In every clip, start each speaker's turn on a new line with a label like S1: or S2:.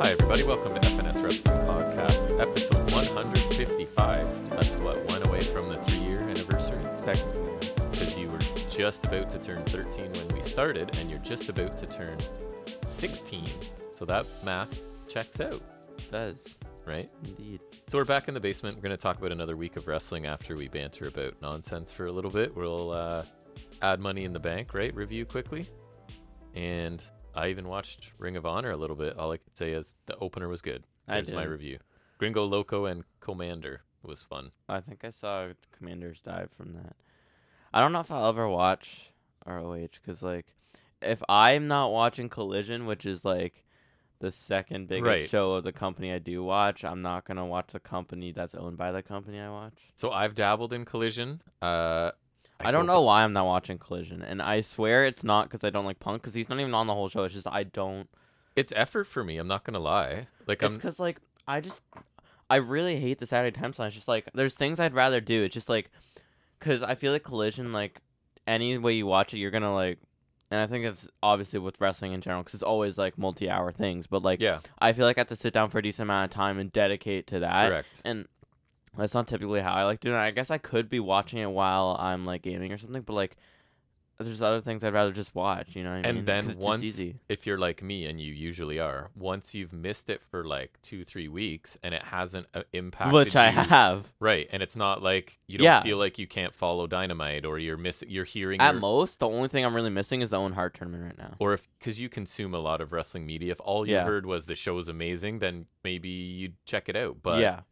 S1: Hi, everybody. Welcome to FNS Wrestling Podcast, episode 155. That's what, one away from the three year anniversary?
S2: Technically, yeah.
S1: Because you were just about to turn 13 when we started, and you're just about to turn 16. So that math checks out,
S2: it does
S1: right?
S2: indeed.
S1: So we're back in the basement. We're going to talk about another week of wrestling after we banter about nonsense for a little bit. We'll uh, add money in the bank, right? Review quickly. And I even watched Ring of Honor a little bit. All I could say is the opener was good.
S2: I
S1: There's my
S2: did.
S1: review. Gringo Loco and Commander was fun.
S2: I think I saw the Commanders dive from that. I don't know if I'll ever watch ROH because, like, if I'm not watching Collision, which is like the second biggest
S1: Right.
S2: show of the company I do watch, I'm not gonna watch the company that's owned by the company I watch.
S1: So I've dabbled in Collision. Uh,
S2: I, don't
S1: go
S2: know why I'm not watching Collision, and I swear it's not because I don't like Punk, because he's not even on the whole show. It's just I don't.
S1: It's effort for me. I'm not gonna lie. Like
S2: It's
S1: I'm
S2: because like I just I really hate the Saturday time slot. It's just like there's things I'd rather do. It's just like because I feel like Collision like any way you watch it, you're gonna like, and I think it's obviously with wrestling in general because it's always like multi-hour things. But like
S1: yeah,
S2: I feel like I have to sit down for a decent amount of time and dedicate to that.
S1: correct.
S2: And that's not typically how I like doing it. I guess I could be watching it while I'm like gaming or something, but like there's other things I'd rather just watch. You know what I
S1: And
S2: mean?
S1: then
S2: 'Cause it's just
S1: once-
S2: easy.
S1: if you're like me and you usually are, once you've missed it for like two, three weeks and it hasn't uh, impacted
S2: which I
S1: you-
S2: have.
S1: right, and it's not like you don't
S2: Yeah.
S1: feel like you can't follow Dynamite or you're missing, you're hearing
S2: At
S1: your-
S2: most, the only thing I'm really missing is the Owen Hart tournament right now.
S1: or if because you consume a lot of wrestling media, if all you
S2: Yeah.
S1: heard was the show is amazing, then maybe you'd check it out. But
S2: yeah,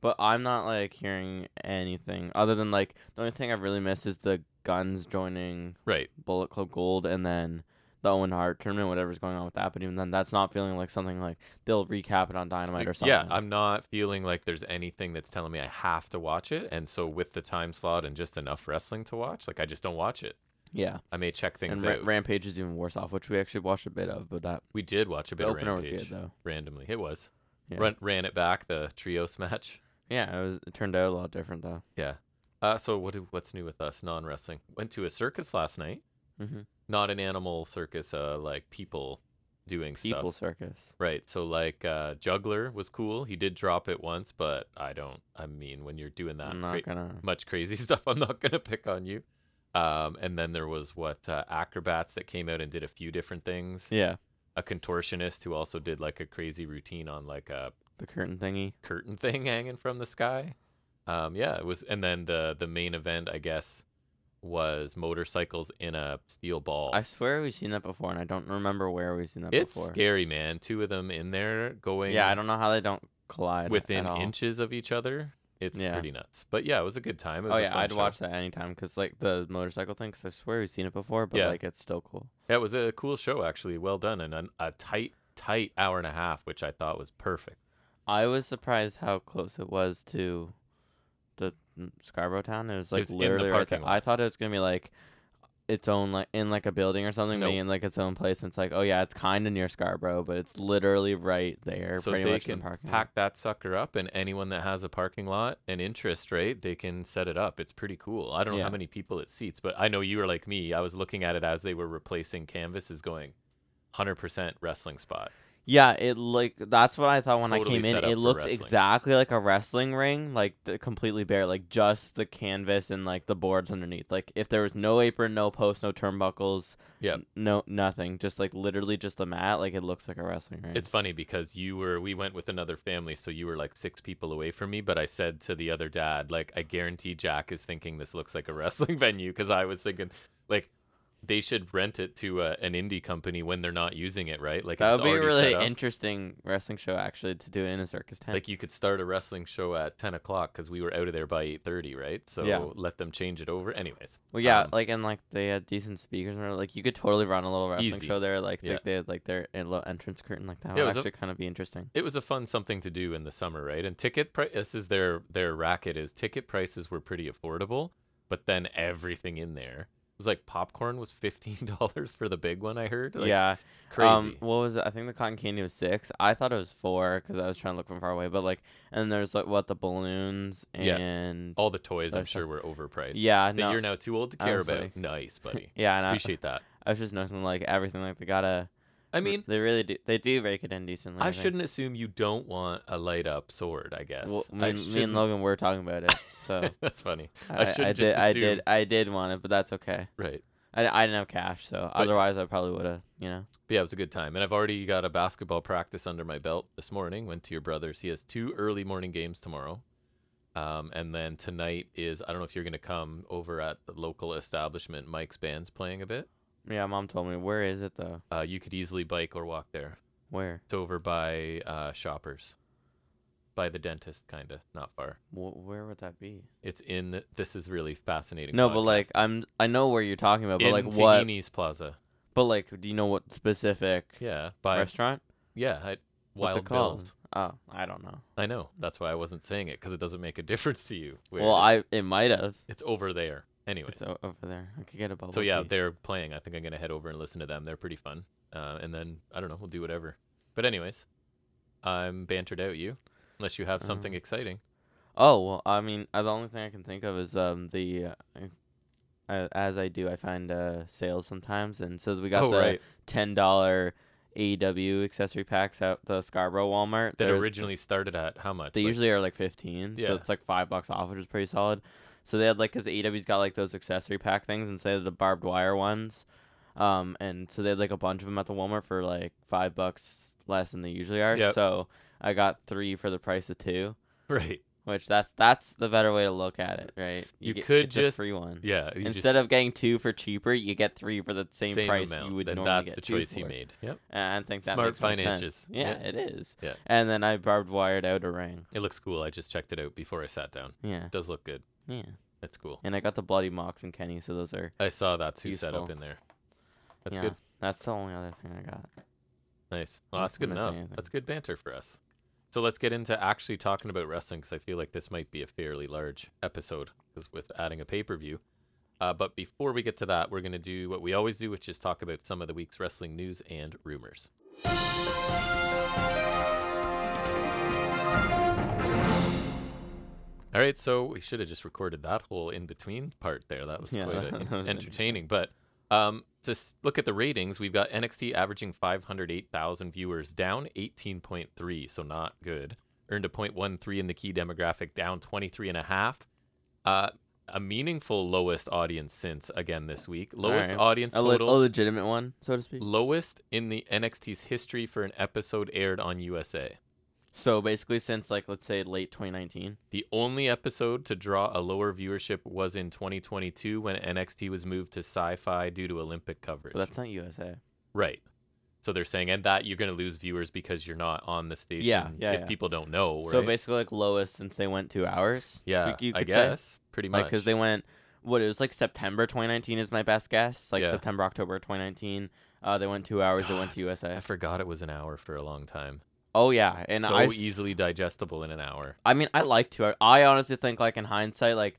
S2: but I'm not like hearing anything other than like the only thing I've really missed is the Guns joining
S1: right,
S2: Bullet Club Gold and then the Owen Hart tournament, whatever's going on with that. But even then, that's not feeling like something like they'll recap it on Dynamite or
S1: Like,
S2: something.
S1: Yeah, I'm not feeling like there's anything that's telling me I have to watch it. And so with the time slot and just enough wrestling to watch, like I just don't watch it.
S2: yeah.
S1: I may check things
S2: And
S1: out.
S2: Ra- Rampage is even worse off, which we actually watched a bit of, but that
S1: we did watch a
S2: the
S1: bit of
S2: opener
S1: Rampage
S2: was good though.
S1: randomly. It was
S2: Yeah.
S1: Run, ran it back the trios match.
S2: Yeah, it was. It turned out a lot different though.
S1: Yeah. Uh, so what do, what's new with us non wrestling? Went to a circus last night.
S2: Mm-hmm.
S1: Not an animal circus, uh, like people doing
S2: People
S1: stuff.
S2: circus.
S1: Right. So like uh, juggler was cool. He did drop it once, but I don't. I mean, when you're doing that,
S2: I'm not
S1: cra-
S2: gonna.
S1: much crazy stuff. I'm not gonna pick on you. Um, and then there was what uh, acrobats that came out and did a few different things.
S2: Yeah,
S1: A contortionist who also did like a crazy routine on like a
S2: the curtain thingy.
S1: curtain thing hanging from the sky. Um, yeah, it was. And then the the main event, I guess, was motorcycles in a steel ball.
S2: I swear we've seen that before, and I don't remember where we've seen that
S1: it's
S2: before.
S1: scary, man. Two of them in there going.
S2: Yeah, I don't know how they don't collide
S1: within
S2: at all.
S1: inches of each other. It's
S2: Yeah.
S1: pretty nuts. But yeah, it was a good time. It was
S2: Oh
S1: a
S2: yeah,
S1: fun
S2: I'd
S1: show.
S2: watch that anytime because like the motorcycle thing. Because I swear we've seen it before, but
S1: Yeah.
S2: like it's still cool.
S1: Yeah, it was a cool show actually. Well done, and an, a tight, tight hour and a half, which I thought was perfect.
S2: I was surprised how close it was to the mm, Scarborough town. It was like
S1: was in the
S2: literally right there.
S1: parking lot.
S2: I thought it was gonna be like its own like in like a building or something,
S1: Nope.
S2: being in like its own place. And it's like, oh yeah, it's kind of near Scarborough, but it's literally right there,
S1: so
S2: pretty
S1: they
S2: much in
S1: can
S2: the parking lot.
S1: pack that sucker up, and anyone that has a parking lot and interest, right, they can set it up. It's pretty cool. I don't know how
S2: Yeah.
S1: many people it seats, but I know you were like me. I was looking at it as they were replacing canvases, going, hundred percent wrestling spot.
S2: Yeah, it like that's what I thought when
S1: Totally
S2: I came in.
S1: set up
S2: It
S1: for
S2: looks
S1: wrestling.
S2: exactly like a wrestling ring, like the, completely bare, like just the canvas and like the boards underneath. Like if there was no apron, no post, no turnbuckles,
S1: Yep.
S2: n- no nothing, just like literally just the mat. Like it looks like a wrestling ring.
S1: It's funny because you were we went with another family, so you were like six people away from me. But I said to the other dad, like, I guarantee Jack is thinking this looks like a wrestling venue because I was thinking, like, they should rent it to uh, an indie company when they're not using it, right? Like,
S2: that
S1: it's
S2: would be a
S1: already
S2: really
S1: set up.
S2: interesting wrestling show actually to do it in a circus tent.
S1: Like, you could start a wrestling show at ten o'clock because we were out of there by eight thirty, right? So
S2: Yeah.
S1: let them change it over, anyways.
S2: well, yeah,
S1: um,
S2: like and like they had decent speakers and like you could totally run a little wrestling
S1: Easy.
S2: show there. Like
S1: Yeah.
S2: like they had like their a little entrance curtain like that
S1: Yeah, it
S2: would
S1: was a-
S2: actually kind of be interesting.
S1: It was a fun something to do in the summer, right? And ticket price this is their their racket is ticket prices were pretty affordable, but then everything in there it was like popcorn was fifteen dollars for the big one. I heard, Like,
S2: yeah.
S1: crazy.
S2: Um, what was it? I think the cotton candy was six. I thought it was four because I was trying to look from far away. But like, and there's like what the balloons
S1: Yeah.
S2: and
S1: All the toys, I'm
S2: that's-
S1: sure, were overpriced.
S2: yeah,
S1: that
S2: no,
S1: you're now too old to
S2: I
S1: care
S2: was
S1: about.
S2: like-
S1: nice, buddy.
S2: yeah, and I,
S1: Appreciate that.
S2: I was just noticing like everything like they got a
S1: I mean,
S2: they really do. They do rake it in decently.
S1: I,
S2: think.
S1: shouldn't assume you don't want a light up sword. I guess.
S2: Well, me,
S1: I
S2: and- me and
S1: shouldn't-
S2: Logan were talking about it, so
S1: that's funny. I
S2: I, I,
S1: shouldn't just
S2: did. I did.
S1: assume.
S2: I did want it, but that's okay.
S1: Right.
S2: I, I didn't have cash, so otherwise I probably would have. You know.
S1: But yeah, it was a good time, and I've already got a basketball practice under my belt this morning. Went to your brother's. He has two early morning games tomorrow, um, and then tonight is I don't know if you're gonna come over at the local establishment. Mike's band's playing a bit.
S2: Yeah, mom told me. Where is it though?
S1: Uh, you could easily bike or walk there.
S2: Where?
S1: It's over by uh, Shoppers, by the dentist, kinda not far.
S2: Wh- where would that be?
S1: It's in. The, this is really fascinating.
S2: No, but
S1: podcast. E
S2: like I'm. I know where you're talking about, but
S1: in
S2: like what?
S1: Tahini's Plaza.
S2: But like, do you know what specific
S1: Yeah, by
S2: restaurant?
S1: yeah, I,
S2: What's
S1: Wild
S2: it called?
S1: Bill's.
S2: Oh, I don't know.
S1: I know. That's why I wasn't saying it because it doesn't make a difference to you. where
S2: Well,
S1: it's-
S2: I it might have.
S1: It's over there. Anyway.
S2: It's o- over there. I could get a bubble.
S1: So yeah,
S2: tea.
S1: they're playing. I think I'm gonna head over and listen to them. They're pretty fun. Uh, and then I don't know. We'll do whatever. But anyways, I'm bantered out. You, unless you have something
S2: Um,
S1: exciting.
S2: Oh well, I mean, uh, the only thing I can think of is um the, uh, I- as I do, I find uh sales sometimes, and so we got
S1: oh
S2: the
S1: right,
S2: ten dollar AEW accessory packs at the Scarborough Walmart.
S1: that
S2: They're-
S1: originally started at how much?
S2: they
S1: Like,
S2: usually are like fifteen,
S1: Yeah.
S2: so it's like five bucks off, which is pretty solid. So they had like, cause AEW's got like those accessory pack things, and so they had the barbed wire ones, um, and so they had like a bunch of them at the Walmart for like five bucks less than they usually are.
S1: Yep.
S2: So I got three for the price of two.
S1: right.
S2: Which that's that's the better way to look at it, right?
S1: You could
S2: it's
S1: just-
S2: a free one
S1: Yeah. you just-
S2: instead of getting two for cheaper, you get three for the same, price you would
S1: then
S2: normally
S1: that's
S2: get
S1: the
S2: two
S1: choice you
S2: for.
S1: made. Yep.
S2: And I think that
S1: Smart
S2: makes more sense.
S1: finances.
S2: Yeah,
S1: Yeah.
S2: it is.
S1: Yeah.
S2: And then I barbed wired out a ring.
S1: It looks cool. I just checked it out before I sat down.
S2: Yeah,
S1: It does look good.
S2: yeah.
S1: That's cool.
S2: And I got the bloody mocks and Kenny, so those are
S1: I saw that too set up
S2: Useful.
S1: in there. That's
S2: yeah,
S1: good.
S2: That's the only other thing I got.
S1: Nice. Well,
S2: Not
S1: that's good
S2: missing
S1: enough.
S2: anything.
S1: That's good banter for us. So let's get into actually talking about wrestling because I feel like this might be a fairly large episode because with adding a pay per view. Uh, but before we get to that, we're going to do what we always do, which is talk about some of the week's wrestling news and rumors. All right, so we should have just recorded that whole in between part there. That was
S2: Yeah,
S1: quite a,
S2: that was
S1: en-
S2: interesting.
S1: entertaining. But um, to s- look at the ratings, we've got NXT averaging 508,000 viewers, down 18.3, so not good. Earned a 0.13 in the key demographic, down 23 and a half. Uh, a meaningful lowest audience since again this week. Lowest
S2: right.
S1: audience
S2: A, le-
S1: total,
S2: a legitimate one, so to speak.
S1: lowest in the NXT's history for an episode aired on USA.
S2: So basically, since like let's say late 2019.
S1: The only episode to draw a lower viewership was in 2022 when NXT was moved to sci-fi due to Olympic coverage.
S2: But that's not USA.
S1: Right. So they're saying, and that you're going to lose viewers because you're not on the station.
S2: yeah,
S1: If
S2: yeah.
S1: people don't know,
S2: So
S1: right?
S2: basically, like lowest since they went two hours. we-
S1: yeah,
S2: you
S1: I
S2: could say.
S1: guess pretty much.
S2: Like 'cause they went what it was like September 2019 is my best guess. Like
S1: Yeah.
S2: September October 2019. Uh, they went two hours. They went to
S1: I
S2: USA.
S1: forgot it was an hour for a long time.
S2: Oh yeah, and
S1: so
S2: I. s-
S1: easily digestible in an hour.
S2: I mean, I like two hours. I honestly think, like in hindsight, like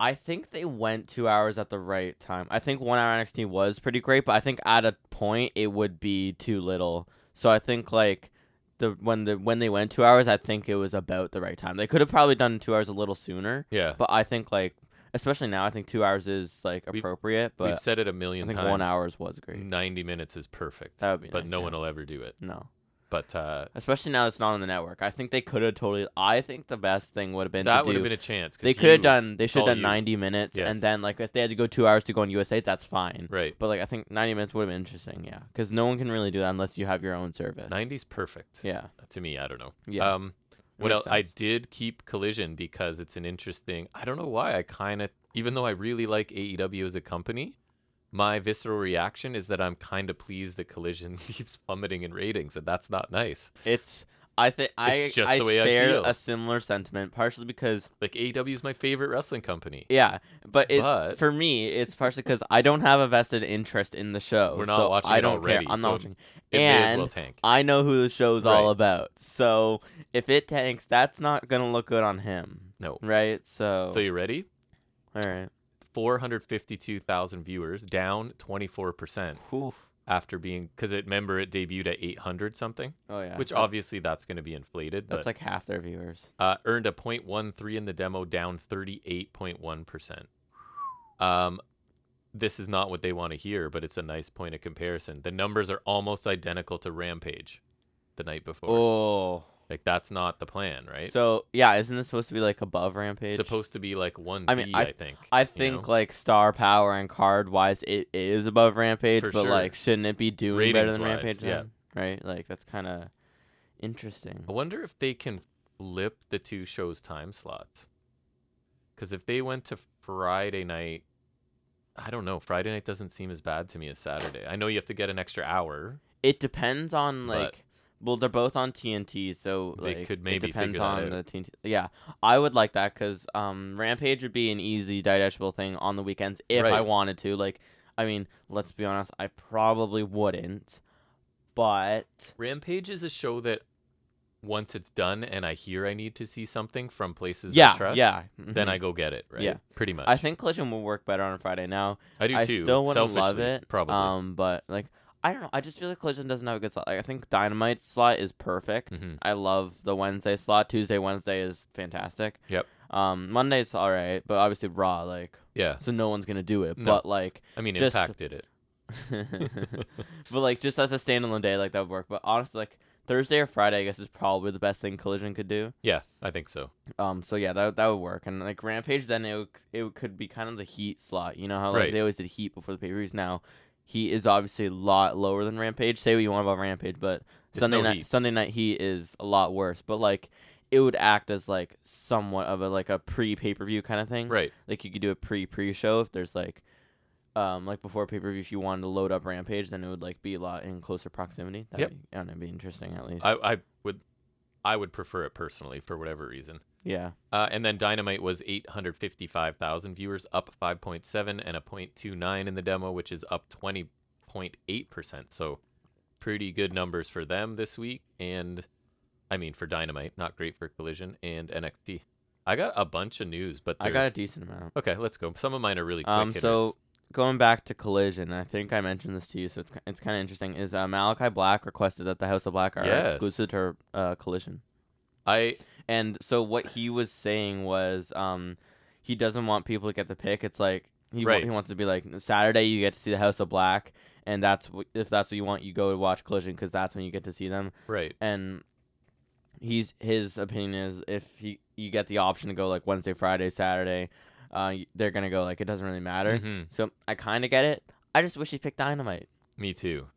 S2: I think they went two hours at the right time. I think one hour NXT was pretty great, but I think at a point it would be too little. So I think like the when the when they went two hours, I think it was about the right time. They could have probably done two hours a little sooner.
S1: Yeah.
S2: But I think like especially now, I think two hours is like
S1: We've-
S2: appropriate.
S1: We've
S2: But
S1: said it a
S2: I
S1: million
S2: think
S1: times.
S2: one hours was great.
S1: 90 minutes is perfect.
S2: That would be
S1: but
S2: nice,
S1: no
S2: yeah.
S1: one will ever do it.
S2: No,
S1: But uh,
S2: especially now it's not on the network. I think they could have totally. I think the best thing would have been
S1: that
S2: to
S1: would
S2: do.
S1: have been a chance. 'cause
S2: they could have
S1: you-
S2: done. They should
S1: all
S2: have done
S1: you.
S2: ninety minutes,
S1: Yes.
S2: and then like if they had to go two hours to go on USA, that's fine.
S1: Right.
S2: But like I think ninety minutes would have been interesting, yeah, because no one can really do that unless you have your own service.
S1: 90's perfect. uh,
S2: Yeah.
S1: To me, I don't know.
S2: Yeah.
S1: Um,
S2: it
S1: what else?
S2: makes
S1: I
S2: sense.
S1: did keep Collision because it's an interesting. I don't know why. I kind of, even though I really like AEW as a company, my visceral reaction is that I'm kind of pleased that Collision keeps plummeting in ratings, and that's not nice.
S2: It's. I think I
S1: just
S2: I
S1: the way I
S2: share
S1: feel.
S2: a similar sentiment, partially because
S1: Like AEW is my favorite wrestling company.
S2: Yeah, but, it's,
S1: But-
S2: for me, it's partially because I don't have a vested interest in the show.
S1: We're not
S2: so
S1: watching
S2: I
S1: it
S2: don't
S1: already,
S2: Care. I'm not
S1: so
S2: watching.
S1: It may as well
S2: And
S1: tank.
S2: I know who the show's all
S1: Right.
S2: about. So if it tanks, that's not gonna look good on him,
S1: No.
S2: right? So,
S1: So you ready?
S2: all right.
S1: 452,000 viewers, down 24%
S2: Whew.
S1: after being because it remember it debuted at 800 something,
S2: Oh yeah.
S1: which
S2: that's,
S1: obviously that's going to be inflated.
S2: that's
S1: But
S2: like half their viewers.
S1: uh, earned a 0.13 in the demo, down 38.1 percent. Um, this is not what they want to hear, but it's a nice point of comparison. The numbers are almost identical to Rampage the night before.
S2: Oh.
S1: Like that's not the plan, right?
S2: So yeah, isn't this supposed to be like above Rampage?
S1: it's supposed to be like one
S2: I mean,
S1: B,
S2: I-
S1: I think.
S2: I
S1: you
S2: think
S1: know?
S2: like star power and card wise, it is above Rampage,
S1: For
S2: but
S1: sure.
S2: like shouldn't it be doing better than
S1: Ratings-wise,
S2: Rampage?
S1: yeah.
S2: then? Right. Like that's kind of interesting.
S1: I wonder if they can flip the two shows time slots. Cuz if they went to Friday night I don't know, Friday night doesn't seem as bad to me as Saturday. I know you have to get an extra hour.
S2: It depends on
S1: But-
S2: like. Well, they're both on TNT, so
S1: They
S2: like
S1: could maybe
S2: it depends
S1: figure that
S2: on the
S1: out.
S2: TNT. Yeah, I would like that because um, Rampage would be an easy digestible thing on the weekends if I
S1: Right.
S2: wanted to. Like, I mean, let's be honest, I probably wouldn't, but
S1: Rampage is a show that once it's done and I hear I need to see something from places
S2: yeah,
S1: I trust,
S2: yeah.
S1: then
S2: mhm.
S1: I go get it, right?
S2: Yeah.
S1: Pretty much.
S2: I think Collision will work better on a Friday. Now,
S1: I do
S2: I
S1: too.
S2: still wouldn't love
S1: selfishly,
S2: it,
S1: Probably.
S2: um, but like, I don't know. I just feel like Collision doesn't have a good slot. Like, I think Dynamite slot is perfect.
S1: Mhm.
S2: I love the Wednesday slot. Tuesday, Wednesday is fantastic.
S1: Yep.
S2: Um, Monday's all right, but obviously Raw, like,
S1: Yeah.
S2: so no one's gonna do it.
S1: No.
S2: But like,
S1: I mean,
S2: just-
S1: Impact did it.
S2: but like, just as a standalone day, like that would work. But honestly, like Thursday or Friday, I guess is probably the best thing Collision could do.
S1: Yeah, I think so.
S2: Um, so yeah, that that would work. And like Rampage, then it would, it would- could be kind of the Heat slot. You know how like
S1: Right.
S2: they always did Heat before the pay per views. Now Heat is obviously a lot lower than Rampage. Say what you want about Rampage, but
S1: There's
S2: Sunday
S1: no
S2: night
S1: Heat.
S2: Sunday night Heat is a lot worse. But like it would act as like somewhat of a like a pre pay per view kind of thing.
S1: Right.
S2: Like you could do a pre pre show if there's like. Um, like before pay per view, if you wanted to load up Rampage, then it would like be a lot in closer proximity. That
S1: Yep.
S2: would, I don't know, it'd be interesting at least.
S1: I, I would, I would prefer it personally for whatever reason.
S2: yeah,
S1: Uh, and then Dynamite was 855,000 viewers, up 5.7 and a 0.29 in the demo, which is up 20.8%. So pretty good numbers for them this week. And I mean, for Dynamite, not great for Collision and NXT. I got a bunch of news, but
S2: I
S1: they're-
S2: got a decent amount.
S1: okay, let's go. Some of mine are really quick
S2: Um,
S1: hitters.
S2: so going back to Collision, I think I mentioned this to you, so it's ki- it's kind of interesting. Is uh, Malachi Black requested that the House of Black are
S1: Yes.
S2: exclusive to uh, Collision?
S1: I
S2: And so what he was saying was, um, he doesn't want people to get the pick. It's like he wa-
S1: Right.
S2: he wants to be like Saturday you get to see the House of Black, and that's wh- if that's what you want, you go to watch Collision because that's when you get to see them
S1: right.
S2: and he's his opinion is if he you get the option to go like Wednesday, Friday, Saturday, uh, y- they're gonna go like it doesn't really matter.
S1: Mhm.
S2: So I kind of get it. I just wish he picked Dynamite.
S1: Me too.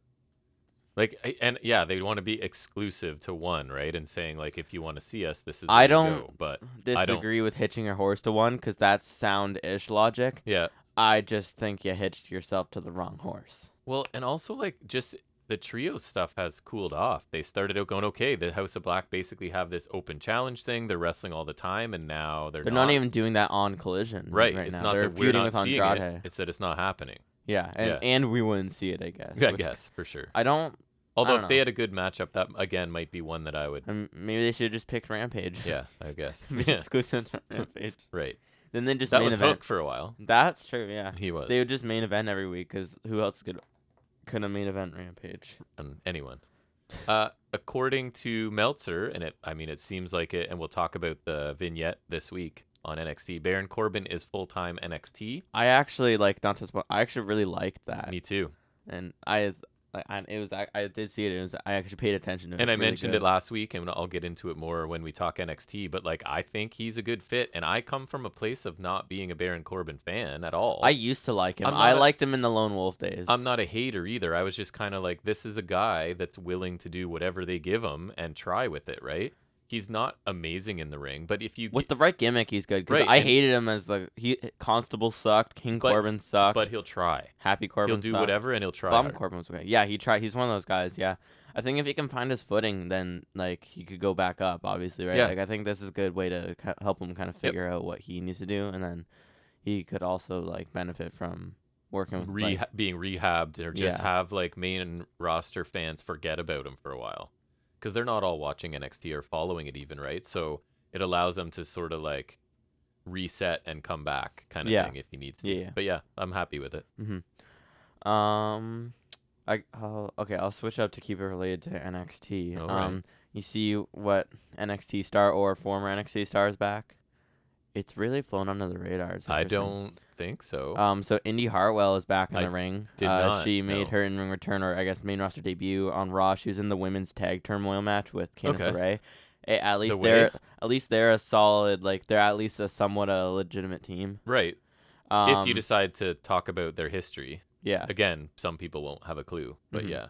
S1: Like I- and yeah, they want to be exclusive to one, right? And saying like, if you want to see us, this is.
S2: I
S1: where you
S2: don't-
S1: go. But don't-
S2: Disagree with hitching your horse to one because that's sound ish logic.
S1: yeah,
S2: I just think you hitched yourself to the wrong horse.
S1: well, and also like just the trio stuff has cooled off. They started out going okay. The House of Black basically have this open challenge thing. They're wrestling all the time, and now they're,
S2: They're not, even doing that on Collision
S1: right.
S2: right
S1: it's
S2: now.
S1: not
S2: they're
S1: that we're
S2: feuding
S1: not
S2: with
S1: seeing
S2: Andrade.
S1: it. It's that it's not happening.
S2: Yeah, and
S1: Yeah.
S2: and we wouldn't see it, I guess.
S1: I
S2: which-
S1: guess for sure.
S2: I don't.
S1: Although
S2: dunno.
S1: if they had a good matchup, that again might be one that I would.
S2: um, Maybe they should just pick Rampage.
S1: Yeah, I guess.
S2: Be
S1: Yeah,
S2: exclusive to Rampage.
S1: right.
S2: Then they just
S1: That
S2: main
S1: was
S2: event.
S1: Hook for a while.
S2: That's true. Yeah,
S1: He was.
S2: they would just main event every week because who else could could have main event Rampage?
S1: on um, anyone. Uh, according to Meltzer, and it, I mean, it seems like it, and we'll talk about the vignette this week on NXT. Baron Corbin is full time NXT.
S2: I actually like not to spoil. I actually really liked that,
S1: Me too.
S2: and I, I, I it was I, I did see it. It was I actually paid attention to it.
S1: And I mentioned it last week, and I'll get into it more when we talk NXT. But like, I think he's a good fit, and I come from a place of not being a Baron Corbin fan at all.
S2: I used to like him.
S1: I'm
S2: I
S1: not a-
S2: liked him in the Lone Wolf days.
S1: I'm not a hater either. I was just kind of like, this is a guy that's willing to do whatever they give him and try with it, right? He's not amazing in the ring, but if you
S2: with the right gimmick. He's good. 'cause
S1: Right,
S2: I
S1: and-
S2: hated him as the he Constable sucked. King
S1: But-
S2: Corbin sucked.
S1: but he'll try.
S2: Happy Corbin
S1: he'll do
S2: sucked.
S1: whatever and he'll try.
S2: Bum
S1: hard.
S2: Corbin was okay. Yeah, he tried. He's one of those guys. Yeah, I think if he can find his footing, then like he could go back up. Obviously, right?
S1: Yeah.
S2: Like I think this is a good way to ki- help him kind of figure out what he needs to do, and then he could also like benefit from working with.
S1: Reha
S2: like-
S1: being rehabbed or just
S2: Yeah.
S1: have like main roster fans forget about him for a while because they're not all watching NXT or following it even right so it allows them to sort of like reset and come back kind of
S2: Yeah.
S1: thing if he needs to
S2: Yeah, yeah.
S1: but yeah I'm happy with it
S2: um, I I'll, okay, I'll switch up to keep it related to NXT.
S1: All right.
S2: um, you see what NXT star or former NXT star is back? it's really flown under the radar. It's
S1: I
S2: interesting.
S1: don't think so.
S2: Um, so Indy Hartwell is back in
S1: I
S2: the ring.
S1: did
S2: uh,
S1: not
S2: she made
S1: know.
S2: her in ring return, or I guess main roster debut on Raw. She was in the women's tag turmoil match with Candice
S1: Okay.
S2: LeRae. A- At least
S1: way.
S2: they're at least they're a solid like they're at least a somewhat a legitimate team.
S1: right.
S2: Um,
S1: if you decide to talk about their history,
S2: yeah,
S1: again, some people won't have a clue. But
S2: Mhm.
S1: yeah,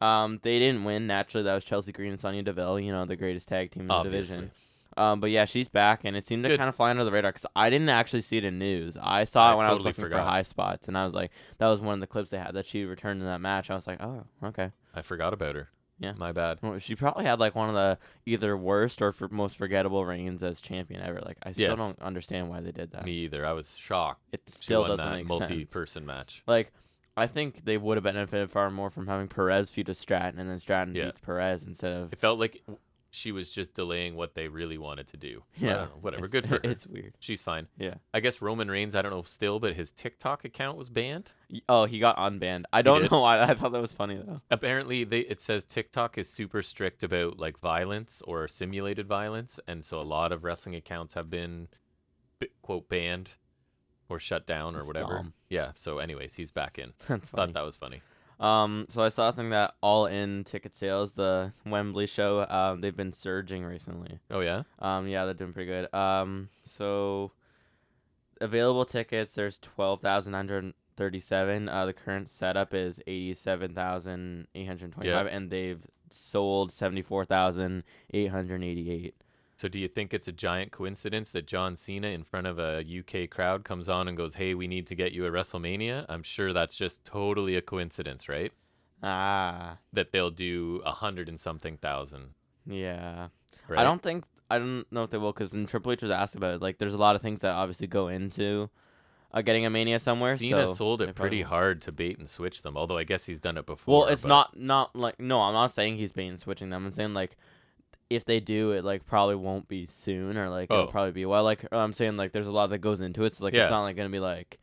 S2: um, they didn't win naturally. That was Chelsea Green and Sonya Deville, you know, the greatest tag team in the
S1: obviously.
S2: division. Um, but yeah, she's back, and it seemed to
S1: Good.
S2: kind of fly under the radar because I didn't actually see it in news. I saw
S1: I
S2: it when I was
S1: totally
S2: looking for
S1: forgot.
S2: high spots, and I was like, that was one of the clips they had that she returned in that match. I was like, oh, okay.
S1: I forgot about her.
S2: Yeah.
S1: My bad.
S2: Well, she probably had like one of the either worst or for most forgettable reigns as champion ever. Like I still
S1: Yes.
S2: don't understand why they did that.
S1: Me either. I was shocked.
S2: It
S1: She
S2: still
S1: won
S2: doesn't
S1: that
S2: make sense.
S1: multi-person match.
S2: Like I think they would have benefited far more from having Perez feud with Stratton and then Stratton
S1: Yeah.
S2: beats Perez instead of
S1: It felt like w- she was just delaying what they really wanted to do. I
S2: Yeah.
S1: don't know, whatever.
S2: It's-
S1: Good for her.
S2: It's weird.
S1: She's fine.
S2: Yeah.
S1: I guess Roman Reigns, I don't know still, but his TikTok account was banned.
S2: Y- Oh, he got unbanned. I don't
S1: did?
S2: know why. I thought that was funny though.
S1: Apparently, they it says TikTok is super strict about like violence or simulated violence, and so a lot of wrestling accounts have been b- quote banned or shut down or
S2: That's
S1: whatever.
S2: dumb.
S1: Yeah. So, anyways, he's back in.
S2: That's funny.
S1: Thought that was funny.
S2: Um, so I saw a thing that all in ticket sales, the Wembley show, um, they've been surging recently.
S1: Oh yeah.
S2: Um, yeah, they're doing pretty good. Um, so available tickets, there's twelve thousand nine hundred thirty-seven. Uh, the current setup is eighty-seven thousand eight hundred twenty-five, and they've sold seventy-four thousand eight hundred eighty-eight.
S1: So, do you think it's a giant coincidence that John Cena in front of a UK crowd comes on and goes, "Hey, we need to get you a WrestleMania"? I'm sure that's just totally a coincidence, right?
S2: Ah,
S1: That they'll do a hundred and something thousand.
S2: yeah.
S1: Right?
S2: I don't think I don't know if they will because then Triple H was asked about it. Like, there's a lot of things that obviously go into uh, getting a mania somewhere.
S1: Cena
S2: so
S1: sold
S2: they
S1: it
S2: probably
S1: pretty
S2: won't.
S1: hard to bait and switch them. Although I guess he's done it before.
S2: Well, it's
S1: but-
S2: not not like no, I'm not saying he's been switching them. I'm saying like if they do, it like probably won't be soon or like
S1: Oh.
S2: it'll probably be well. Like uh, I'm saying like there's a lot that goes into it, so like
S1: Yeah.
S2: it's not like gonna be like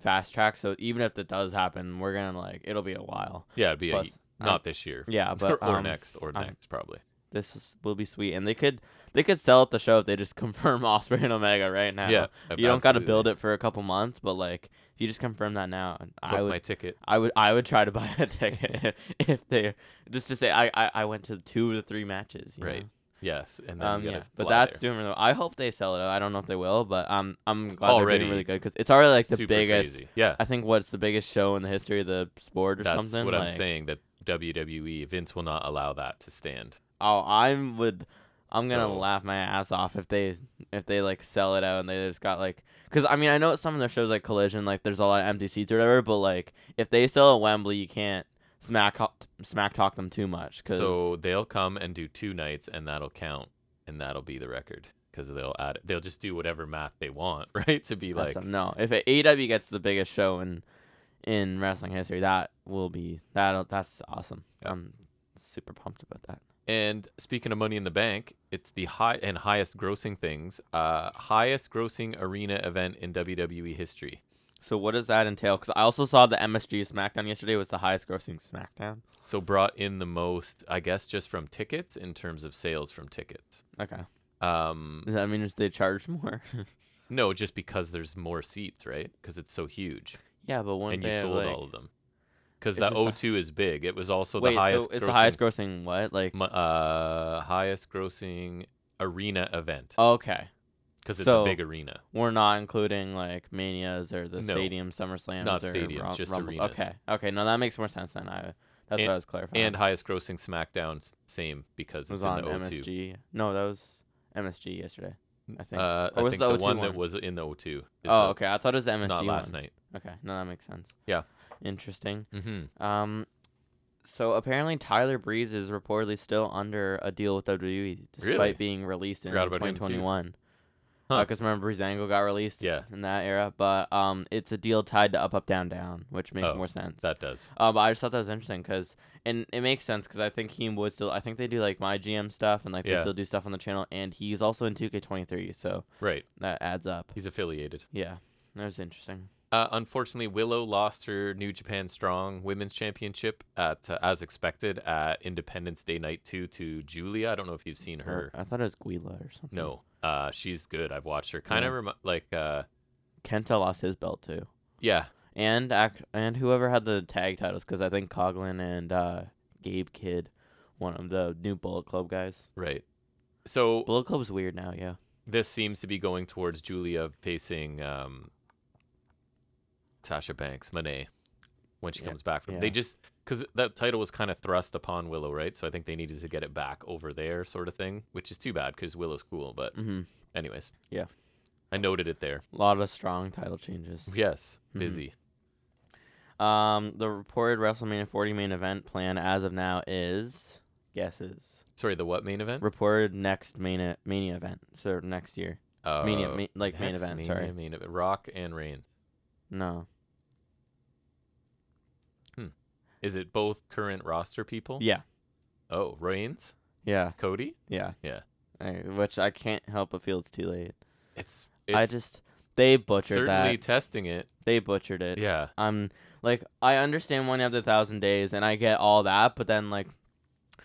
S2: fast track. So even if it does happen, we're gonna like it'll be a while.
S1: Yeah, it'd be a,
S2: Plus, um,
S1: not this year.
S2: Yeah, but
S1: or
S2: um,
S1: next, or
S2: um,
S1: next probably.
S2: this is, will be sweet, and they could they could sell at the show if they just confirm Osprey and Omega right now.
S1: yeah,
S2: you don't got to build it for a couple months, but like if you just confirm that now, I would
S1: my ticket.
S2: I would I would try to buy a ticket if they just to say I, I, I went to two of the three matches. you
S1: Right. Yes, and
S2: know?
S1: then
S2: Um,
S1: you
S2: yeah,
S1: gotta
S2: but
S1: fly there.
S2: that's doing really well. I hope they sell it. out. I don't know if they will, but um, I'm glad they're
S1: already
S2: doing really good because it's already like the
S1: super
S2: biggest.
S1: crazy. Yeah,
S2: I think what's the biggest show in the history of the sport or
S1: that's
S2: something.
S1: what I'm
S2: like,
S1: saying. That WWE Vince will not allow that to stand.
S2: Oh, I would. I'm gonna
S1: So-
S2: laugh my ass off if they if they like sell it out and they just got like because I mean I know some of their shows like Collision like there's a lot of empty seats or whatever but like if they sell at Wembley you can't smack ho- smack talk them too much because
S1: So they'll come and do two nights, and that'll count, and that'll be the record because they'll add. They'll just do whatever math they want, right? To be like,
S2: Awesome. no. If a- AEW gets the biggest show in in wrestling history, that will be that. That's awesome.
S1: Yeah.
S2: I'm super pumped about that.
S1: And speaking of Money in the Bank, it's the high and highest grossing things, uh, highest grossing arena event in WWE history.
S2: So what does that entail? Because I also saw the MSG SmackDown yesterday was the highest grossing SmackDown.
S1: So brought in the most, I guess, just from tickets in terms of sales from tickets.
S2: Okay,
S1: Um,
S2: does that mean they charge more?
S1: no, just because there's more seats, right? Because it's so huge,
S2: yeah, but one
S1: and you sold all of them. Because
S2: It's
S1: the
S2: just the-
S1: O2 is big. It was also
S2: Wait,
S1: the highest.
S2: so it's
S1: grossing,
S2: the highest grossing what? Like
S1: mo- uh, highest grossing arena event
S2: okay,
S1: because it's
S2: so
S1: a big arena.
S2: we're not including like manias or the
S1: No,
S2: stadium SummerSlams
S1: not
S2: or
S1: stadiums,
S2: Rum-
S1: just
S2: Rumbles.
S1: arenas.
S2: Okay, okay, no, that makes more sense then. I that's
S1: And-
S2: what I was clarifying.
S1: And highest grossing SmackDown, s- same because
S2: it
S1: it's
S2: was
S1: in
S2: on
S1: the O2.
S2: MSG. No, that was MSG yesterday. I think.
S1: Uh,
S2: Or
S1: I
S2: was
S1: think
S2: the
S1: the,
S2: O2
S1: one, that
S2: one?
S1: was in the O2. is
S2: oh,
S1: the-
S2: okay. I thought it was the MSG
S1: Not last
S2: one.
S1: night.
S2: Okay, no, that makes sense.
S1: Yeah.
S2: Interesting.
S1: hmm
S2: Um, so apparently Tyler Breeze is reportedly still under a deal with WWE despite
S1: Really?
S2: being released in
S1: Forgot about him too.
S2: 2021.
S1: Huh.
S2: Because remember Breeze Angle got released
S1: Yeah.
S2: in that era, but um, it's a deal tied to Up Up Down Down, which makes
S1: Oh,
S2: more sense.
S1: That does.
S2: Uh, but I just thought that was interesting because, and it makes sense because I think he would still. I think they do like my GM stuff and like they
S1: Yeah.
S2: still do stuff on the channel, and he's also in 2K23, so
S1: Right.
S2: that adds up.
S1: He's affiliated.
S2: Yeah, that was interesting.
S1: Uh, unfortunately, Willow lost her New Japan Strong Women's Championship at, uh, as expected, at Independence Day Night 2 to Julia. I don't know if you've seen
S2: Or-
S1: her.
S2: I thought it was Guila or something.
S1: No. Uh, she's good. I've watched her. Kind of
S2: Mm. Yeah.
S1: remi- like uh,
S2: Kenta lost his belt too,
S1: yeah,
S2: and ac- and whoever had the tag titles, because I think Coglin and uh, Gabe Kidd, one of the new Bullet Club guys.
S1: right. So
S2: Bullet Club's weird now, yeah.
S1: this seems to be going towards Julia facing um, Sasha Banks, Monet, when she
S2: Yeah,
S1: comes back from.
S2: yeah.
S1: They just because that title was kind of thrust upon Willow, right? So I think they needed to get it back over there, sort of thing, which is too bad because Willow's cool. But
S2: Mm-hmm.
S1: anyways,
S2: Yeah.
S1: I noted it there.
S2: A lot of strong title changes.
S1: Yes,
S2: Mhm.
S1: busy.
S2: Um, the reported WrestleMania 40 main event plan as of now is guesses.
S1: Sorry, the what main event?
S2: Reported next main e- mania event, so next year.
S1: Uh,
S2: Mania, ma- like main
S1: next
S2: event.
S1: Mania
S2: sorry,
S1: main e-, event. Rock and Reigns.
S2: no.
S1: Is it both current roster people?
S2: Yeah,
S1: Oh, Reigns,
S2: yeah,
S1: Cody.
S2: yeah,
S1: Yeah.
S2: I, which I can't help but feel it's too late.
S1: It's, it's
S2: I just they butchered
S1: certainly
S2: that.
S1: testing it.
S2: They butchered it.
S1: Yeah.
S2: I'm Um, like I understand one of the thousand days and I get all that, but then like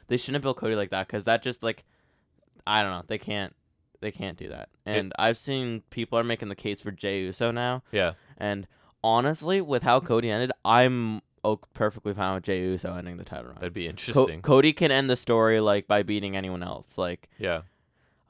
S2: they shouldn't build Cody like that because that just like I don't know they can't they can't do that. And I've seen people are making the case for Jey Uso now,
S1: Yeah.
S2: and honestly, with how Cody ended, I'm o- perfectly fine with Jey Uso ending the title round.
S1: That'd be
S2: Co-
S1: interesting.
S2: Cody can end the story like by beating anyone else, like.
S1: yeah.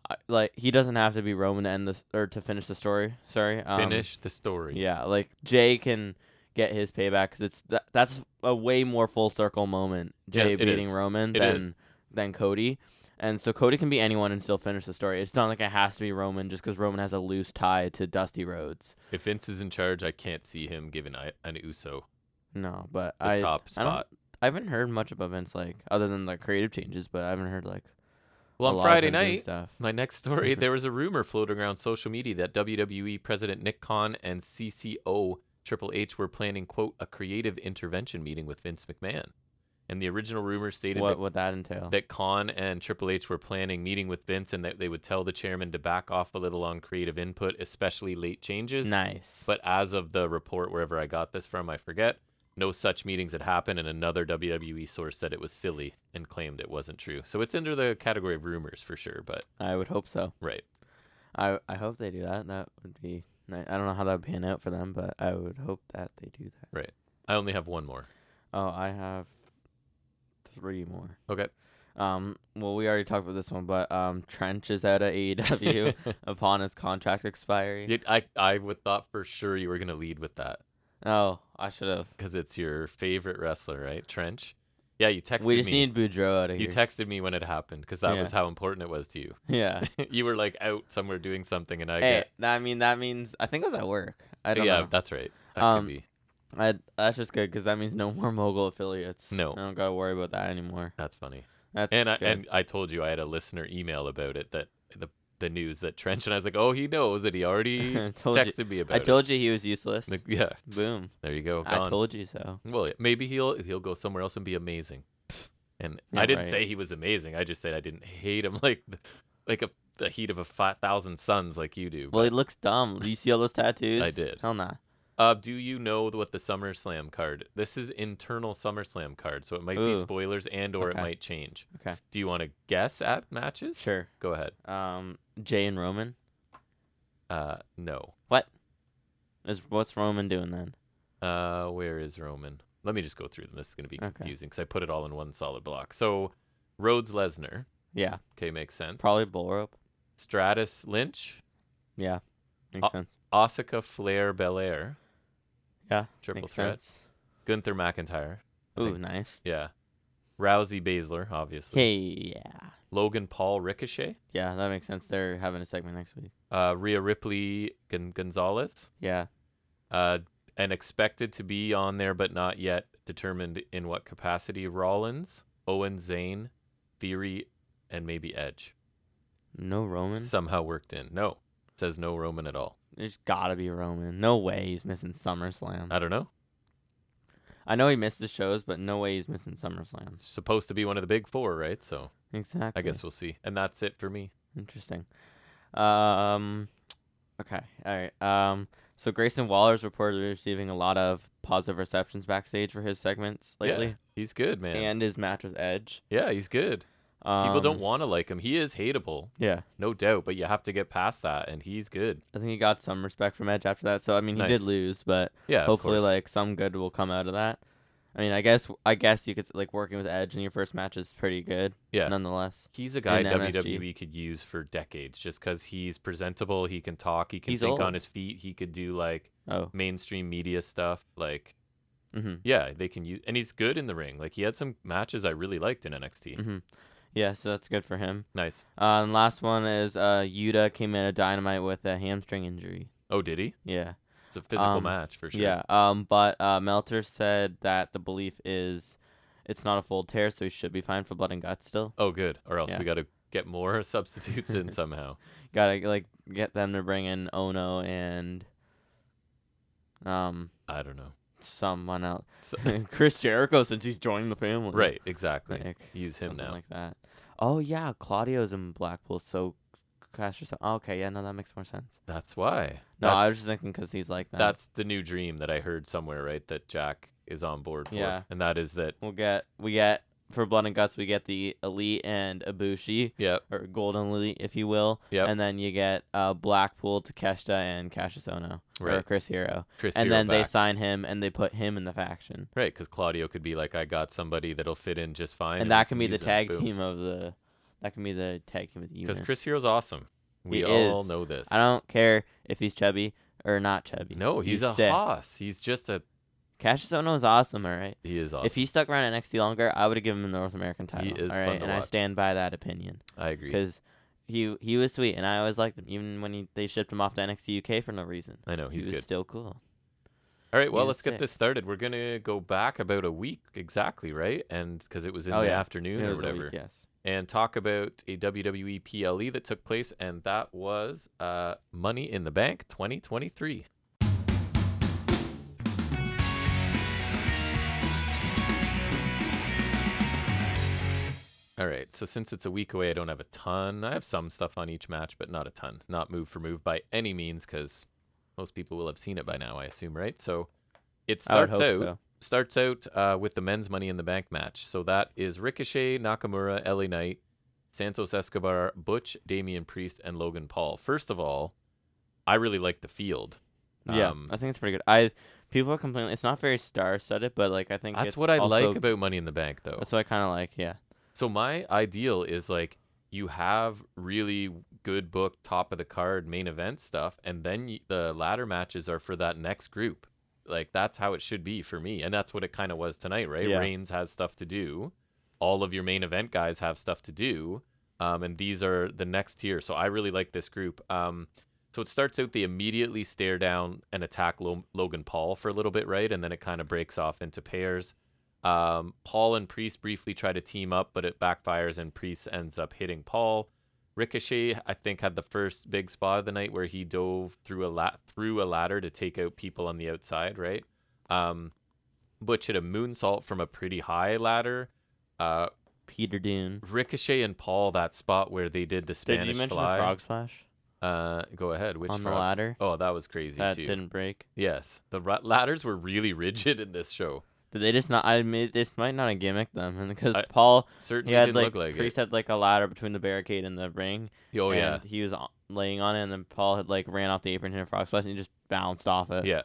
S2: I, like he doesn't have to be Roman to end this or to finish the story. Sorry, um,
S1: Finish the story.
S2: yeah, like Jay can get his payback because it's that, that's a way more full circle moment.
S1: Yeah,
S2: Jay
S1: it
S2: beating
S1: is.
S2: Roman
S1: It
S2: than
S1: is.
S2: than Cody, and so Cody can be anyone and still finish the story. It's not like it has to be Roman just because Roman has a loose tie to Dusty Rhodes.
S1: If Vince is in charge, I can't see him giving I- an Uso
S2: No, but
S1: the
S2: I
S1: top
S2: I don't-
S1: spot.
S2: I haven't heard much about Vince like other than like creative changes, but I haven't heard like a
S1: Well, on
S2: lot of
S1: Friday
S2: him doing
S1: night,
S2: stuff.
S1: my next story, there was a rumor floating around social media that WWE President Nick Khan and CCO Triple H were planning, quote, a creative intervention meeting with Vince McMahon. And the original rumor stated
S2: What
S1: that
S2: would that entail?
S1: that Khan and Triple H were planning meeting with Vince and that they would tell the chairman to back off a little on creative input, especially late changes.
S2: nice.
S1: But as of the report, wherever I got this from, I forget, no such meetings had happened, and another WWE source said it was silly and claimed it wasn't true. So it's under the category of rumors for sure, but
S2: I would hope so.
S1: right.
S2: I I hope they do that. That would be. ni- I don't know how that would pan out for them, but I would hope that they do that.
S1: I only have one more.
S2: Oh, I have three more.
S1: Okay.
S2: Um. Well, we already talked about this one, but um, Trench is out of AEW E upon his contract expiry.
S1: It- I, I would thought for sure you were going to lead with that
S2: Oh, I should have.
S1: because it's your favorite wrestler, right? Trench. Yeah, you texted
S2: We just
S1: me.
S2: need Boudreaux out of
S1: you
S2: here.
S1: texted me when it happened because that
S2: Yeah.
S1: was how important it was to you.
S2: yeah.
S1: you were like out somewhere doing something, and I
S2: Hey,
S1: get.
S2: that- I mean that means I think it was at work. Eh, I don't
S1: yeah,
S2: know.
S1: that's right. That
S2: Um,
S1: could be.
S2: I, that's just good because that means no more mogul affiliates.
S1: No.
S2: I don't gotta worry about that anymore.
S1: That's funny.
S2: That's
S1: and I,
S2: good.
S1: and I told you I had a listener email about it that the the news that Trench and I was like, oh, he knows that he already
S2: told you-
S1: texted me about
S2: I
S1: it.
S2: told you he was useless.
S1: Like, yeah,
S2: Boom.
S1: there you go.
S2: I
S1: Gone.
S2: told you so.
S1: well, yeah, maybe he'll he'll go somewhere else and be amazing. And
S2: Yeah,
S1: I didn't
S2: right.
S1: say he was amazing. I just said I didn't hate him like the- like a the heat of a fi- thousand suns like you do.
S2: Well,
S1: But,
S2: he looks dumb. Do you see all those tattoos?
S1: did.
S2: Hell nah.
S1: uh, do you know what the SummerSlam card? This is internal SummerSlam card, so it might
S2: Ooh.
S1: be spoilers and or
S2: Okay.
S1: it might change.
S2: Okay.
S1: Do you want to guess at matches?
S2: Sure.
S1: Go ahead.
S2: Um, Jay and Roman.
S1: Uh, no.
S2: Is what's Roman doing then?
S1: Uh, where is Roman? Let me just go through them. This is going to be
S2: Okay.
S1: confusing because I put it all in one solid block. So, Rhodes Lesnar.
S2: Yeah,
S1: Okay, makes sense.
S2: probably bull rope.
S1: Stratus Lynch,
S2: Yeah, makes
S1: Uh,
S2: sense.
S1: Asuka Flair Belair,
S2: Yeah,
S1: triple
S2: makes
S1: threat.
S2: sense.
S1: Gunther McIntyre. I
S2: Ooh,
S1: think-
S2: nice.
S1: Yeah. Rousey Baszler, obviously.
S2: Hey, yeah,
S1: Logan Paul Ricochet.
S2: yeah, that makes sense. They're having a segment next week.
S1: Uh, Rhea Ripley Gon- Gonzalez.
S2: Yeah,
S1: Uh, and expected to be on there, but not yet determined in what capacity. Rollins, Owen Zane, Theory, and maybe Edge.
S2: no Roman.
S1: somehow worked in. No, it says no Roman at all.
S2: There's gotta be Roman. No way he's missing SummerSlam.
S1: I don't know.
S2: I know he missed the shows, but no way he's missing SummerSlam.
S1: It's supposed to be one of the big four, right? So
S2: Exactly.
S1: I guess we'll see. And that's it for me.
S2: Interesting. Um, okay. All right. Um, so Grayson Waller's reported receiving a lot of positive receptions backstage for his segments
S1: Yeah,
S2: lately,
S1: he's good, man.
S2: and his match with Edge.
S1: yeah, he's good.
S2: Um,
S1: People don't want to like him. He is hateable,
S2: Yeah,
S1: no doubt, but you have to get past that, and he's good.
S2: I think he got some respect from Edge after that. So I mean, he
S1: Nice.
S2: did lose, but
S1: Yeah, of
S2: hopefully,
S1: course.
S2: like some good will come out of that. I mean, I guess I guess you could like working with Edge in your first match is pretty good.
S1: Yeah.
S2: Nonetheless,
S1: he's a guy
S2: in MSG.
S1: WWE could use for decades, just because he's presentable. He can talk. He can
S2: He's
S1: think
S2: old.
S1: on his feet. He could do like
S2: oh,
S1: mainstream media stuff. Like,
S2: mm-hmm.
S1: yeah, they can use, and he's good in the ring. Like, he had some matches I really liked in NXT.
S2: Mhm. yeah. So that's good for him.
S1: Nice.
S2: Uh, and last one is uh, Yuta came in a dynamite with a hamstring injury.
S1: Oh, did he?
S2: Yeah,
S1: It's a physical
S2: Um,
S1: match for sure.
S2: yeah. Um, but uh, Melter said that the belief is it's not a full tear, so he should be fine for blood and guts still.
S1: Oh, good. Or else
S2: Yeah.
S1: we got to get more substitutes in somehow.
S2: Gotta like get them to bring in Ono and um
S1: I don't know.
S2: someone else,
S1: So-
S2: Chris Jericho, since he's joining the family.
S1: right. Exactly.
S2: Like,
S1: Use him
S2: something
S1: now.
S2: like that. Oh yeah, Claudio's in Blackpool, so crash yourself. oh, okay, yeah, no, that makes more sense.
S1: That's why.
S2: No,
S1: That's-
S2: I was just uh thinking because he's like that.
S1: that's the new dream that I heard somewhere, right? That Jack is on board for.
S2: Yeah.
S1: And that is that,
S2: We'll get we get for blood and guts we get the elite and Ibushi
S1: yep,
S2: or golden elite if you will,
S1: yep.
S2: and then you get uh Blackpool, Takeshita, and Cassius Ohno or
S1: Right.
S2: Chris Hero,
S1: Chris
S2: and
S1: Hero
S2: then they
S1: back.
S2: sign him and they put him in the faction,
S1: Right, because Claudio could be like, I got somebody that'll fit in just fine.
S2: and, that can be the
S1: use them."
S2: tag
S1: Boom.
S2: team of the that can be the tag team of the
S1: Because
S2: unit.
S1: Chris Hero's awesome. We
S2: He
S1: all
S2: is.
S1: know this.
S2: I don't care if he's chubby or not chubby.
S1: no, he's, a
S2: sick.
S1: hoss. He's just a.
S2: Cassius Ohno is awesome, all right.
S1: He is awesome.
S2: If he stuck around at NXT longer, I would have given him the North American title.
S1: is
S2: all
S1: fun
S2: right,
S1: to
S2: and I
S1: watch.
S2: stand by that opinion
S1: I agree.
S2: because he he was sweet, and I always liked him, even when he, they shipped him off to NXT UK for no reason.
S1: I know he's
S2: he was
S1: good.
S2: still cool.
S1: All right, well,
S2: is
S1: let's get
S2: sick.
S1: this started. We're gonna go back about a week exactly, right? And because it was in
S2: Oh,
S1: the
S2: yeah.
S1: afternoon
S2: It
S1: or
S2: was a week,
S1: whatever,
S2: yes.
S1: and talk about a E WWE PLE that took place, and that was uh, Money in the Bank 2023. All right, so since it's a week away, I don't have a ton. I have some stuff on each match, but not a ton. Not move for move by any means, because most people will have seen it by now, I assume, right? So it
S2: I would
S1: starts
S2: hope
S1: out
S2: so.
S1: starts out uh, with the men's Money in the Bank match. So that is Ricochet, Nakamura, LA Knight, Santos Escobar, Butch, Damian Priest, and Logan Paul. First of all, I really like the field.
S2: yeah,
S1: Um,
S2: I think it's pretty good. I people are complaining it's not very star-studded, but like I think
S1: That's
S2: it's
S1: what I
S2: also-
S1: like about Money in the Bank, though.
S2: That's what I kind of like. Yeah,
S1: So my ideal is like you have really good book, top of the card, main event stuff, and then y- the ladder matches are for that next group. Like that's how it should be for me, and that's what it kind of was tonight, right?
S2: Yeah.
S1: Reigns has stuff to do. All of your main event guys have stuff to do, um, and these are the next tier. So I really like this group. Um, so it starts out they immediately stare down and attack Lo- Logan Paul for a little bit, right? And then it kind of breaks off into pairs. Um, Paul and Priest briefly try to team up, but it backfires and Priest ends up hitting Paul. Ricochet, I think, had the first big spot of the night where he dove through a la- through a ladder to take out people on the outside, right? Um, Butch hit a moonsault from a pretty high ladder. Uh,
S2: Peter Dune.
S1: Ricochet and Paul, that spot where they did the Spanish
S2: Did you mention
S1: fly.
S2: the frog splash
S1: Uh, go ahead. Which
S2: on the
S1: frog?
S2: ladder?
S1: Oh, that was crazy
S2: that
S1: too.
S2: didn't break.
S1: Yes, the ra- ladders were really rigid in this show.
S2: Did they just not? I mean, this might not have gimmicked them because
S1: I-
S2: Paul
S1: Certainly
S2: He had
S1: didn't
S2: like,
S1: look like
S2: Priest had like a ladder between the barricade and the ring.
S1: it. Oh yeah,
S2: and He was o- laying on it, and then Paul had like ran off the apron and hit a frog splash, and he just bounced off it.
S1: yeah.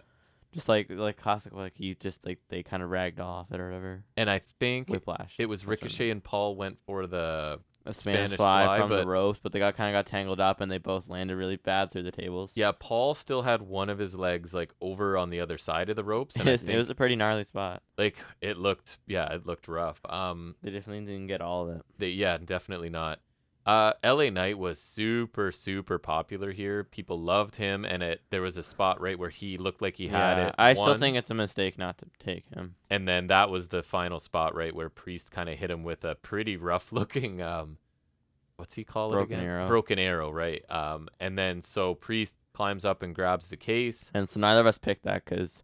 S2: Just like like classic, like you just like they kind of ragged off it or whatever.
S1: And I think
S2: Whiplash.
S1: it was
S2: That's what I
S1: Ricochet and Paul went for the
S2: meant. a Spanish,
S1: Spanish
S2: fly,
S1: fly,
S2: from
S1: but-
S2: the ropes, but they got kind of got tangled up, and they both landed really bad through the tables.
S1: yeah. Paul still had one of his legs like over on the other side of the ropes, and I
S2: it
S1: think
S2: was a pretty gnarly spot.
S1: like it looked yeah it looked rough. Um,
S2: They definitely didn't get all of it.
S1: they, yeah, definitely not. Uh, LA Knight was super super popular here. People loved him, and it there was a spot right where he looked like he had
S2: Yeah,
S1: it.
S2: I still
S1: won.
S2: think it's a mistake not to take him.
S1: and then that was the final spot right where priest kind of hit him with a pretty rough looking um what's he call it
S2: Broken
S1: again
S2: arrow.
S1: broken arrow right um and then so priest climbs up and grabs the case
S2: And so neither of us picked that because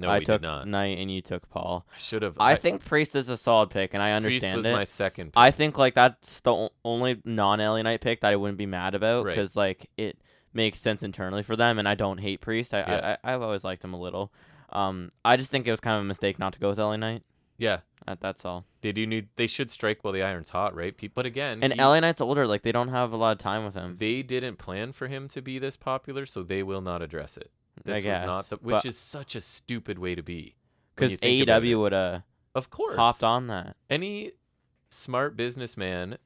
S1: no
S2: I
S1: we
S2: took
S1: did not
S2: Knight and you took Paul.
S1: i should have
S2: I, think Priest is a solid pick, and I
S1: priest
S2: understand
S1: was
S2: it.
S1: my second
S2: I think like that's the o- only non-alienite pick that I wouldn't be mad about
S1: Right.
S2: because like it makes sense internally for them, and I don't hate Priest. I,
S1: Yeah.
S2: I I I've always liked him a little. Um, I just think it was kind of a mistake not to go with alienite.
S1: yeah
S2: That, that's all.
S1: They do need. They should strike while the iron's hot, right? Pe- But again,
S2: And
S1: he-
S2: LA Knight's older, like they don't have a lot of time with him.
S1: they didn't plan for him to be this popular, so they will not address it. This
S2: I guess.
S1: was not the, which
S2: But-
S1: is such a stupid way to be. when
S2: because
S1: you think about
S2: AEW would have
S1: Of course,
S2: hopped on that.
S1: Any smart businessman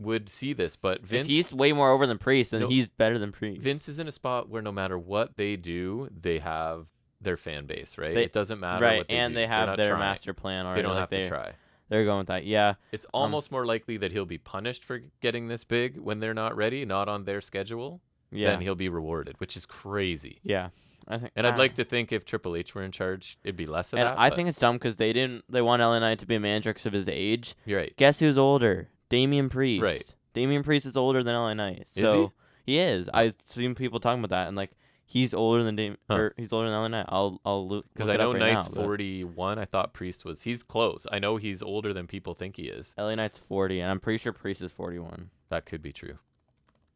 S1: would see this, but Vince
S2: if he's way more over than Priest, then
S1: No.
S2: he's better than Priest.
S1: Vince is in a spot where no matter what they do, they have their fan base, right?
S2: They-
S1: it doesn't matter.
S2: right,
S1: what they
S2: and
S1: do.
S2: they
S1: They're
S2: have
S1: not
S2: their
S1: trying.
S2: master plan
S1: They
S2: already.
S1: don't
S2: like,
S1: have
S2: they, Um,
S1: to try.
S2: They're going with that. Yeah,
S1: It's almost more likely that he'll be punished for getting this big when they're not ready, not on their schedule,
S2: yeah,
S1: than he'll be rewarded, which is crazy.
S2: yeah. I think,
S1: And
S2: ah.
S1: I'd like to think if Triple H were in charge, it'd be less of
S2: And
S1: that.
S2: I
S1: but
S2: think it's dumb because they didn't. They want LA Knight to be a manager 'cause of his age.
S1: you're right.
S2: Guess who's older? Damian Priest.
S1: Right.
S2: Damian Priest is older than LA Knight.
S1: he?
S2: So he? is. I've seen people talking about that and like he's older than Dam-
S1: Huh.
S2: or he's older than LA Knight. I'll I'll look
S1: Because
S2: look
S1: I
S2: it up
S1: know
S2: right
S1: Knight's
S2: now, but
S1: 41. I thought Priest was. He's close. I know he's older than people think he is.
S2: LA Knight's forty, and I'm pretty sure Priest is forty-one.
S1: That could be true.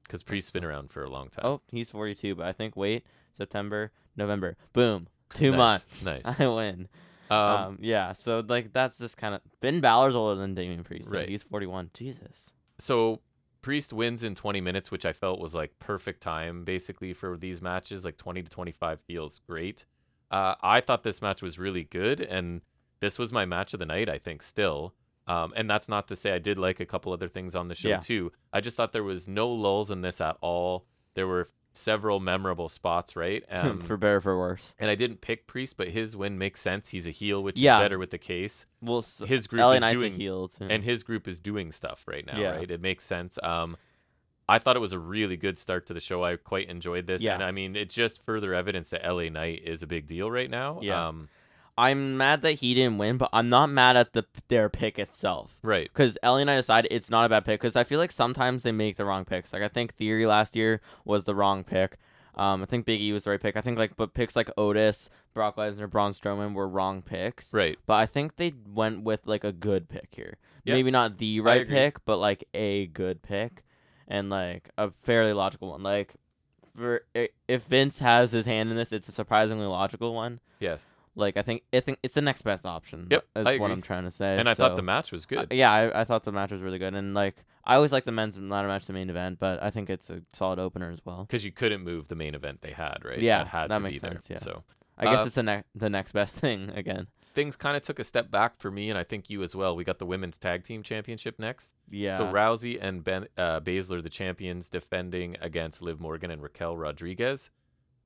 S1: Because Priest's been around for a long time.
S2: Oh, he's forty-two, but I think wait, September, November, boom, two
S1: Nice,
S2: months.
S1: nice.
S2: I win.
S1: Um,
S2: Um, yeah. So like that's just kind of Finn Balor's older than Damian Priest. like,
S1: Right.
S2: he's forty-one. Jesus.
S1: so Priest wins in 20 minutes, which I felt was like perfect time basically for these matches. Like 20 to 25 feels great. Uh, I thought this match was really good, and this was my match of the night, I think, still. Um, and that's not to say I did like a couple other things on the show
S2: Yeah.
S1: too. I just thought there was no lulls in this at all. There were several memorable spots, right? Um,
S2: for better or for worse.
S1: and I didn't pick Priest, but his win makes sense. He's a heel, which
S2: Yeah.
S1: is better with the case.
S2: Well, so,
S1: His group
S2: LA
S1: is
S2: Knight's
S1: doing
S2: a heel too.
S1: and his group is doing stuff right now,
S2: Yeah.
S1: right? It makes sense. Um, I thought it was a really good start to the show. I quite enjoyed this,
S2: Yeah.
S1: and I mean, it's just further evidence that LA Knight is a big deal right now.
S2: Yeah.
S1: Um,
S2: I'm mad that he didn't win, but I'm not mad at the their pick itself.
S1: right.
S2: Because Ellie and I decide it's not a bad pick. Because I feel like sometimes they make the wrong picks. Like I think Theory last year was the wrong pick. Um, I think Big E was the right pick. I think like but picks like Otis, Brock Lesnar, Braun Strowman were wrong picks.
S1: Right.
S2: But I think they went with like a good pick here.
S1: Yeah.
S2: Maybe not the right
S1: agree.
S2: pick, but like a good pick, and like a fairly logical one. Like for i- if Vince has his hand in this, it's a surprisingly logical one.
S1: Yes.
S2: Like I think I think it's the next best option.
S1: Yep,
S2: is
S1: I
S2: what
S1: agree.
S2: I'm trying to say.
S1: And I thought
S2: so-
S1: the match was
S2: uh,
S1: good.
S2: yeah, I, I thought the match was really good, and like I always like the men's ladder match, the main event, but I think it's a solid opener as well.
S1: because you couldn't move the main event they had, right?
S2: Yeah,
S1: that had
S2: that
S1: to
S2: makes
S1: be there.
S2: sense, yeah.
S1: So
S2: I guess
S1: Uh,
S2: it's the next the next best thing again.
S1: things kind of took a step back for me, and I think you as well. We got the women's tag team championship next.
S2: Yeah.
S1: So Rousey and Ben uh, Baszler, the champions, defending against Liv Morgan and Raquel Rodriguez.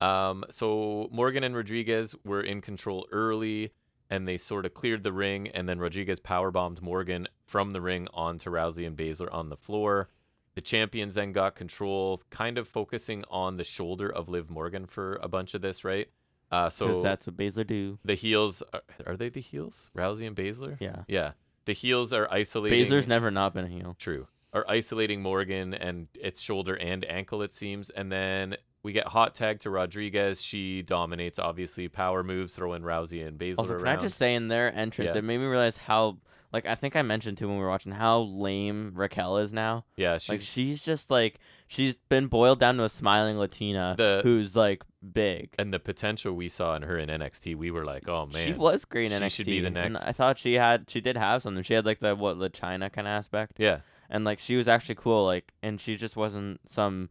S1: Um, so Morgan and Rodriguez were in control early, and they sort of cleared the ring, and then Rodriguez powerbombed Morgan from the ring onto Rousey and Baszler on the floor. The champions then got control, kind of focusing on the shoulder of Liv Morgan for a bunch of this, right? Uh,
S2: 'Cause
S1: so
S2: that's what Baszler do.
S1: the heels are, are they the heels? Rousey and Baszler?
S2: Yeah.
S1: Yeah. The heels are isolating.
S2: Baszler's never not been a heel.
S1: True. Are isolating Morgan and its shoulder and ankle, it seems. And then we get hot tag to Rodriguez. She dominates, obviously. Power moves, throwing Rousey and Baszler
S2: Also, can
S1: around.
S2: I just say in their entrance,
S1: Yeah.
S2: it made me realize how like I think I mentioned too when we were watching how lame Raquel is now.
S1: Yeah, she's
S2: like she's just like she's been boiled down to a smiling Latina
S1: The-
S2: who's like big.
S1: and the potential we saw in her in NXT, we were like, oh man.
S2: She was great in
S1: She
S2: NXT.
S1: should be the
S2: and
S1: next.
S2: I thought she had, she did have something. She had like the what the China kind of aspect,
S1: Yeah,
S2: and like she was actually cool. Like, and she just wasn't some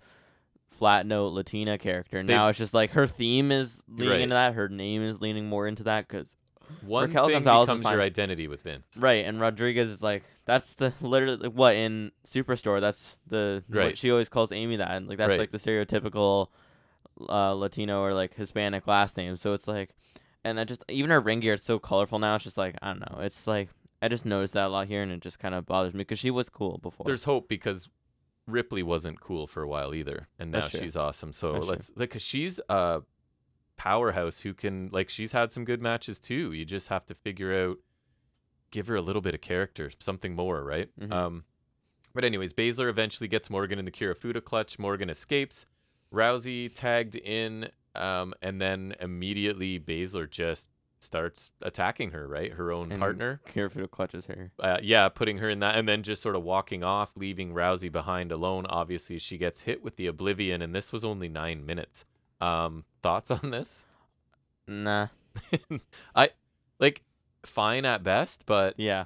S2: flat note Latina character.
S1: They've-
S2: now it's just like her theme is leaning
S1: Right.
S2: into that. Her name is leaning more into that because
S1: one
S2: Raquel
S1: thing
S2: Gonzalez is
S1: becomes your
S2: fine.
S1: identity with Vince.
S2: right. And Rodriguez is like that's the literally what in Superstore. That's the
S1: Right.
S2: what she always calls Amy that. And like that's
S1: Right.
S2: like the stereotypical uh, Latino or like Hispanic last name. So it's like, and I just even her ring gear, it's so colorful now. It's just like I don't know. It's like I just noticed that a lot here, and it just kind of bothers me because she was cool before.
S1: There's hope because Ripley wasn't cool for a while either, and now
S2: That's true.
S1: she's awesome. So
S2: That's true.
S1: let's like, cause she's a powerhouse who can like she's had some good matches too. You just have to figure out, give her a little bit of character, something more, right?
S2: Mhm.
S1: Um, but anyways, Baszler eventually gets Morgan in the Kirifuda clutch. Morgan escapes. Rousey tagged in, um, and then immediately Baszler just starts attacking her, right? Her own
S2: And
S1: partner
S2: Kirifuda clutches her.
S1: uh, yeah, putting her in that, and then just sort of walking off, leaving Rousey behind alone. Obviously, she gets hit with the Oblivion, and this was only nine minutes. Um, thoughts on this?
S2: Nah.
S1: I like fine at best, but
S2: Yeah.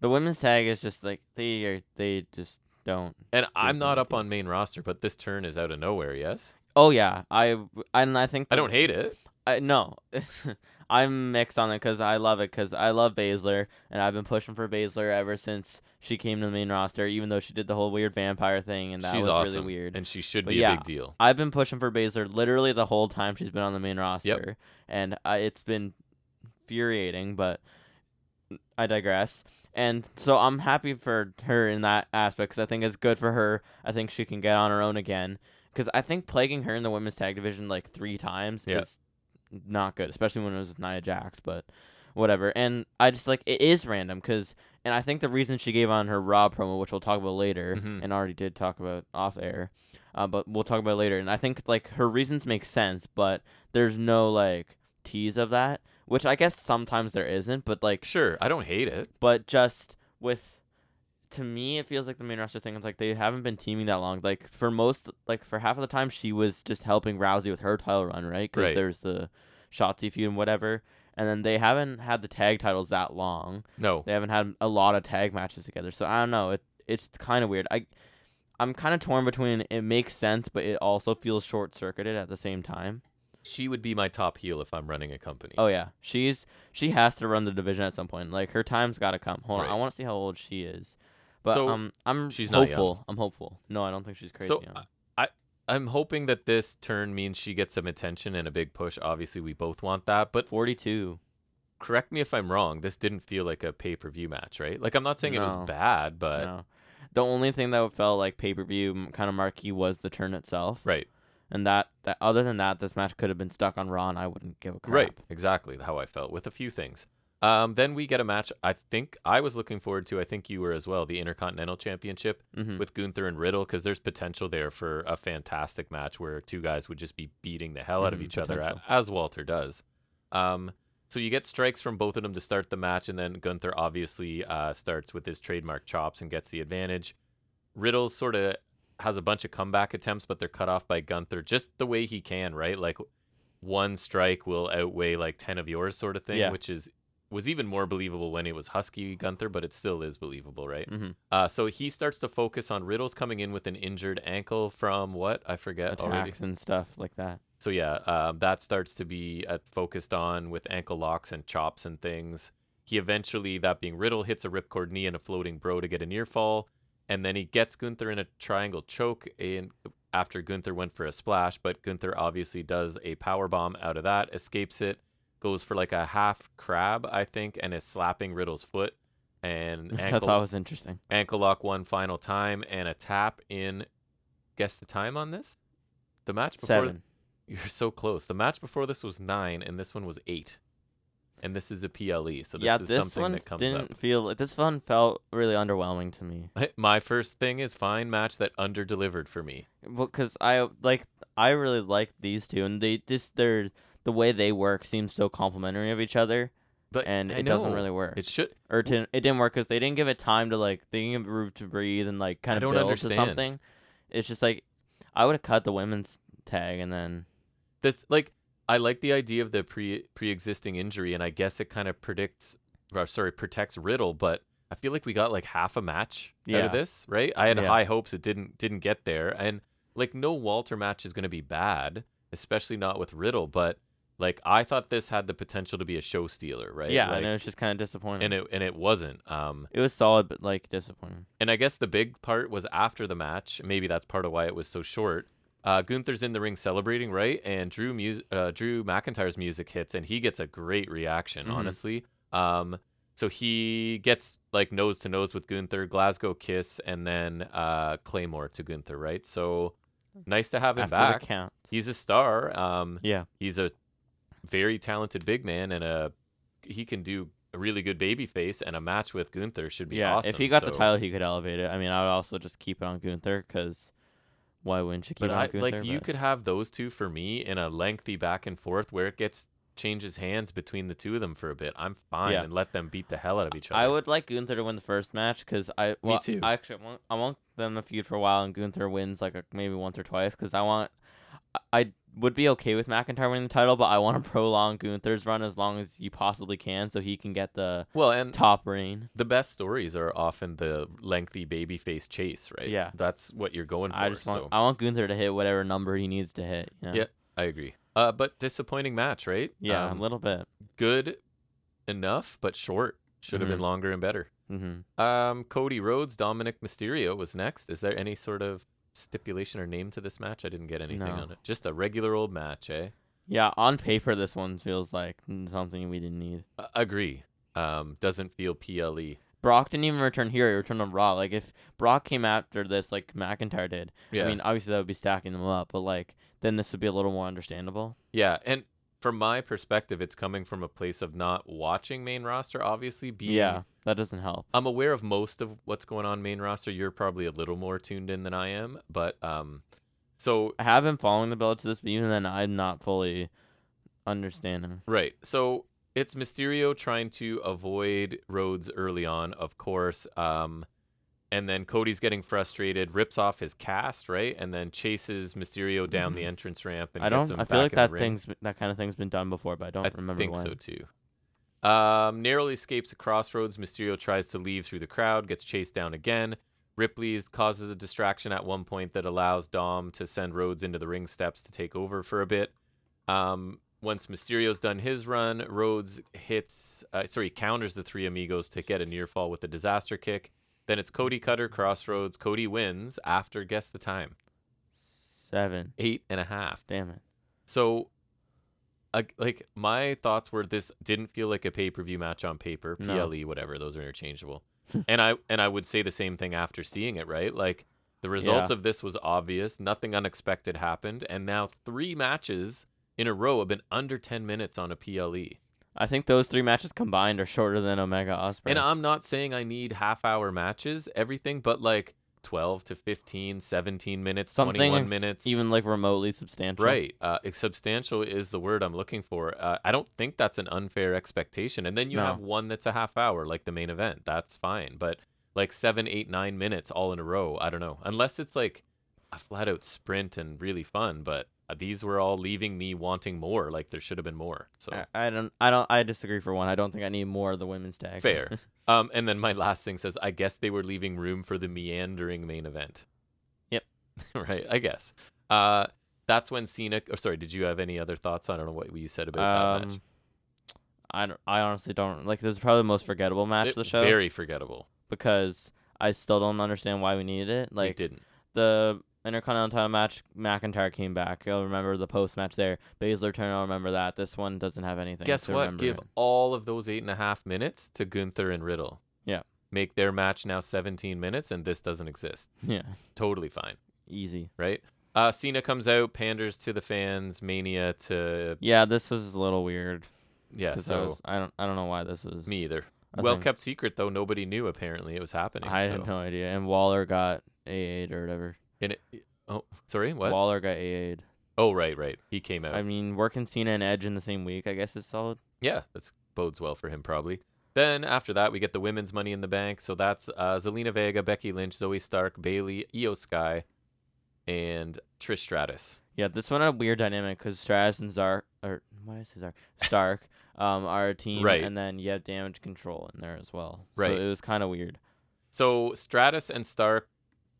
S2: The women's tag is just like they are, they just don't.
S1: And I'm not up
S2: Definitely.
S1: on main roster, but this turn is out of nowhere. Yes,
S2: Oh yeah, I and I think
S1: I
S2: the-
S1: don't hate it.
S2: I, no, I'm mixed on it because I love it because I love Baszler and I've been pushing for Baszler ever since she came to the main roster. Even though she did the whole weird vampire thing and that
S1: She's
S2: was
S1: awesome,
S2: really weird.
S1: and she should
S2: But
S1: be
S2: yeah,
S1: a big deal.
S2: I've been pushing for Baszler literally the whole time she's been on the main roster, and I, it's been infuriating. But I digress. And so I'm happy for her in that aspect because I think it's good for her. I think she can get on her own again because I think plaguing her in the women's tag division like three times
S1: Yeah.
S2: is not good, especially when it was with Nia Jax. But whatever. And I just like it is random because, and I think the reason she gave on her Raw promo, which we'll talk about later,
S1: Mhm.
S2: and already did talk about off air, uh, but we'll talk about it later. And I think like her reasons make sense, but there's no like tease of that, which I guess sometimes there isn't, but like,
S1: Sure, I don't hate it.
S2: but just with. To me, it feels like the main roster thing is like they haven't been teaming that long. Like for most, like for half of the time, she was just helping Rousey with her title run, right? Because
S1: Right.
S2: there's the Shotzi feud and whatever. And then they haven't had the tag titles that long.
S1: No,
S2: They haven't had a lot of tag matches together, so I don't know. It it's kind of weird. I I'm kind of torn between it makes sense, but it also feels short circuited at the same time.
S1: she would be my top heel if I'm running a company.
S2: Oh yeah, she's she has to run the division at some point. Like her time's got to come. Hold on, I
S1: Right.
S2: want to see how old she is. But
S1: So,
S2: um, I'm
S1: she's not young.
S2: hopeful. I'm hopeful. No, I don't think she's crazy.
S1: so uh,
S2: young.
S1: I I, I'm hoping that this turn means she gets some attention and a big push. Obviously, we both want that. But
S2: 42.
S1: correct me if I'm wrong. This didn't feel like a pay per view match, right? Like I'm not saying it
S2: No.
S1: was bad, but
S2: no. The only thing that felt like pay per view kind of marquee was the turn itself,
S1: right,
S2: and that, that other than that, this match could have been stuck on Raw, and I wouldn't give a crap.
S1: right, exactly how I felt with a few things. Um, then we get a match. I think I was looking forward to. I think you were as well. The Intercontinental Championship.
S2: hmm
S1: with Gunther and Riddle because there's potential there for a fantastic match where two guys would just be beating the hell out of
S2: Mhm,
S1: each other, a-
S2: potential.
S1: as Walter does. Um, so you get strikes from both of them to start the match, and then Gunther obviously uh, starts with his trademark chops and gets the advantage. Riddle sort of has a bunch of comeback attempts, but they're cut off by Gunther just the way he can, right? Like one strike will outweigh like 10 of yours, sort of thing,
S2: Yeah.
S1: which is was even more believable when it was Husky Gunther, but it still is believable, right?
S2: hmm
S1: Uh, so he starts to focus on Riddle's coming in with an injured ankle from what I forget already.
S2: attacks and stuff like that.
S1: So yeah, um, that starts to be uh, focused on with ankle locks and chops and things. He eventually, that being Riddle, hits a ripcord knee and a floating bro to get a near fall, and then he gets Gunther in a triangle choke. And after Gunther went for a splash, but Gunther obviously does a power bomb out of that, escapes it, goes for like a half crab, I think, and is slapping Riddle's foot and
S2: Which I
S1: ankle
S2: thought was interesting.
S1: ankle lock one final time and a tap in guess the time on this the match before
S2: Seven.
S1: you're so close the match before this was nine and this one was eight and this is a ple so this
S2: yeah,
S1: is
S2: this
S1: something
S2: one
S1: that comes
S2: didn't feel. This one felt really underwhelming to me.
S1: up my first thing is fine match that under delivered for me
S2: Well, cause I like I really like these two, and they just their the way they work seems so complementary of each other,
S1: but
S2: and
S1: I
S2: it doesn't
S1: know,
S2: really work.
S1: it should
S2: or to, it didn't work because they didn't give it time to like they didn't give it room to breathe and like kind of
S1: don't
S2: build to
S1: understand.
S2: something. It's just like I would have cut the women's tag and then
S1: this like I like the idea of the pre pre-existing injury and I guess it kind of predicts or sorry protects Riddle but I feel like we got like half a match out
S2: Yeah.
S1: of this right I had
S2: Yeah.
S1: high hopes it didn't didn't get there and like no Walter match is going to be bad especially not with Riddle but like I thought this had the potential to be a show stealer right
S2: yeah,
S1: Like,
S2: and it was just kind of disappointing.
S1: and it and it wasn't um
S2: it was solid, but like disappointing.
S1: and I guess the big part was after the match. Maybe that's part of why it was so short. Uh, Gunther's in the ring celebrating, right? And Drew mus- uh, Drew McIntyre's music hits, and he gets a great reaction,
S2: Mhm.
S1: honestly. Um, so he gets like nose to nose with Gunther, Glasgow kiss, and then uh, Claymore to Gunther, right? So nice to have him
S2: After
S1: back.
S2: the count,
S1: He's a star. Um,
S2: yeah.
S1: he's a very talented big man, and a he can do a really good baby face. And a match with Gunther should be
S2: yeah,
S1: awesome.
S2: if he got the
S1: so-
S2: title, he could elevate it. I mean, I would also just keep it on Gunther because why wouldn't you keep
S1: But
S2: it on
S1: I,
S2: Gunther?
S1: like you
S2: But-
S1: could have those two for me in a lengthy back and forth where it gets changes hands between the two of them for a bit. I'm fine
S2: Yeah.
S1: and let them beat the hell out of each other.
S2: I would like Gunther to win the first match because I well,
S1: too.
S2: I actually want I want them to feud for a while and Gunther wins like a, maybe once or twice because I want I- I would be okay with McIntyre winning the title, but I want to prolong Gunther's run as long as you possibly can, so he can get the
S1: Well, and
S2: top reign.
S1: the best stories are often the lengthy babyface chase, right?
S2: Yeah.
S1: That's what you're going for.
S2: I just want
S1: so.
S2: I want Gunther to hit whatever number he needs to hit. You know?
S1: Yeah. I agree. Uh, but disappointing match, right?
S2: yeah,
S1: Um,
S2: a little bit.
S1: good enough, but short. Should have
S2: Mm-hmm.
S1: been longer and better.
S2: hmm
S1: Um, Cody Rhodes, Dominic Mysterio was next. Is there any sort of stipulation or name to this match? I didn't get anything
S2: No.
S1: on it. Just a regular old match, eh?
S2: Yeah, on paper, this one feels like something we didn't need.
S1: Uh, agree. Um, doesn't feel E. PLE.
S2: Brock didn't even return here; he returned on Raw. Like if Brock came after this, like McIntyre did.
S1: Yeah.
S2: I mean, obviously that would be stacking them up, but like then this would be a little more understandable.
S1: Yeah, and from my perspective, it's coming from a place of not watching main roster. Obviously, being
S2: Yeah, that doesn't help.
S1: I'm aware of most of what's going on main roster. You're probably a little more tuned in than I am, but um, so
S2: I have been following the build to this, but even then, I'm not fully understanding.
S1: right, so it's Mysterio trying to avoid Rhodes early on, of course. Um, and then Cody's getting frustrated, rips off his cast, right, and then chases Mysterio down the
S2: Mhm.
S1: entrance ramp and
S2: I
S1: gets
S2: don't.
S1: him
S2: I
S1: back
S2: feel like
S1: in the
S2: that
S1: ring.
S2: thing's that kind of thing's been done before, but I don't
S1: I
S2: remember
S1: think
S2: when.
S1: so too. Um, narrowly escapes a crossroads. Mysterio tries to leave through the crowd, gets chased down again. Ripley's causes a distraction at one point that allows Dom to send Rhodes into the ring steps to take over for a bit. Um, once Mysterio's done his run, Rhodes hits, uh, sorry, counters the three amigos to get a near fall with a disaster kick. Then it's Cody Cutter, Crossroads. Cody wins after, guess the time,
S2: Seven.
S1: eight and a half.
S2: Damn it.
S1: So, I, like my thoughts were this didn't feel like a pay per view match on paper,
S2: No.
S1: PLE, whatever. Those are interchangeable. and I and I would say the same thing after seeing it. Right, like the results of this was obvious. Nothing unexpected happened, and now three matches in a row have been under ten minutes on a E. PLE.
S2: I think those three matches combined are shorter than Omega Osprey.
S1: And uh, I'm not saying I need half hour matches, everything, but like. 12 to 15, 17 minutes,
S2: something
S1: 21
S2: ex-
S1: minutes.
S2: even like remotely substantial.
S1: Right. Uh, ex- substantial is the word I'm looking for. Uh, I don't think that's an unfair expectation. And then you
S2: No.
S1: have one that's a half hour, like the main event. That's fine. But like seven, eight, nine minutes all in a row, I don't know. Unless it's like a flat out sprint and really fun. But uh, these were all leaving me wanting more. Like there should have been more. So.
S2: I, I don't. I don't. I disagree for one. I don't think I need more of the women's tag.
S1: Fair. Um, and then my last thing says, I guess they were leaving room for the meandering main event.
S2: Yep.
S1: right. I guess. Uh, that's when Cena. Or sorry, did you have any other thoughts? I don't know what you said about that match.
S2: um, I don't. I honestly don't like. This is probably the most forgettable match
S1: It-
S2: of the show
S1: Very forgettable.
S2: because I still don't understand why we needed it.
S1: Like,
S2: Like
S1: didn't.
S2: the Intercontinental match, McIntyre came back. I'll remember the post match there. Baszler turned. I'll remember that. This one doesn't have anything.
S1: Guess
S2: to
S1: what?
S2: remember
S1: Give
S2: it.
S1: all of those eight and a half minutes to Gunther and Riddle.
S2: Yeah.
S1: Make their match now 17 minutes, and this doesn't exist.
S2: Yeah.
S1: Totally fine,
S2: Easy.
S1: right? Uh, Cena comes out, panders to the fans, mania to
S2: Yeah. This was a little weird.
S1: yeah.
S2: 'cause I,
S1: So
S2: was- I don't. I don't know why this was.
S1: me either.
S2: I
S1: well
S2: think-
S1: kept secret though. Nobody knew apparently it was happening.
S2: I
S1: so.
S2: had no idea. And Waller got A8 or whatever.
S1: And it- oh, sorry, what?
S2: Waller got A8.
S1: oh, right, right. He came out.
S2: I mean, working Cena and Edge in the same week, I guess is solid.
S1: Yeah, that bodes well for him probably. Then after that, we get the women's Money in the Bank. So that's uh, Zelina Vega, Becky Lynch, Zoe Stark, Bailey, Io Sky, and Trish Stratus.
S2: Yeah, this one had a weird dynamic because Stratus and Zark, or what is his Zark? Stark, um, are a team,
S1: Right.
S2: and then you have damage control in there as well.
S1: Right.
S2: So it was kind of weird.
S1: So Stratus and Stark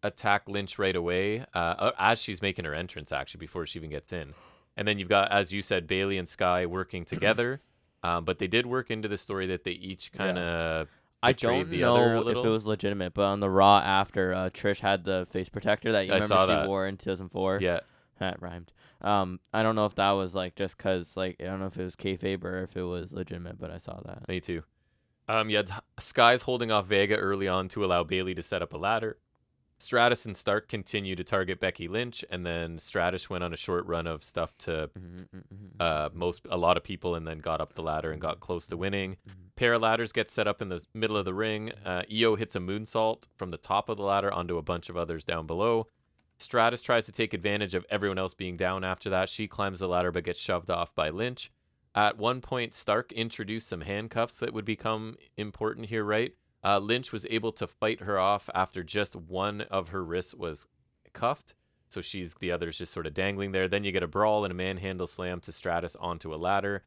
S1: attack Lynch right away uh, uh, as she's making her entrance, actually, before she even gets in. And then you've got, as you said, Bailey and Sky working together. um, but they did work into the story that they each
S2: Yeah.
S1: kind of.
S2: I
S1: Betrayed
S2: don't
S1: the other a
S2: know if it
S1: little?
S2: was legitimate, but on the Raw after, uh, Trish had the face protector that you
S1: I
S2: remember
S1: saw
S2: she
S1: that.
S2: wore in 2004.
S1: Yeah.
S2: That rhymed. Um, I don't know if that was like just because, like, I don't know if it was kayfabe or if it was legitimate, but I saw that.
S1: Me too. Um, yeah, it's- Sky's holding off Vega early on to allow Bailey to set up a ladder. Stratus and Stark continue to target Becky Lynch, and then Stratus went on a short run of stuff to
S2: Mhm, mhm, mhm.
S1: uh, most a lot of people, and then got up the ladder and got close to winning. Pair of ladders get set up in the middle of the ring. Uh, Io hits a moonsault from the top of the ladder onto a bunch of others down below. Stratus tries to take advantage of everyone else being down after that. She climbs the ladder but gets shoved off by Lynch. At one point, Stark introduced some handcuffs that would become important here, right? Uh, Lynch was able to fight her off after just one of her wrists was cuffed. So she's the other's just sort of dangling there. Then you get a brawl and a manhandle slam to Stratus onto a ladder.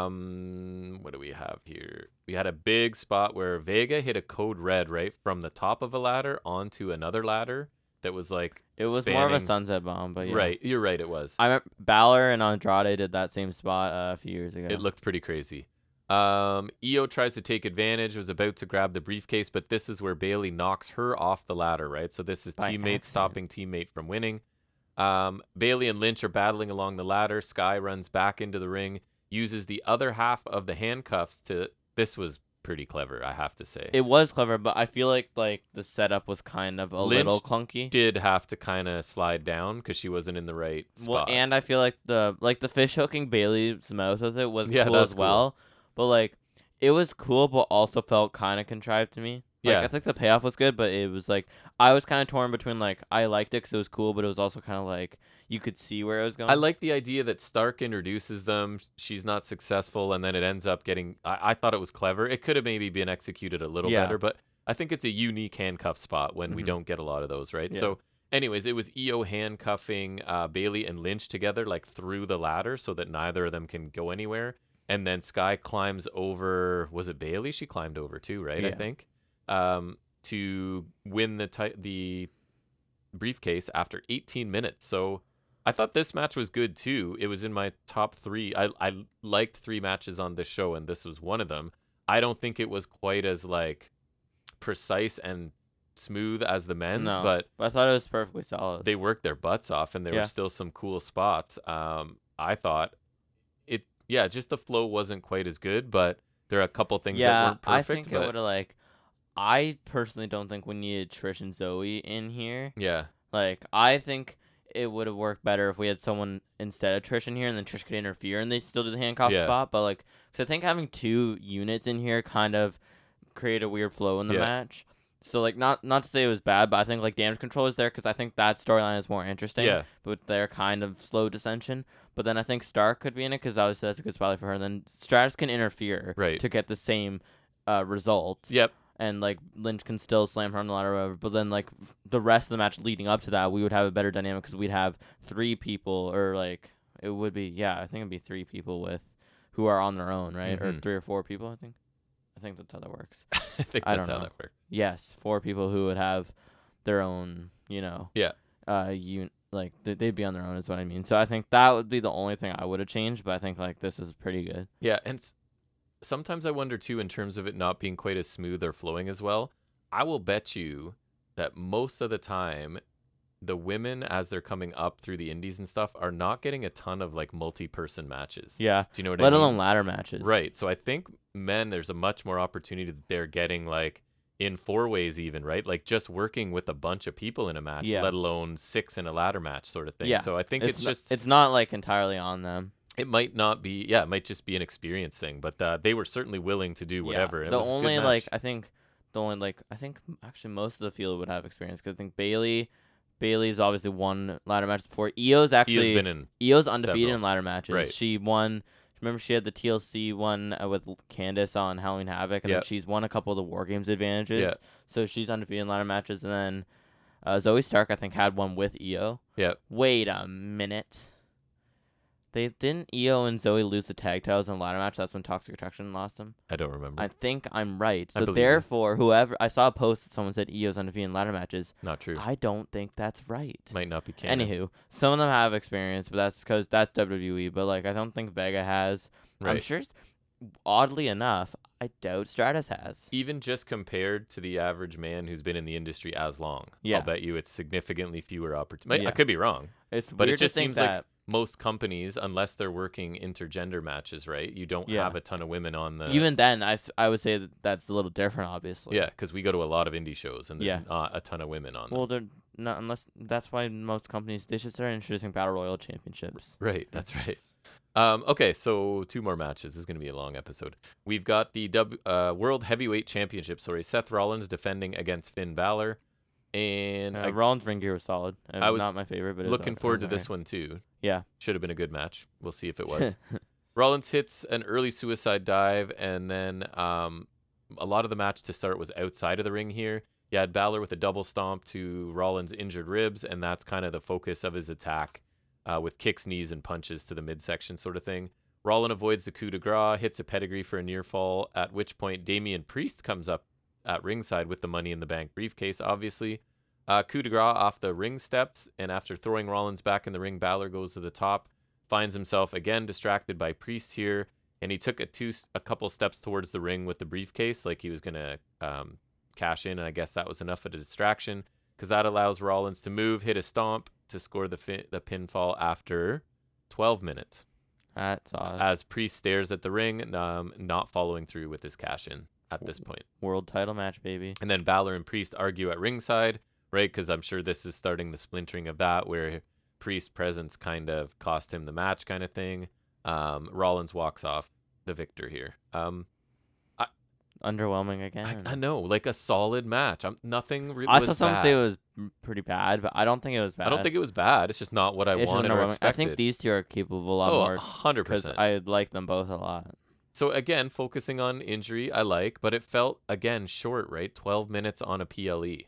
S1: Um, what do we have here? We had a big spot where Vega hit a code red right from the top of a ladder onto another ladder that was like
S2: It was more of a
S1: spanning-
S2: sunset bomb, but yeah.
S1: right. You're right. It was.
S2: I remember Balor and Andrade did that same spot uh, a few years ago.
S1: It looked pretty crazy. Um, Io tries to take advantage, was about to grab the briefcase, but this is where Bailey knocks her off the ladder, right? So this is
S2: By
S1: teammate
S2: accident.
S1: stopping teammate from winning. Um, Bailey and Lynch are battling along the ladder. Sky runs back into the ring, uses the other half of the handcuffs to. This was pretty clever, I have to say.
S2: It was clever, but I feel like like the setup was kind of a
S1: Lynch
S2: little clunky.
S1: did have to kind of slide down because she wasn't in the right
S2: well,
S1: spot.
S2: and I feel like the like the fish hooking Bailey's mouth with it was
S1: Yeah,
S2: cool
S1: that's
S2: as well, but like it was cool, but also felt kind of contrived to me. Like,
S1: Yeah.
S2: I think the payoff was good, but it was like I was kind of torn between like I liked it because it was cool, but it was also kind of like you could see where it was going.
S1: I like the idea that Stark introduces them. She's not successful, and then it ends up getting. I, I thought it was clever. It could have maybe been executed a little
S2: Yeah.
S1: better, but I think it's a unique handcuff spot when we
S2: Mhm.
S1: don't get a lot of those, right?
S2: Yeah.
S1: So, anyways, it was EO handcuffing uh, Bailey and Lynch together, like through the ladder, so that neither of them can go anywhere. And then Sky climbs over. Was it Bailey? She climbed over too, right? I
S2: Yeah.
S1: think um, to win the ti- the briefcase after 18 minutes. So I thought this match was good too. It was in my top three. I I liked three matches on this show, and this was one of them. I don't think it was quite as like precise and smooth as the men's,
S2: No.
S1: but
S2: But I thought it was perfectly solid.
S1: they worked their butts off, and there
S2: Yeah.
S1: were still some cool spots. Um, I thought it. Yeah, just the flow wasn't quite as good, but there are a couple things that
S2: yeah,
S1: weren't
S2: I
S1: perfect.
S2: think it
S1: but-
S2: would have like. I personally don't think we needed Trish and Zoe in here.
S1: yeah,
S2: Like I think it would have worked better if we had someone instead of Trish in here, and then Trish could interfere, and they still do the handcuff
S1: Yeah.
S2: spot. But like, because I think having two units in here kind of create a weird flow in the
S1: Yeah.
S2: match. So like, not not to say it was bad, but I think like damage control is there because I think that storyline is more interesting.
S1: yeah,
S2: With their kind of slow dissension, but then I think Stark could be in it because obviously that's a good spotlight for her. And then Stratus can interfere
S1: Right.
S2: to get the same uh, result
S1: yep.
S2: and like Lynch can still slam her on the ladder, or whatever. But then like f- the rest of the match leading up to that, we would have a better dynamic because we'd have three people, or like it would be yeah, I think it'd be three people with who are on their own, right? Or
S1: Mhm.
S2: three or four people, I think. I think that's how that works.
S1: I think
S2: I
S1: that's
S2: don't
S1: how
S2: know.
S1: that works.
S2: Yes, four people who would have their own, you know.
S1: Yeah.
S2: Uh, you like th- they'd be on their own is what I mean. So I think that would be the only thing I would have changed, but I think like this is pretty good.
S1: Yeah, and s- sometimes I wonder too, in terms of it not being quite as smooth or flowing as well. I will bet you that most of the time, the women as they're coming up through the indies and stuff are not getting a ton of like multi-person matches.
S2: Yeah.
S1: Do you know what
S2: Let
S1: I mean?
S2: alone ladder matches.
S1: Right. So I think men, there's a much more opportunity that they're getting like in four ways, even right, like just working with a bunch of people in a match,
S2: Yeah.
S1: let alone six in a ladder match sort of thing.
S2: Yeah.
S1: So I think it's,
S2: It's, it's
S1: just
S2: it's not like entirely on them.
S1: it might not be yeah it might just be an experience thing but uh, they were certainly willing to do
S2: Yeah,
S1: whatever It
S2: The
S1: was a good
S2: only
S1: match.
S2: like I think the only like I think m- actually most of the field would have experience because I think Bailey, Bailey's obviously won ladder matches before.
S1: Io's
S2: Io's actually
S1: been in
S2: Io's undefeated
S1: several.
S2: in ladder matches.
S1: Right.
S2: She won. Remember she had the TLC one uh, with L- Candace on Halloween Havoc, and then
S1: Yep.
S2: she's won a couple of the War Games advantages.
S1: Yeah.
S2: So she's undefeated in ladder matches, and then uh, Zoe Stark I think had one with Io.
S1: Yep.
S2: Wait a minute. They didn't Io and Zoe lose the tag titles in a ladder match. That's when Toxic Attraction lost them.
S1: I don't remember
S2: I think I'm right.
S1: I
S2: So
S1: believe you.
S2: therefore, whoever I saw a post that someone said E EO's undefeated in ladder matches.
S1: not true
S2: I don't think that's right.
S1: might not be canon
S2: Anywho, some of them have experience, but that's because that's WWE. But like, I don't think Vega has.
S1: right
S2: I'm sure. Oddly enough, I doubt Stratus has.
S1: even just compared to the average man who's been in the industry as long
S2: Yeah.
S1: I'll bet you it's significantly fewer opportunities
S2: Yeah.
S1: I could be wrong
S2: It's
S1: But it
S2: weird
S1: just
S2: to think
S1: seems like-
S2: that.
S1: most companies unless they're working intergender matches right you don't
S2: Yeah.
S1: have a ton of women on the
S2: even then, I, s- I would say that that's a little different, obviously.
S1: uh, yeah because we go to a lot of indie shows and there's
S2: Yeah.
S1: not a ton of women on them.
S2: Well, they're not unless that's why most companies they should start introducing battle royal championships.
S1: Right, that's right. Um, okay, so two more matches. This is going to be a long episode. We've got the w, uh, World Heavyweight Championship. Sorry, Seth Rollins defending against Finn Balor, and
S2: Uh,
S1: I'm
S2: Rollins ring gear was solid. Uh,
S1: I was
S2: not my favorite, but it was
S1: looking
S2: okay-
S1: forward
S2: it
S1: to
S2: was
S1: this one too.
S2: Yeah.
S1: should have been a good match. We'll see if it
S2: alright.
S1: was. Rollins hits an early suicide dive, and then um, a lot of the match to start was outside of the ring here. You had Balor with a double stomp to Rollins' injured ribs, and that's kind of the focus of his attack uh, with kicks, knees, and punches to the midsection sort of thing. Rollin avoids the coup de grace, hits a pedigree for a near fall, at which point Damian Priest comes up at ringside with the money in the bank briefcase, obviously. Uh, coup de grace off the ring steps, and after throwing Rollins back in the ring, Balor goes to the top, finds himself again distracted by Priest here, and he took a two a couple steps towards the ring with the briefcase, like he was gonna um, cash in, and I guess that was enough of a distraction because that allows Rollins to move, hit a stomp to score the fi- the pinfall after 12 minutes.
S2: That's awesome.
S1: As Priest stares at the ring, um, not following through with his cash in at this point.
S2: World title match, baby.
S1: And then Balor and Priest argue at ringside, right? Because I'm sure this is starting the splintering of that, where Priest's presence kind of cost him the match, kind of thing. Um, Rollins walks off the victor here. Um,
S2: Underwhelming
S1: I,
S2: again.
S1: I know, like a solid match. I'm nothing. Re-
S2: I
S1: was
S2: saw some
S1: bad.
S2: say it was m- pretty bad, but I don't think it was bad.
S1: I don't think it was bad. It's just not what I
S2: It's just
S1: wanted or
S2: underwhelming.
S1: expected.
S2: I think these two are capable a lot
S1: oh,
S2: more
S1: hundred
S2: because
S1: percent.
S2: I like them both a lot.
S1: So again, focusing on injury, I like, but it felt again short, right? Twelve minutes on a PLE.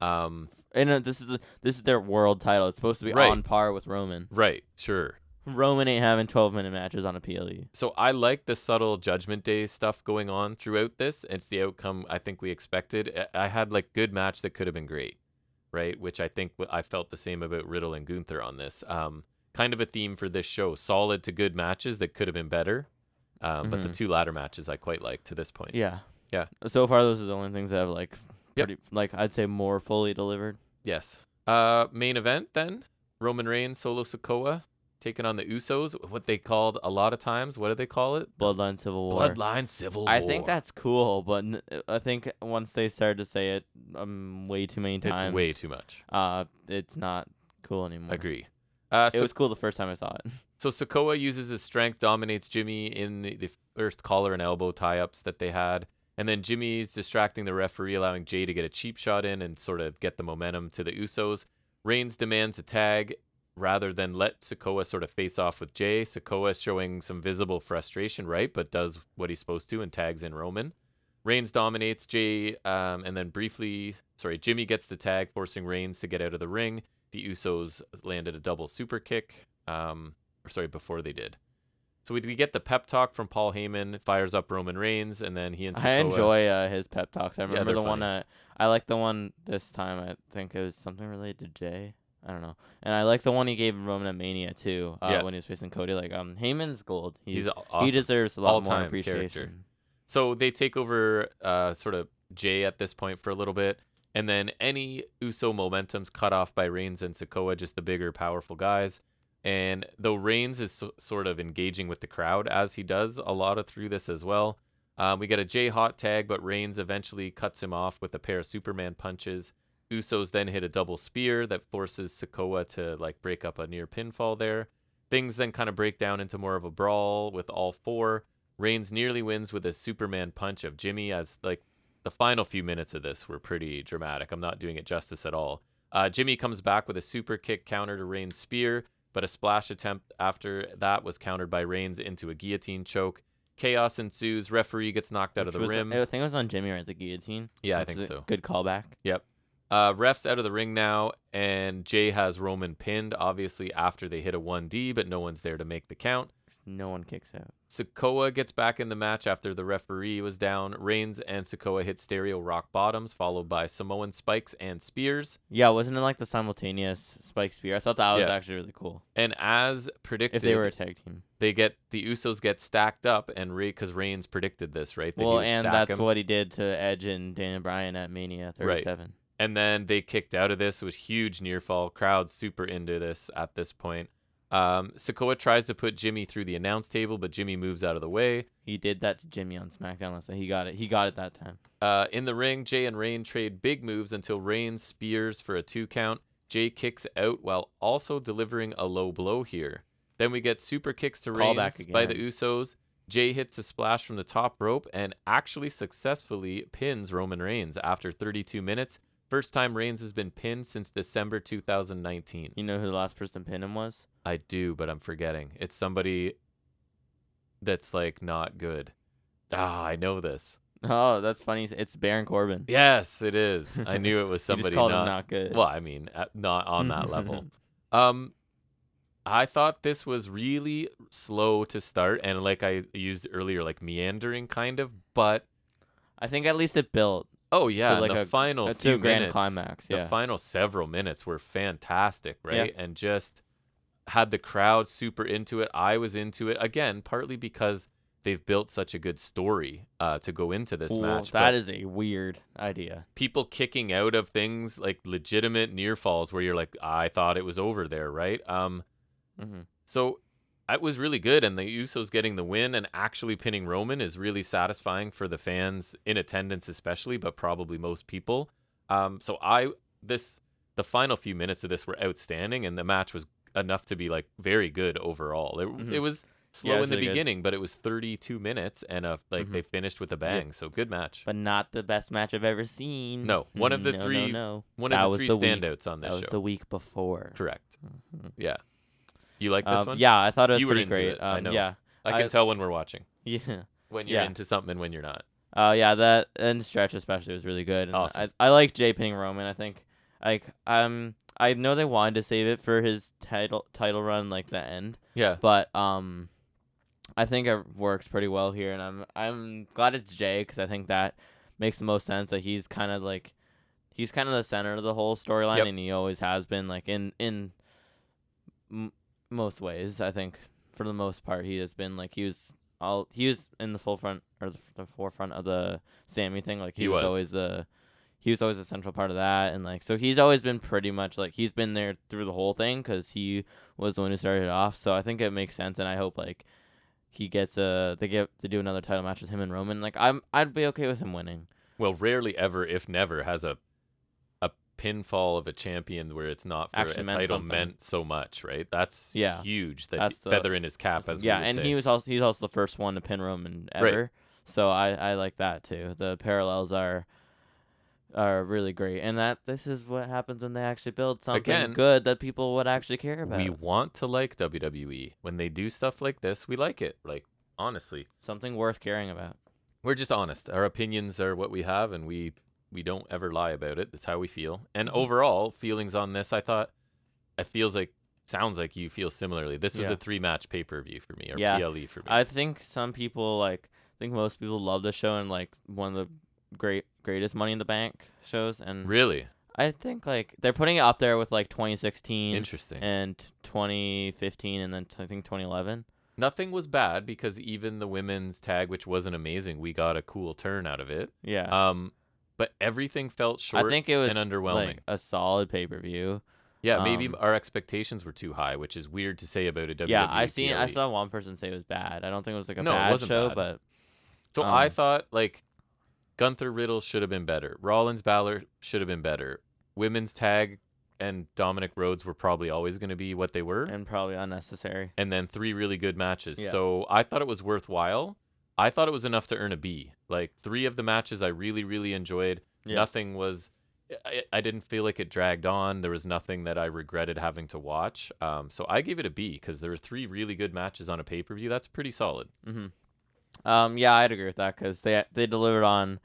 S1: Um,
S2: And uh, this is the, this is their world title. It's supposed to be
S1: Right.
S2: on par with Roman.
S1: right, sure.
S2: Roman ain't having 12 minute matches on a E. PLE.
S1: So I like the subtle Judgment Day stuff going on throughout this. It's the outcome I think we expected. I- I had like good match that could have been great, right? Which I think w- I felt the same about Riddle and Gunther on this. Um, kind of a theme for this show: solid to good matches that could have been better. Um, But the
S2: Mhm.
S1: two latter matches I quite like to this point.
S2: Yeah.
S1: Yeah.
S2: So far, those are the only things that have like
S1: Yep.
S2: pretty like I'd say more fully delivered.
S1: Yes. Uh, main event then Roman Reigns, Solo Sokoa taking on the Usos, what they called a lot of times. What do they call it?
S2: Bloodline Civil War.
S1: Bloodline Civil
S2: I think
S1: War.
S2: that's cool, but n- I think once they started to say it um way too many times,
S1: it's way too much.
S2: uh, it's not cool anymore.
S1: Agree. Uh,
S2: Mm-hmm. It
S1: so,
S2: was cool the first time I saw it.
S1: so Sokoa uses his strength, dominates Jimmy in the, the first collar and elbow tie ups that they had. And then Jimmy's distracting the referee, allowing Jay to get a cheap shot in and sort of get the momentum to the Usos. Reigns demands a tag rather than let Sokoa sort of face off with Jay. Sokoa showing some visible frustration, right? But does what he's supposed to and tags in Roman. Reigns dominates Jay, um, and then briefly, sorry, Jimmy gets the tag, forcing Reigns to get out of the ring. The Usos landed a double super kick, um, or sorry, before they did. So we, we get the pep talk from Paul Heyman, fires up Roman Reigns, and then he and Sokoa,
S2: I enjoy uh, his pep talks. I remember
S1: oh, they're
S2: the one
S1: funny.
S2: that I like the one this time. I think it was something related to Jay. I don't know. And I like the one he gave Roman at Mania too. Uh,
S1: Yeah.
S2: when he was facing Cody. Like um, Heyman's gold.
S1: He's
S2: He's,
S1: awesome.
S2: he deserves a lot more
S1: All-time character.
S2: appreciation.
S1: So they take over uh, sort of Jay at this point for a little bit. And then any Uso momentum's cut off by Reigns and Sokoa, just the bigger, powerful guys. And though Reigns is so- sort of engaging with the crowd as he does a lot of through this as well, um, we get a Jay hot tag, but Reigns eventually cuts him off with a pair of Superman punches. Usos then hit a double spear that forces Sokoa to like break up a near pinfall there. Things then kind of break down into more of a brawl with all four. Reigns nearly wins with a Superman punch of Jimmy as like the final few minutes of this were pretty dramatic. I'm not doing it justice at all. Uh, Jimmy comes back with a super kick counter to Reigns' spear, but a splash attempt after that was countered by Reigns into a guillotine choke. Chaos ensues. Referee gets knocked out
S2: Which
S1: of the
S2: was-
S1: rim.
S2: I think it was on Jimmy right the guillotine.
S1: yeah, I
S2: which
S1: think
S2: is a
S1: so.
S2: Good callback.
S1: Uh, refs out of the ring now, and Jay has Roman pinned, obviously, after they hit a 1D, but no one's there to make the count.
S2: No one kicks out.
S1: Sokoa gets back in the match after the referee was down. Reigns and Sokoa hit stereo rock bottoms, followed by Samoan spikes and spears.
S2: Yeah, wasn't it like the simultaneous spike spear? I thought that was
S1: Yeah.
S2: actually really cool.
S1: And as predicted,
S2: If they were a tag team.
S1: they get the Usos get stacked up, and Ray because Reigns predicted this, right? that he
S2: Well,
S1: would
S2: and
S1: stack
S2: that's
S1: 'em.
S2: what he did to Edge and Daniel Bryan at Mania
S1: Right.
S2: 37.
S1: And then they kicked out of this with huge near fall. Crowd's super into this at this point. Um, Sokoa tries to put Jimmy through the announce table, but Jimmy moves out of the way.
S2: He did that to Jimmy on SmackDown last night. He got it. He got it that time.
S1: Uh, in the ring, Jay and Rain trade big moves until Rain spears for a two count. Jay kicks out while also delivering a low blow here. Then we get super kicks to
S2: Call
S1: Reigns
S2: back
S1: by the
S2: again.
S1: Usos. Jay hits a splash from the top rope and actually successfully pins Roman Reigns after 32 minutes. First time Reigns has been pinned since December 2019.
S2: You know who the last person to pin him was?
S1: I do, but I'm forgetting. It's somebody that's like not good. Ah, I know this.
S2: Oh, that's funny. It's Baron Corbin.
S1: Yes, it is. I knew it was
S2: you
S1: somebody
S2: just called
S1: not,
S2: him not good.
S1: Well, I mean, uh, not on that level. Um, I thought this was really slow to start, and like I used earlier, like meandering kind of. But
S2: I think at least it built.
S1: oh yeah, and
S2: like,
S1: the
S2: a-
S1: final
S2: a
S1: few
S2: two grand
S1: minutes,
S2: climax,
S1: the
S2: yeah.
S1: final several minutes were fantastic,
S2: Yeah.
S1: right? And just had the crowd super into it. I was into it again, partly because they've built such a good story uh, to go into this
S2: Ooh,
S1: match. but-
S2: that is a weird idea.
S1: people kicking out of things like legitimate near falls where you're like I thought it was over there, right? Um
S2: hmm
S1: so it was really good and the Usos getting the win and actually pinning Roman is really satisfying for the fans in attendance especially, but probably most people. Um so I this the final few minutes of this were outstanding and the match was enough to be like very good overall. It,
S2: Mhm.
S1: it was slow
S2: it was
S1: in the
S2: really good.
S1: beginning, but it was 32 minutes and uh, like
S2: Mhm.
S1: they finished with a bang. So good match.
S2: But not the best match I've ever seen. Mm,
S1: No, one of the
S2: No,
S1: three-
S2: No, no.
S1: One
S2: That
S1: of the
S2: was
S1: three
S2: the week.
S1: standouts on this
S2: that was
S1: show.
S2: the week before.
S1: Correct.
S2: Mhm.
S1: Yeah. You like this
S2: Um,
S1: one?
S2: Yeah, I thought it was
S1: You were
S2: pretty
S1: into
S2: great.
S1: it, I
S2: Um,
S1: know.
S2: Yeah,
S1: I can
S2: I-
S1: tell when we're watching,
S2: yeah.
S1: when you're
S2: Yeah.
S1: into something and when you're not.
S2: Oh yeah, that and stretch especially was really good. And
S1: Awesome.
S2: I I like Jay pinning Roman. I think like um I know they wanted to save it for his title title run like the end,
S1: Yeah.
S2: but um I think it works pretty well here, and I'm I'm glad it's Jay because I think that makes the most sense that he's kind of like he's kind of the center of the whole storyline,
S1: Yep.
S2: and he always has been like in in m- most ways. I think for the most part, he has been like he was all he was in the full front or the, the forefront of the Sammy thing. Like he,
S1: He
S2: was,
S1: was.
S2: always the he was always a central part of that, and like so he's always been pretty much like he's been there through the whole thing because he was the one who started it off. So I think it makes sense, and I hope like he gets a they get to do another title match with him and Roman. Like I'm I'd be okay with him winning.
S1: Well, rarely ever, if never, has a a pinfall of a champion where it's not for
S2: Actually
S1: a
S2: meant
S1: title
S2: something.
S1: meant so much, right? That's
S2: Yeah.
S1: huge. That
S2: That's
S1: he-
S2: the- Mm-hmm.
S1: feather in his cap, as
S2: yeah,
S1: we would
S2: and
S1: say.
S2: he was also he's also the first one to pin Roman
S1: Right.
S2: ever. So I I like that too. The parallels are are really great, and that this is what happens when they actually build something
S1: Again,
S2: good that people would actually care about.
S1: we want to like WWE when they do stuff like this. We like it. Like honestly,
S2: something worth caring about.
S1: we're just honest. Our opinions are what we have, and we we don't ever lie about it. That's how we feel. And
S2: Mm-hmm.
S1: overall feelings on this, I thought it feels like sounds like you feel similarly. This was
S2: Yeah.
S1: a three match pay per view for me, or
S2: Yeah.
S1: PLE for me.
S2: I think some people like I think most people love the show and like one of the great greatest Money in the Bank shows, and
S1: really
S2: I think like they're putting it up there with like 2016
S1: interesting.
S2: and 2015, and then t- I think 2011.
S1: Nothing was bad because even the women's tag, which wasn't amazing, we got a cool turn out of it.
S2: Yeah.
S1: Um, but everything felt short
S2: I think it was
S1: and underwhelming.
S2: like a solid pay per view.
S1: yeah, maybe
S2: um,
S1: our expectations were too high, which is weird to say about a E WWE.
S2: Yeah, I seen. I
S1: PLE.
S2: saw one person say it was bad. I don't think it was like a
S1: No, it
S2: bad
S1: wasn't
S2: show,
S1: bad.
S2: but
S1: So I
S2: Um,
S1: thought like Gunther Riddle should have been better. Rollins Balor should have been better. Women's tag and Dominic Rhodes were probably always going to be what they were. And,
S2: and probably unnecessary.
S1: then three really good matches.
S2: Yeah.
S1: So I thought it was worthwhile. I thought it was enough to earn a B. Like three of the matches I really really enjoyed.
S2: Yeah.
S1: Nothing was I, I didn't feel like it dragged on. There was nothing that I regretted having to watch. Um, so I gave it a B because there were three really good matches on a pay per view. That's pretty solid.
S2: Mm-hmm. Um. Yeah, I'd agree with that because they they delivered on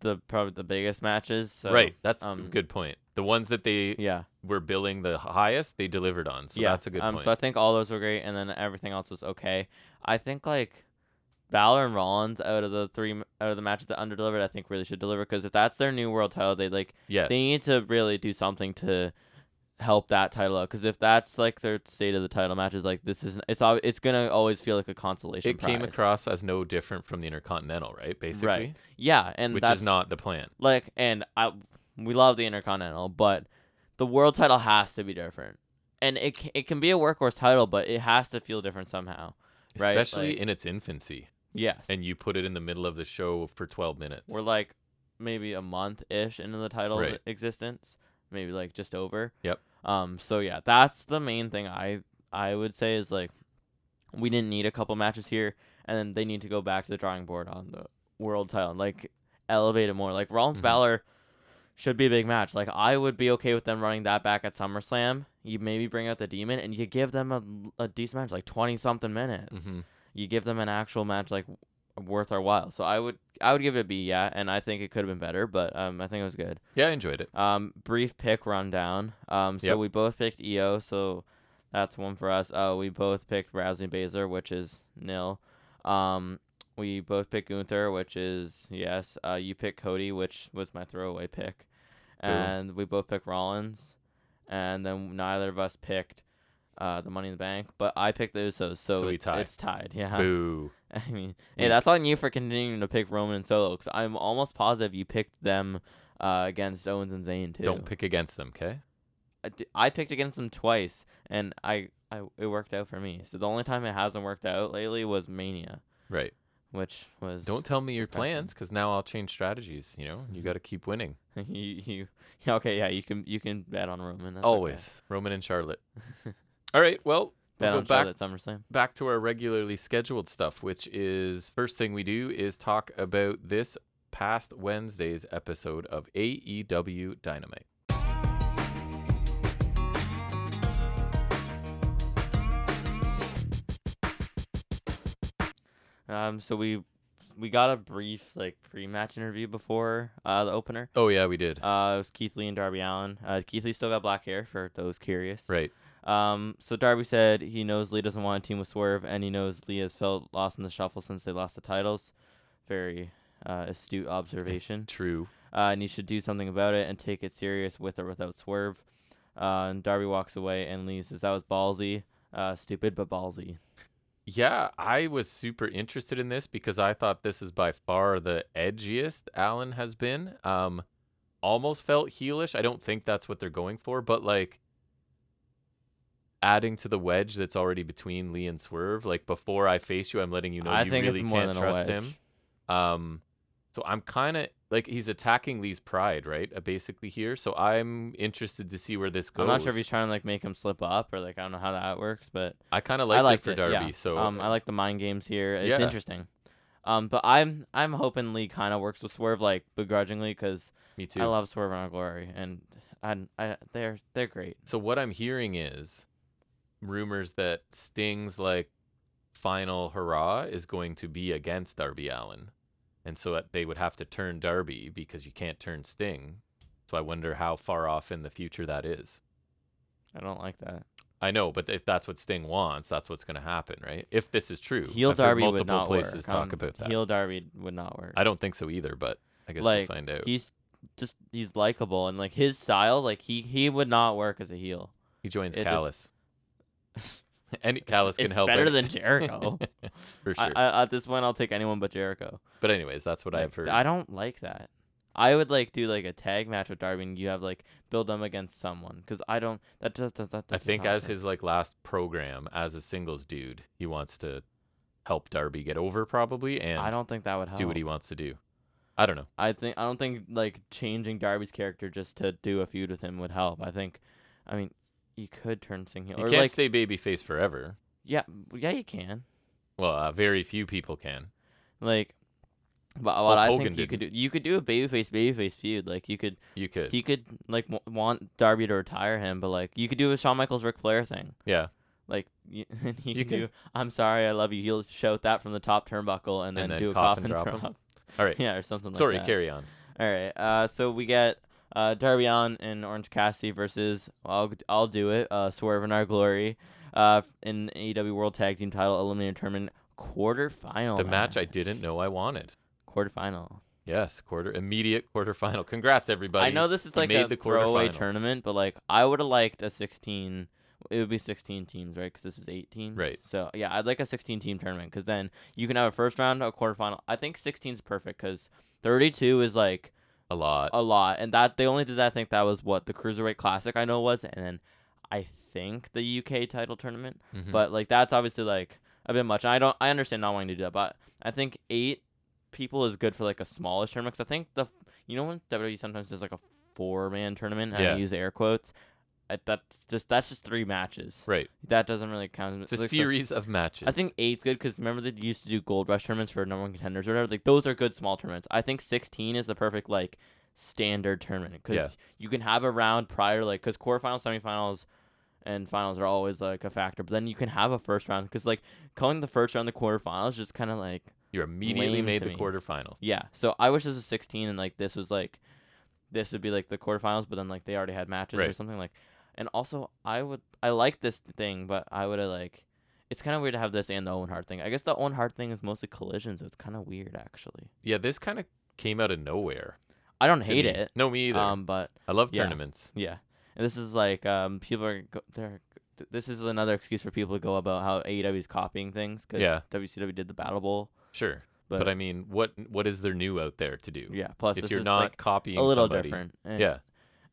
S2: the probably the biggest matches. So,
S1: right. That's a
S2: um,
S1: good point. The ones that they
S2: Yeah.
S1: were billing the highest, they delivered on. So
S2: yeah.
S1: that's a good
S2: um,
S1: point.
S2: So I think all those were great, and then everything else was okay. I think like. Balor and Rollins out of the three m- out of the matches that underdelivered, I think really should deliver because if that's their new world title, they like
S1: yes.
S2: they need to really do something to help that title out because if that's like their state of the title matches like this is it's al- it's gonna always feel like a consolation
S1: it came
S2: prize.
S1: across as no different from the Intercontinental, right? Basically.
S2: yeah and
S1: Which
S2: that's
S1: is not the plan.
S2: like and i we love the intercontinental but the world title has to be different and it, c- it can be a workhorse title but it has to feel different somehow Right,
S1: Especially
S2: like-
S1: in its infancy.
S2: yes
S1: And you put it in the middle of the show for 12 minutes.
S2: we're like maybe a month ish into the title's
S1: Right.
S2: existence, maybe like just over.
S1: Yep.
S2: Um. So yeah, that's the main thing I I would say is like we didn't need a couple matches here, and then they need to go back to the drawing board on the world title, like elevate it more. Like Rollins
S1: Mhm.
S2: Balor should be a big match. Like I would be okay with them running that back at SummerSlam. You maybe bring out the Demon and you give them a, a decent match, like twenty something minutes
S1: Mhm.
S2: you give them an actual match like w- worth our while. So I would I would give it a B, yeah, and I think it could have been better, but um I think it was good.
S1: Yeah, I enjoyed it.
S2: Um brief pick rundown. Um so
S1: Yep.
S2: we both picked EO, so that's one for us. Uh we both picked Rousey Baser, which is nil. Um we both picked Gunther, which is yes. Uh you picked Cody, which was my throwaway pick.
S1: Boo.
S2: And we both picked Rollins. And then neither of us picked uh, the Money in the Bank, but I picked the Usos, so,
S1: So we
S2: it's,
S1: tied.
S2: it's tied. Yeah.
S1: Boo.
S2: I mean, yeah,
S1: Weak.
S2: that's on you for continuing to pick Roman and Solo because I'm almost positive you picked them uh, against Owens and Zayn too.
S1: Don't pick against them, okay?
S2: I, d- I picked against them twice, and I, I it worked out for me. So the only time it hasn't worked out lately was Mania,
S1: Right.
S2: which was
S1: Don't tell me your
S2: depressing.
S1: plans because now I'll change strategies. You know,
S2: Mm-hmm.
S1: you got to keep winning.
S2: you you yeah, okay yeah you can you can bet on Roman that's okay.
S1: Always. Roman and Charlotte. All right. Well,
S2: bet
S1: we'll
S2: on
S1: go back
S2: Charlotte SummerSlam.
S1: back to our regularly scheduled stuff, which is first thing we do is talk about this past Wednesday's episode of AEW Dynamite.
S2: Um, so we we got a brief like pre-match interview before uh the opener.
S1: Oh yeah, we did.
S2: Uh, it was Keith Lee and Darby Allen. Uh, Keith Lee still got black hair for those curious.
S1: right.
S2: Um, so Darby said he knows Lee doesn't want a team with Swerve, and he knows Lee has felt lost in the shuffle since they lost the titles. Very uh, astute observation.
S1: True.
S2: Uh, and he should do something about it and take it serious with or without Swerve. Uh, and Darby walks away, and Lee says that was ballsy, uh, stupid but ballsy.
S1: Yeah, I was super interested in this because I thought this is by far the edgiest Allen has been. Um, almost felt heelish. I don't think that's what they're going for, but like adding to the wedge that's already between Lee and Swerve. Like before I face you, I'm letting you know
S2: I
S1: you
S2: think
S1: really
S2: it's more
S1: can't
S2: than a
S1: trust
S2: wedge.
S1: him. Um, so I'm kind of like he's attacking Lee's pride, right? Uh, basically here. So I'm interested to see where this goes.
S2: I'm not sure if he's trying to like make him slip up or like I don't know how that works, but
S1: I kind of
S2: I
S1: liked,
S2: like
S1: it for Darby. So uh,
S2: um, I like the mind games here. It's
S1: Yeah.
S2: interesting. Um, but I'm I'm hoping Lee kind of works with Swerve like begrudgingly because
S1: me too.
S2: I love Swerve and Glory and and I they're they're great.
S1: So what I'm hearing is rumors that Sting's like final hurrah is going to be against Darby Allen. And so that they would have to turn Darby because you can't turn Sting. So I wonder how far off in the future that is.
S2: I don't like that.
S1: I know, but if that's what Sting wants, that's what's going to happen, right? If this is true.
S2: Heel
S1: I've heard
S2: Darby
S1: multiple
S2: would not
S1: places
S2: work.
S1: talk
S2: Um,
S1: about that.
S2: Heel Darby would not work.
S1: I don't think so either, but I guess
S2: like
S1: we'll find out. He,
S2: he's just he's likable and like his style like he he would not work as a heel.
S1: joins
S2: it just-
S1: Callus. Any Callus can
S2: it's
S1: help.
S2: better
S1: out.
S2: than Jericho.
S1: For
S2: I,
S1: sure.
S2: I, at this point, I'll take anyone but Jericho.
S1: but anyways, that's what
S2: Like,
S1: I've heard.
S2: I don't like that. I would like do like a tag match with Darby, and you have like build them against someone because I don't. That does that. that
S1: I
S2: does
S1: think
S2: not
S1: as
S2: work.
S1: his like last program as a singles dude, he wants to help Darby get over probably and
S2: I don't think that would help.
S1: do what he wants to do. I don't know.
S2: I think I don't think like changing Darby's character just to do a feud with him would help. I think, I mean, you could turn Singh heel
S1: You
S2: or
S1: can't
S2: like
S1: stay babyface forever.
S2: yeah yeah you can
S1: Well, uh, very few people can.
S2: like. But
S1: Hulk
S2: what I
S1: Hogan
S2: think you could do, you could do a babyface babyface feud. Like you could,
S1: You could.
S2: he could like w- want Darby to retire him, but like you could do a Shawn Michaels Ric Flair thing.
S1: yeah.
S2: Like you, and he
S1: You
S2: can
S1: can-
S2: do, I'm sorry, I love you. He'll shout that from the top turnbuckle and then,
S1: then
S2: do a
S1: cough
S2: coffin,
S1: and
S2: drop,
S1: drop 'em. All right.
S2: yeah, or something like
S1: Sorry,
S2: that.
S1: carry on.
S2: All right. Uh, so we get uh Darby Allin and Orange Cassidy versus I'll I'll do it. Uh, Swerve in our glory. Uh, in AEW World Tag Team Title Eliminator Tournament quarterfinal.
S1: the match I didn't know I wanted.
S2: Quarterfinal.
S1: Yes, quarter immediate quarterfinal. Congrats everybody.
S2: I know this is
S1: you
S2: like
S1: made
S2: a
S1: the
S2: throwaway
S1: quarterfinals.
S2: tournament, but like I would have liked a 16. It would be 16 teams, right? Because this is eight teams.
S1: Right.
S2: So yeah, I'd like a 16 team tournament because then you can have a first round, a quarterfinal. I think 16 is perfect because 32 is like
S1: a lot.
S2: a lot, and that they only did that. I think that was what the cruiserweight classic I know was, and then I think the UK title tournament
S1: Mhm.
S2: but like that's obviously like a bit much. I don't I understand not wanting to do that, but I think eight people is good for like a smallish tournament. 'cause I think the you know when WWE sometimes does like a four man tournament and
S1: Yeah.
S2: I use air quotes. I, that's just that's just three matches.
S1: right.
S2: That doesn't really count.
S1: It's a
S2: like, so-
S1: series of matches.
S2: I think eight's good because remember they used to do gold rush tournaments for number one contenders or whatever. Like those are good small tournaments. I think sixteen is the perfect like standard tournament because
S1: Yeah.
S2: you can have a round prior like because quarterfinals, semifinals, and finals are always like a factor. But then you can have a first round because like calling the first round the quarterfinals just kind of like
S1: You immediately
S2: Lame
S1: made
S2: to
S1: the
S2: me.
S1: quarterfinals.
S2: Yeah. So I wish this was 16 and like this was like this would be like the quarterfinals, but then like they already had matches or
S1: Right.
S2: something like. And also, I would I like this thing, but I would have like. It's kind of weird to have this and the Owen Hart thing. I guess the Owen Hart thing is mostly collision, so it's kind of weird actually.
S1: Yeah, this kind of came out of nowhere.
S2: I don't
S1: to
S2: hate
S1: me.
S2: it.
S1: No, me either.
S2: Um, but
S1: I love
S2: yeah.
S1: tournaments.
S2: yeah, and this is like um people are go- they're th- this is another excuse for people to go about how AEW is copying things because
S1: Yeah.
S2: WCW did the Battle Bowl,
S1: Sure,
S2: but,
S1: but, I mean, what what is there new out there to do?
S2: yeah. Plus,
S1: if
S2: this
S1: you're
S2: is
S1: not
S2: like
S1: copying
S2: a little
S1: somebody.
S2: different. and-
S1: Yeah.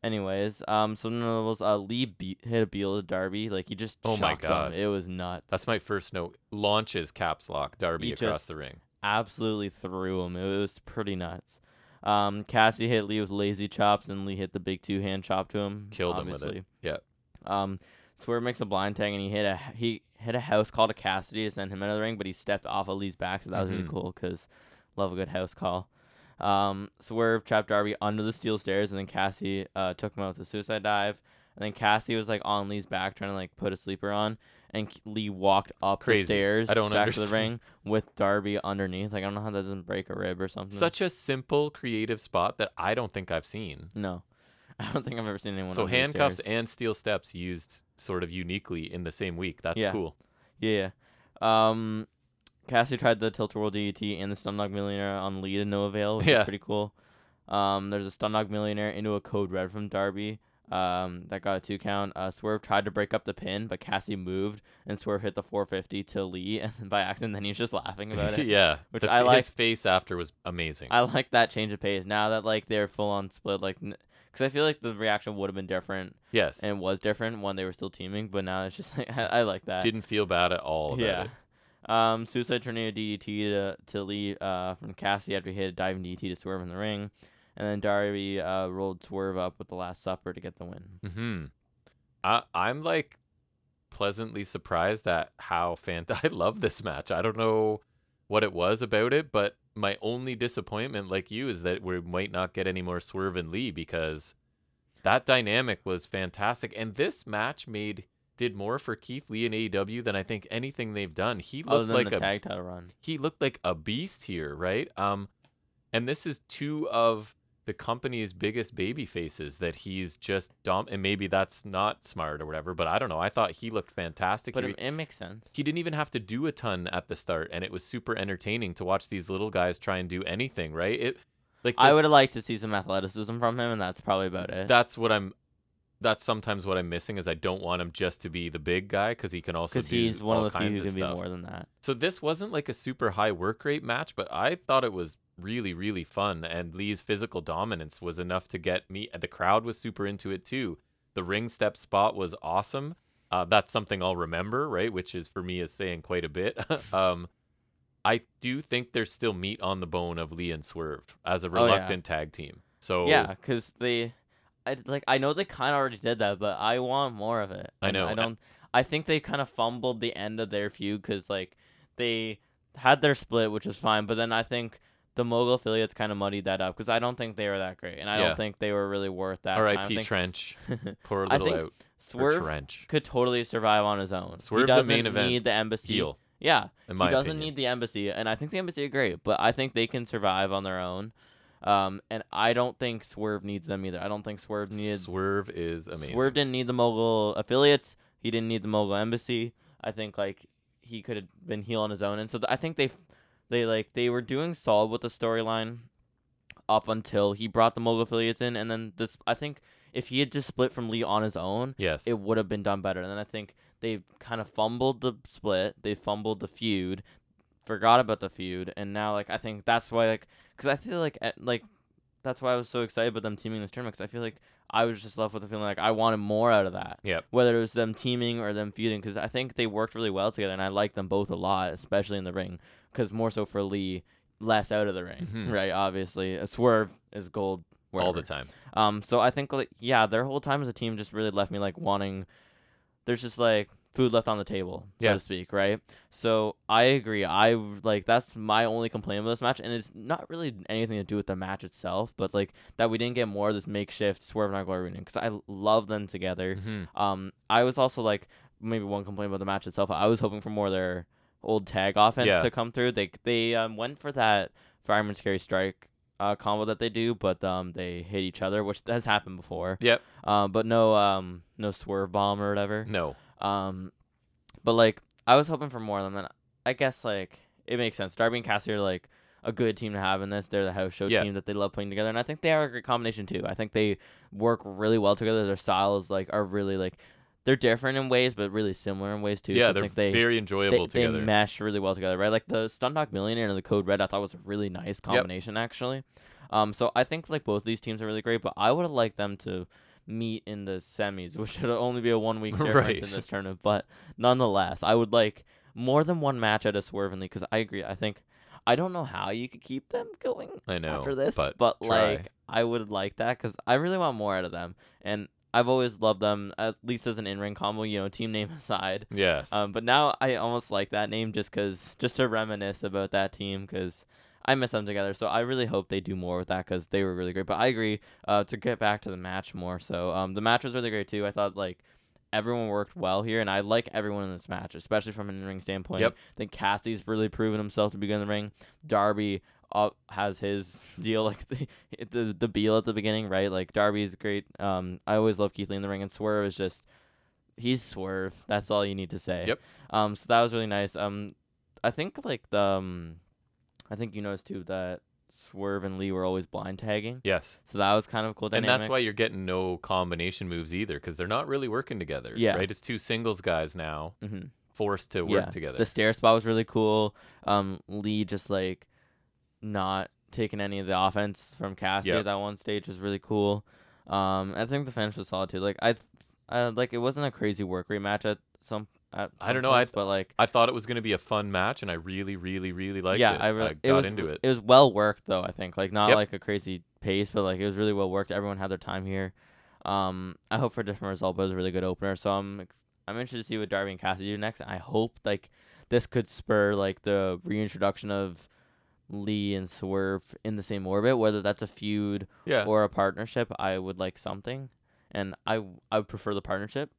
S2: Anyways, um, some notables. Uh, Lee beat, hit a Beal to Darby. Like he just
S1: Oh my
S2: shocked him.
S1: God.
S2: It was nuts.
S1: That's my first note. Launches caps lock Darby
S2: You
S1: across
S2: just-
S1: the ring.
S2: absolutely threw him. It was pretty nuts. Um, Cassie hit Lee with lazy chops, and Lee hit the big two hand chop to him.
S1: Killed him with it.
S2: obviously.
S1: Yep.
S2: Um, Swerve makes a blind tag, and he hit a he hit a house call to Cassidy to send him out of the ring, but he stepped off of Lee's back, so that was really
S1: Mhm.
S2: cool. Cause love a good house call. Um, Swerve trapped Darby under the steel stairs, and then Cassie uh, took him out with a suicide dive. And then Cassie was like on Lee's back trying to like put a sleeper on, and K- Lee walked up
S1: Crazy.
S2: the stairs
S1: I don't
S2: back to the ring
S1: understand.
S2: with Darby underneath. Like I don't know how that doesn't break a rib or something.
S1: Such a simple creative spot that I don't think I've seen.
S2: no, I don't think I've ever seen anyone.
S1: so
S2: under the
S1: handcuffs
S2: stairs.
S1: and steel steps used sort of uniquely in the same week. That's
S2: Yeah.
S1: cool.
S2: Yeah. yeah. Um, Cassie tried the Tilt World DDT and the Stundog Millionaire on Lee to no avail, which is
S1: Yeah.
S2: pretty cool. Um, there's a Stundog Millionaire into a Code Red from Darby. Um, that got a two count. Uh, Swerve tried to break up the pin, but Cassie moved, and Swerve hit the 450 to Lee, and by accident, then he's just laughing about it.
S1: yeah,
S2: which
S1: The
S2: I
S1: f-
S2: like.
S1: His face after was amazing.
S2: I like that change of pace. Now that like they're full on split, like, because I feel like the reaction would have been different
S1: yes,
S2: and was different when they were still teaming, but now it's just like I, I like that.
S1: didn't feel bad at all. About
S2: yeah.
S1: it.
S2: Um, suicide tornado DDT to, to Lee uh, from Cassie after he hit a diving DDT to Swerve in the ring, and then Darby uh, rolled Swerve up with the Last Supper to get the win.
S1: Hmm. I I'm like pleasantly surprised at how fan. I love this match. I don't know what it was about it, but my only disappointment, like you, is that we might not get any more Swerve and Lee because that dynamic was fantastic, and this match made did more for Keith Lee and AEW than I think anything they've done. He
S2: Other
S1: looked
S2: than
S1: like
S2: the
S1: a
S2: tag title run,
S1: he looked like a beast here, right? Um, and this is two of the company's biggest baby faces that he's just dumb. And maybe that's not smart or whatever, but I don't know. I thought he looked fantastic.
S2: but
S1: here.
S2: it, it makes sense.
S1: he didn't even have to do a ton at the start, and it was super entertaining to watch these little guys try and do anything, right? It like
S2: I
S1: this-
S2: would have liked to see some athleticism from him, and that's probably about it.
S1: That's what I'm. That's sometimes what I'm missing is I don't want him just to be the big guy because he can also
S2: Because
S1: do
S2: he's one
S1: all
S2: of the few
S1: kinds
S2: who can be
S1: stuff.
S2: more than that.
S1: So this wasn't like a super high work rate match, but I thought it was really, really fun. And Lee's physical dominance was enough to get me. The crowd was super into it too. The ring step spot was awesome. Uh, that's something I'll remember, right? Which is for me is saying quite a bit. um, I do think there's still meat on the bone of Lee and Swerve as a
S2: Oh, yeah.
S1: reluctant tag team. So
S2: Yeah, because they, I d- like I know they kind of already did that, but I want more of it.
S1: I
S2: and
S1: know,
S2: I
S1: a-
S2: don't. I think they kind of fumbled the end of their feud because like they had their split, which was fine, but then I think the mogul affiliates kind of muddied that up because I don't think they were that great, and I
S1: Yeah.
S2: don't think they were really worth that. time. I
S1: R.I.P.
S2: think
S1: Trench, poor
S2: I
S1: little
S2: think
S1: out. Or
S2: Swerve
S1: Trench
S2: could totally survive on his own. he
S1: Swerve's a
S2: doesn't
S1: main event
S2: need the embassy.
S1: heel,
S2: Yeah,
S1: in
S2: he
S1: my
S2: doesn't
S1: opinion.
S2: need the embassy, and I think the embassy are great, but I think they can survive on their own. Um, and I don't think Swerve needs them either. I don't think Swerve needed
S1: Swerve is amazing.
S2: Swerve didn't need the mogul affiliates. He didn't need the mogul embassy. I think like he could have been heel on his own, and so th- I think they, f- they like they were doing solid with the storyline, up until he brought the mogul affiliates in, and then this I think if he had just split from Lee on his own,
S1: Yes.
S2: it would have been done better. And then I think they kind of fumbled the split. They fumbled the feud, forgot about the feud, and now like I think that's why like because I feel like at, like that's why I was so excited about them teaming this tournament. Because I feel like I was just left with the feeling like I wanted more out of that.
S1: Yep.
S2: Whether it was them teaming or them feuding, because I think they worked really well together, and I liked them both a lot, especially in the ring. Because more so for Lee, less out of the ring,
S1: Mhm.
S2: right? Obviously, a swerve is gold.
S1: all
S2: wherever.
S1: the time.
S2: Um, so I think like yeah, their whole time as a team just really left me like wanting. There's just like food left on the table, so
S1: Yeah.
S2: to speak, right? So I agree. I w- like that's my only complaint about this match, and it's not really anything to do with the match itself, but like that we didn't get more of this makeshift Swerve and Naguarunian because I l- love them together.
S1: Mhm.
S2: Um, I was also like maybe one complaint about the match itself. I was hoping for more of their old tag offense
S1: Yeah.
S2: to come through. They they um, went for that fireman scary strike uh, combo that they do, but um they hit each other, which has happened before.
S1: Yep.
S2: Um, but no um no swerve bomb or whatever.
S1: No.
S2: Um, but like I was hoping for more of them, and I guess like it makes sense. Darby and Cassie are like a good team to have in this. They're the house show
S1: Yeah.
S2: team that they love putting together, and I think they are a great combination too. I think they work really well together. Their styles like are really like they're different in ways, but really similar in ways too. so
S1: yeah,
S2: I
S1: they're
S2: think they.
S1: very
S2: they,
S1: enjoyable
S2: they
S1: together.
S2: mesh really well together, right? Like the Stun Dog Millionaire and the Code Red, I thought was a really nice combination, actually. Um, so I think like both these teams are really great, but I would have liked them to meet in the semis, which should only be a one week difference
S1: Right.
S2: in this tournament. But nonetheless, I would like more than one match out of Swerve and Lee because I agree. I think I don't know how you could keep them going
S1: I know.
S2: after this,
S1: but,
S2: but,
S1: try.
S2: like I would like that because I really want more out of them, and I've always loved them at least as an in ring combo. You know, team name aside.
S1: yes.
S2: Um, but now I almost like that name just 'cause just to reminisce about that team 'cause I miss them together. So I really hope they do more with that 'cause they were really great. But I agree. Uh, to get back to the match more. So um, the match was really great too. I thought like everyone worked well here, and I like everyone in this match, especially from an in-ring standpoint.
S1: Yep.
S2: I think Cassie's really proven himself to be good in the ring. Darby. Uh, has his deal like the, the the Beal at the beginning, right? Like Darby's great. Um, I always love Keith Lee in the ring, and Swerve is just he's swerve. That's all you need to say.
S1: Yep.
S2: Um, so that was really nice. Um, I think like the, um, I think you noticed too that Swerve and Lee were always blind tagging,
S1: yes.
S2: so that was kind of a cool dynamic.
S1: And that's why you're getting no combination moves either, because they're not really working together.
S2: Yeah.
S1: Right. It's two singles guys now
S2: hmm
S1: forced to work
S2: Yeah,
S1: together.
S2: The stair spot was really cool. Um, Lee just like not taking any of the offense from Cassie
S1: Yep.
S2: at that one stage was really cool. Um, I think the finish was solid too. Like I, uh, like it wasn't a crazy work rate match at some. At
S1: I
S2: some
S1: don't know, I
S2: points,
S1: th-
S2: but like
S1: I thought it was going to be a fun match, and I really, really, really liked
S2: yeah,
S1: it.
S2: I, really,
S1: got
S2: was,
S1: into it.
S2: It was well worked though. I think like not
S1: Yep.
S2: like a crazy pace, but like it was really well worked. Everyone had their time here. Um, I hope for a different result, but it was a really good opener. So I'm ex- I'm interested to see what Darby and Cassidy do next. I hope like this could spur like the reintroduction of Lee and Swerve in the same orbit, whether that's a feud
S1: yeah,
S2: or a partnership. I would like something, and I w- I would prefer the partnership.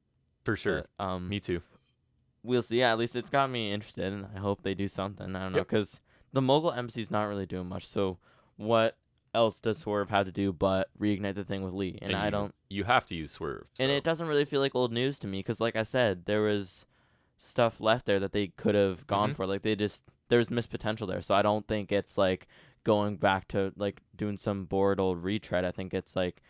S1: for sure.
S2: but, um,
S1: Me too.
S2: we'll see. Yeah, at least it's got me interested, and I hope they do something. I don't know
S1: Yep.
S2: because the mogul MC's not really doing much. So what else does Swerve have to do but reignite the thing with Lee? And, I
S1: you,
S2: don't.
S1: You have to use swerve.
S2: And
S1: so-
S2: it doesn't really feel like old news to me because, like I said, there was stuff left there that they could have gone
S1: Mhm.
S2: for. Like they just there was missed potential there. So I don't think it's like going back to like doing some bored old retread. I think it's like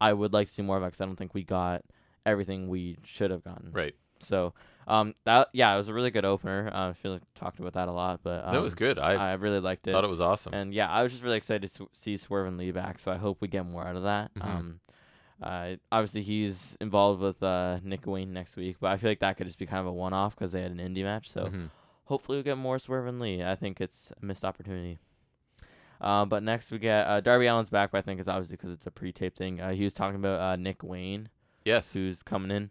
S2: I would like to see more of it 'cause I don't think we got everything we should have gotten.
S1: Right.
S2: So, um, that yeah, it was a really good opener. Uh, I feel like we talked about that a lot, but um,
S1: that was good. I,
S2: I really liked it.
S1: thought it was awesome.
S2: and yeah, I was just really excited to s- see Swerve and Lee back. So I hope we get more out of that.
S1: Mhm.
S2: Um, uh, obviously he's involved with uh, Nick Wayne next week, but I feel like that could just be kind of a one-off because they had an indie match. So
S1: Mhm.
S2: hopefully we get more Swerve and Lee. I think it's a missed opportunity. Uh, but next we get uh, Darby Allen's back, but I think it's obviously because it's a pre-tape thing. Uh, he was talking about uh, Nick Wayne,
S1: Yes.
S2: who's coming in.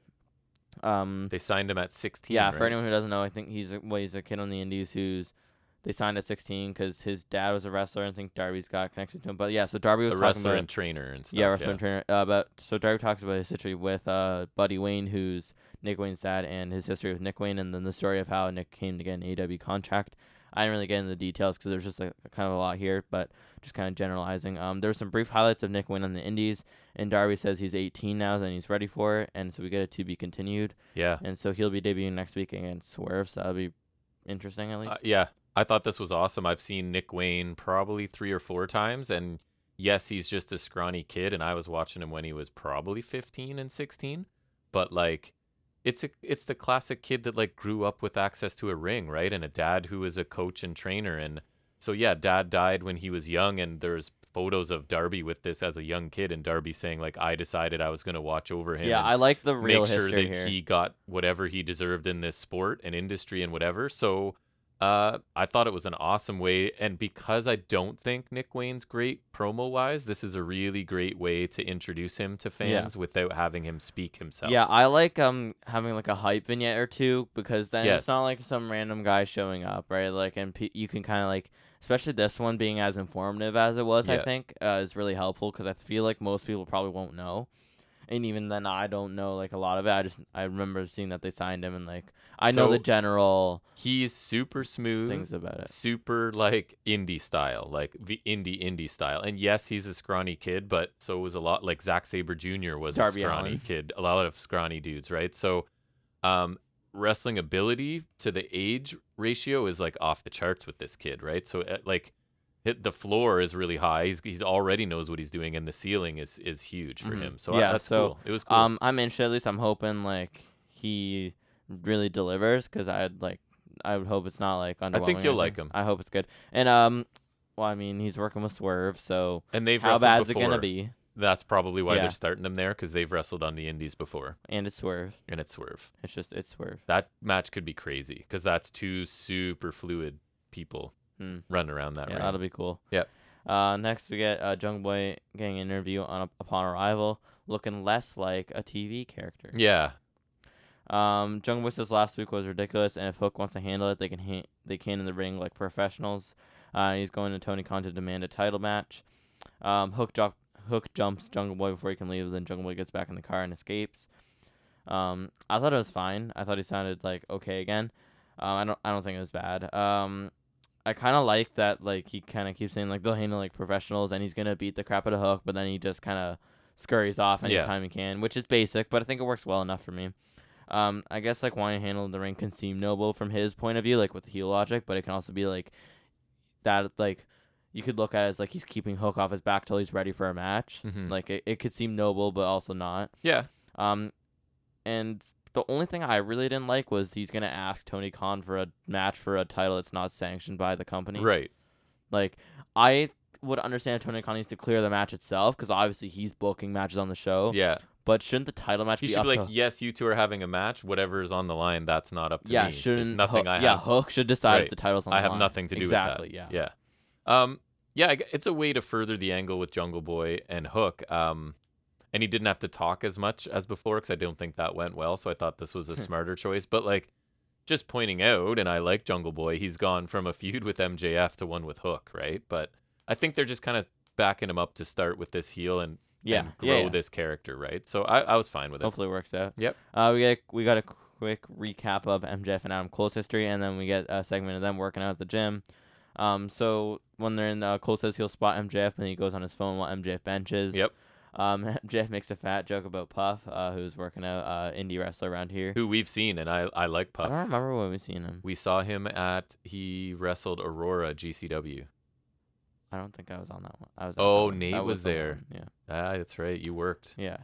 S2: Um,
S1: They signed him at 16.
S2: yeah, for
S1: right?
S2: anyone who doesn't know, I think he's a, well, he's a kid on the Indies who's they signed at 16 because his dad was a wrestler, and I think Darby's got connections to him. But yeah, so Darby
S1: a
S2: was talking
S1: wrestler
S2: about
S1: and trainer and stuff.
S2: yeah, wrestler and trainer. Uh, but so Darby talks about his history with uh Buddy Wayne, who's Nick Wayne's dad, and his history with Nick Wayne, and then the story of how Nick came to get an AW contract. I didn't really get into the details because there's just like kind of a lot here, but just kind of generalizing. Um, there were some brief highlights of Nick Wayne on the Indies, and Darby says he's 18 now and he's ready for it, and so we get it to be continued.
S1: Yeah.
S2: And so he'll be debuting next week against Swerve, so that'll be interesting at least.
S1: Uh, yeah, I thought this was awesome. I've seen Nick Wayne probably three or four times, and yes, he's just a scrawny kid, and I was watching him when he was probably fifteen and sixteen. But like, it's a it's the classic kid that like grew up with access to a ring, right, and a dad who is a coach and trainer, and so yeah, dad died when he was young, and there's photos of Darby with this as a young kid, and Darby saying like, I decided I was gonna watch over him.
S2: yeah,
S1: and
S2: I like the real
S1: make sure
S2: history
S1: that
S2: here.
S1: he got whatever he deserved in this sport and industry and whatever. So uh, I thought it was an awesome way. And because I don't think Nick Wayne's great promo wise, this is a really great way to introduce him to
S2: Yeah.
S1: fans without having him speak himself.
S2: yeah, I like um having like a hype vignette or two because then
S1: Yes.
S2: it's not like some random guy showing up, right? Like, and pe- you can kind of like, especially this one being as informative as it was, I
S1: Yeah.
S2: think, uh, is really helpful because I feel like most people probably won't know. and even then I don't know like a lot of it. I just I remember seeing that they signed him and like I know the
S1: So-
S2: general
S1: He's super smooth.
S2: things about it.
S1: super like indie style, like the indie indie style. And yes, he's a scrawny kid, but so was a lot like Zack Saber Jr. was
S2: Darby
S1: a scrawny
S2: Allin.
S1: kid. A lot of scrawny dudes, right? So um wrestling ability to the age ratio is like off the charts with this kid, right? So uh, like hit the floor is really high. He's he's already knows what he's doing and the ceiling is is huge for
S2: Mhm.
S1: him. So uh,
S2: Yeah,
S1: that's
S2: so,
S1: cool. It was cool.
S2: Um, I'm interested. At least I'm hoping like he really delivers because I'd like I would hope it's not like underwhelming.
S1: think
S2: or
S1: you'll like
S2: anything.
S1: him.
S2: I hope it's good. And um, well, I mean, he's working with Swerve, so
S1: and they've
S2: how
S1: wrestled
S2: bad's
S1: before.
S2: it gonna be?
S1: That's probably why
S2: Yeah.
S1: they're starting them there cuz they've wrestled on the indies before
S2: And it's Swerve.
S1: and it's Swerve.
S2: It's just it's Swerve.
S1: That match could be crazy because that's two super fluid people
S2: Hmm.
S1: running around that
S2: Yeah,
S1: ring.
S2: that'll be cool.
S1: Yep.
S2: Uh, next we get uh, Jungle Boy getting an interview on upon arrival, looking less like a TV character.
S1: yeah,
S2: Um, Jungle Boy says last week was ridiculous, and if Hook wants to handle it, they can ha- they can in the ring like professionals. Uh, he's going to Tony Khan to demand a title match. Um, Hook jo- Hook jumps Jungle Boy before he can leave. Then Jungle Boy gets back in the car and escapes. Um, I thought it was fine. I thought he sounded like okay again. Uh, I don't I don't think it was bad. Um, I kind of like that like he kind of keeps saying like they'll handle like professionals, and he's gonna beat the crap out of Hook, but then he just kind of scurries off
S1: Yeah.
S2: anytime he can, which is basic, but I think it works well enough for me. Um, I guess like why handle the ring can seem noble from his point of view, like with heel logic, but it can also be like that like you could look at it as like he's keeping Hook off his back till he's ready for a match.
S1: Mhm.
S2: Like it, it could seem noble but also not.
S1: yeah.
S2: Um and the only thing I really didn't like was he's gonna ask Tony Khan for a match for a title that's not sanctioned by the company.
S1: Right.
S2: Like I would understand if Tony Khan needs to clear the match itself because obviously he's booking matches on the show.
S1: Yeah.
S2: But shouldn't the title match
S1: He
S2: be
S1: should
S2: up
S1: be like,
S2: to
S1: yes, you two are having a match. Whatever is on the line, that's not up to
S2: yeah,
S1: me. There's
S2: shouldn't
S1: nothing
S2: Hook,
S1: I have.
S2: yeah Hook should decide if
S1: Right.
S2: the title's on.
S1: I
S2: the
S1: have
S2: line.
S1: nothing to do
S2: exactly,
S1: with that.
S2: Yeah.
S1: Yeah. Um. Yeah. I g- It's a way to further the angle with Jungle Boy and Hook. Um. And he didn't have to talk as much as before because I don't think that went well. So I thought this was a
S2: Hmm.
S1: smarter choice. But like, just pointing out, and I like Jungle Boy. He's gone from a feud with MJF to one with Hook, right? But I think they're just kind of backing him up to start with this heel and,
S2: Yeah.
S1: and
S2: yeah,
S1: grow
S2: yeah.
S1: this character, right? So I, I was fine with it.
S2: Hopefully it works out.
S1: Yep.
S2: Uh, we get we got a quick recap of MJF and Adam Cole's history, and then we get a segment of them working out at the gym. Um, so when they're in, uh, Cole says he'll spot MJF, and he goes on his phone while MJF benches.
S1: Yep.
S2: Um, MJF makes a fat joke about Puff, uh, who's working out, uh, indie wrestler around here.
S1: Who we've seen, and I, I like
S2: I
S1: Puff.
S2: don't remember when we've seen him.
S1: We saw him at he wrestled Aurora GCW.
S2: I don't think I was on that one. I was. on that
S1: Oh,
S2: one.
S1: Nate
S2: That
S1: was
S2: the
S1: there.
S2: one,
S1: Ah, that's right. You worked.
S2: Yeah. Yeah.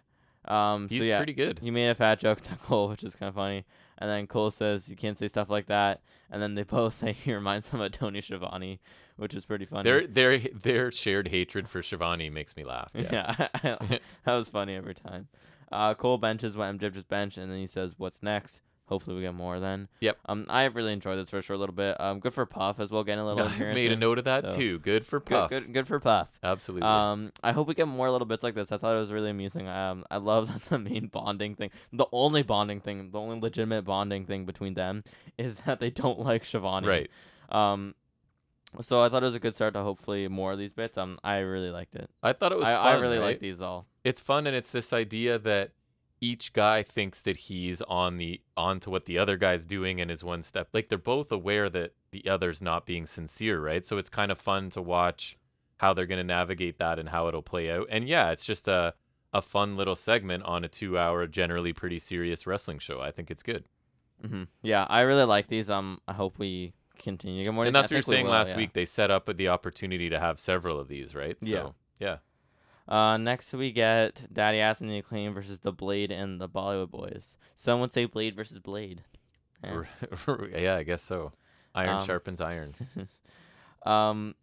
S2: Um,
S1: He's
S2: so yeah,
S1: pretty good.
S2: He made a fat joke to Cole, which is kind of funny. And then Cole says, "You can't say stuff like that." And then they both say he reminds them of Tony Schiavone, which is pretty funny.
S1: Their their their shared hatred for Shivani makes me laugh. Yeah.
S2: yeah, that was funny every time. Uh, Cole benches what MJF just benched, and then he says, "What's next?" Hopefully, we get more then.
S1: Yep.
S2: Um, I really enjoyed this first for a little bit. Um, good for Puff as well, getting a little.
S1: I
S2: appearance
S1: made a
S2: in.
S1: note of that
S2: so-
S1: too. Good for
S2: Good,
S1: Puff.
S2: good, good for Puff.
S1: Absolutely.
S2: Um, I hope we get more little bits like this. I thought it was really amusing. Um, I love that the main bonding thing, the only bonding thing, the only legitimate bonding thing between them is that they don't like Shivani.
S1: right.
S2: Um, so I thought it was a good start to hopefully more of these bits. Um, I really liked it.
S1: I thought it was
S2: I,
S1: fun.
S2: I really
S1: right?
S2: like these all.
S1: it's fun and it's this idea that each guy thinks that he's on the on to what the other guy's doing and is one step like they're both aware that the other's not being sincere right so it's kind of fun to watch how they're going to navigate that and how it'll play out and yeah it's just a a fun little segment on a two hour generally pretty serious wrestling show i think it's good
S2: hmm Yeah, I really like these. Um, I hope we continue to get more. of
S1: and
S2: these. I
S1: that's what you were
S2: think we
S1: saying
S2: will,
S1: last
S2: yeah.
S1: week they set up the opportunity to have several of these right
S2: Yeah.
S1: so, yeah
S2: Uh, next we get Daddy Ass and the Acclaim versus the Blade and the Bollywood Boys. Some would say Blade versus Blade. Eh.
S1: yeah i guess so iron
S2: Um,
S1: sharpens iron
S2: Um,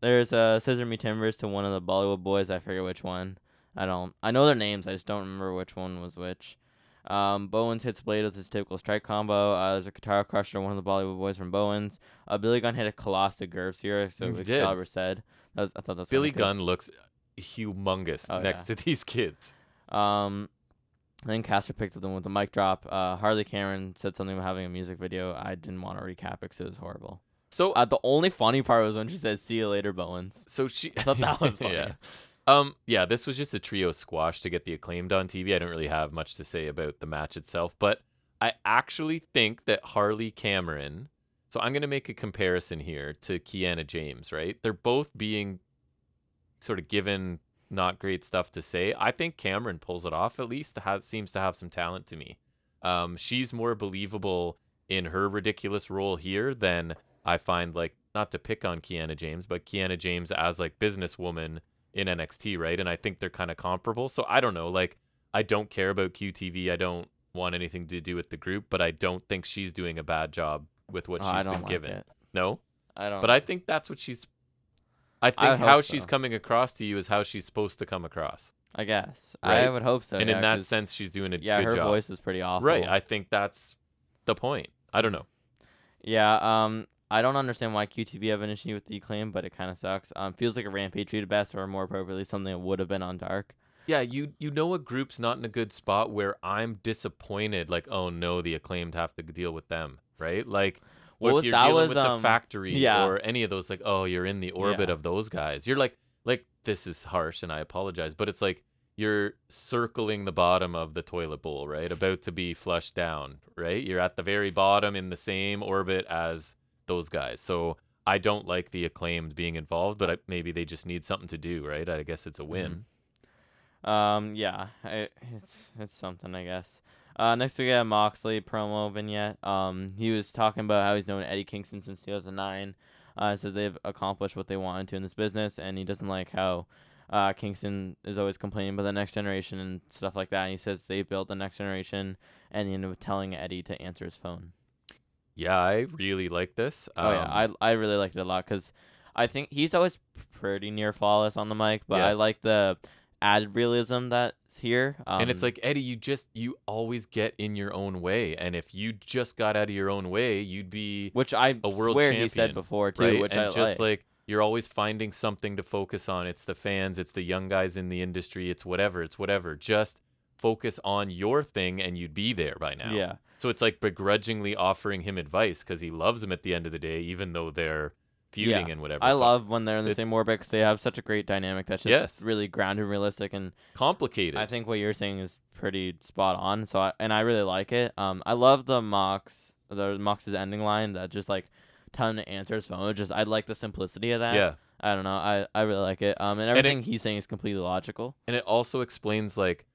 S2: there's a scissor me timbers to one of the Bollywood boys. I forget which one. I don't. I know their names. I just don't remember which one was which. Um, Bowens hits Blade with his typical strike combo. Uh, there's a Katara crusher to one of the Bollywood boys from Bowens. Uh, Billy Gunn hit a Colossal Gervs here, so
S1: He did.
S2: Excalibur said. That was, I thought that's
S1: Billy Gunn looks humongous
S2: Oh,
S1: next to these kids.
S2: Um, then Caster picked up them with a mic drop. Uh, Harley Cameron said something about having a music video. I didn't want to recap it 'cause it was horrible.
S1: So,
S2: Uh, the only funny part was when she said, "See you later, Bowens."
S1: so she.
S2: I thought that was funny.
S1: yeah. Um, yeah, this was just a trio squash to get the acclaimed on TV. I don't really have much to say about the match itself, but I actually think that Harley Cameron. So I'm going to make a comparison here to Kiana James, right? They're both being sort of given not great stuff to say. I think Cameron pulls it off at least. Has seems to have some talent to me. Um, she's more believable in her ridiculous role here than I find like not to pick on Kiana James, but Kiana James as like businesswoman in NXT, right? And I think they're kind of comparable. So I don't know. Like, I don't care about QTV. I don't want anything to do with the group, but I don't think she's doing a bad job with what
S2: Oh,
S1: she's
S2: I don't
S1: been
S2: like
S1: given.
S2: it.
S1: No,
S2: I don't.
S1: but I think that's what she's. I think
S2: I would
S1: how
S2: hope
S1: she's
S2: so.
S1: coming across to you is how she's supposed to come across,
S2: I guess. I
S1: Right?
S2: would hope so.
S1: and
S2: yeah,
S1: in that
S2: 'cause-
S1: sense, she's doing a
S2: yeah,
S1: good
S2: her
S1: job.
S2: voice is pretty awful.
S1: right. I think that's the point. I don't know.
S2: yeah. Um, I don't understand why QTV have an issue with the acclaim, but it kind of sucks. Um, feels like a rampage read best, or more appropriately, something that would have been on Dark.
S1: Yeah, you you know a group's not in a good spot where I'm disappointed. Like, oh no, the acclaimed have to deal with them, right? Like, or
S2: Well,
S1: if
S2: if
S1: you're
S2: that
S1: dealing
S2: was,
S1: with
S2: um,
S1: the factory
S2: yeah.
S1: or any of those, like, oh, you're in the orbit
S2: Yeah.
S1: of those guys. You're like, like this is harsh, and I apologize, but it's like you're circling the bottom of the toilet bowl, right? About to be flushed down, right? You're at the very bottom in the same orbit as those guys. So I don't like the acclaimed being involved, but I, maybe they just need something to do, right? I guess it's a win.
S2: Mm-hmm. Um, yeah, I, it's it's something, I guess. Uh, next we got Moxley promo vignette. Um, he was talking about how he's known Eddie Kingston since 2009. Uh, so they've accomplished what they wanted to in this business, and he doesn't like how uh, Kingston is always complaining about the next generation and stuff like that. And he says they built the next generation, and he ended up telling Eddie to answer his phone.
S1: Yeah, I really like this. Um,
S2: oh yeah, I I really liked it a lot because I think he's always pretty near flawless on the mic, but I
S1: Yes.
S2: like the added realism that's here. Um,
S1: and it's like Eddie, you just you always get in your own way, and if you just got out of your own way, you'd be
S2: which I
S1: a world
S2: swear he said
S1: champion,
S2: before too,
S1: right.
S2: which
S1: and
S2: I
S1: just like.
S2: like.
S1: you're always finding something to focus on. It's the fans, it's the young guys in the industry, it's whatever, it's whatever. Just focus on your thing, and you'd be there by now.
S2: Yeah,
S1: So it's like begrudgingly offering him advice because he loves him at the end of the day, even though they're feuding and whatever.
S2: I
S1: So
S2: love when they're in the
S1: it's-
S2: same orbit 'cause they have such a great dynamic that's just
S1: Yes.
S2: really grounded, and realistic, and
S1: complicated.
S2: I think what you're saying is pretty spot on. So I, and I really like it. Um, I love the Mox, the Mox's ending line that just like tell him to answer his phone. It Just I like the simplicity of that.
S1: yeah.
S2: I don't know. I, I really like it. Um, and
S1: And it-
S2: everything he's saying is completely logical.
S1: And it also explains like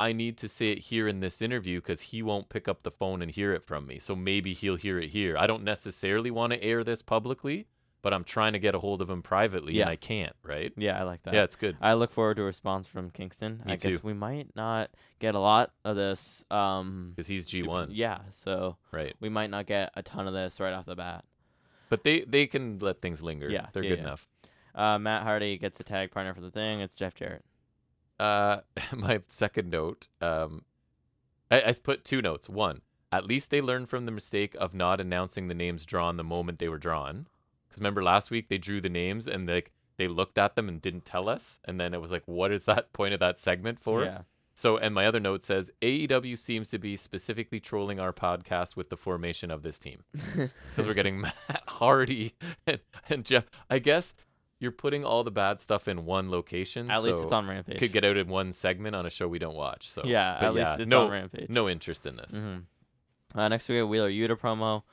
S1: I need to say it here in this interview because he won't pick up the phone and hear it from me. So maybe he'll hear it here. I don't necessarily want to air this publicly, but I'm trying to get a hold of him privately
S2: Yeah.
S1: and I can't, right?
S2: Yeah, I like that.
S1: Yeah, it's good.
S2: I look forward to a response from Kingston.
S1: Me
S2: I guess
S1: too.
S2: we might not get a lot of this. Um,
S1: Because he's
S2: super-
S1: G1,
S2: Yeah, so
S1: right?
S2: we might not get a ton of this right off the bat.
S1: But they they can let things linger.
S2: Yeah,
S1: They're
S2: yeah,
S1: good
S2: yeah.
S1: enough.
S2: Uh, Matt Hardy gets a tag partner for the thing. It's Jeff Jarrett.
S1: Uh, my second note, um, I, I s- put two notes. One, at least they learned from the mistake of not announcing the names drawn the moment they were drawn. Because remember last week they drew the names and like they looked at them and didn't tell us, and then it was like, what is that point of that segment for?
S2: yeah,
S1: So, and my other note says AEW seems to be specifically trolling our podcast with the formation of this team because we're getting Matt Hardy and, and Jeff. I guess you're putting all the bad stuff in one location.
S2: at least it's
S1: so-
S2: on Rampage.
S1: could get out in one segment on a show we don't watch. So
S2: yeah,
S1: but
S2: at least
S1: yeah,
S2: it's
S1: no,
S2: on Rampage.
S1: No interest in this.
S2: Mm-hmm. Uh, next we have Wheeler Yuta promo.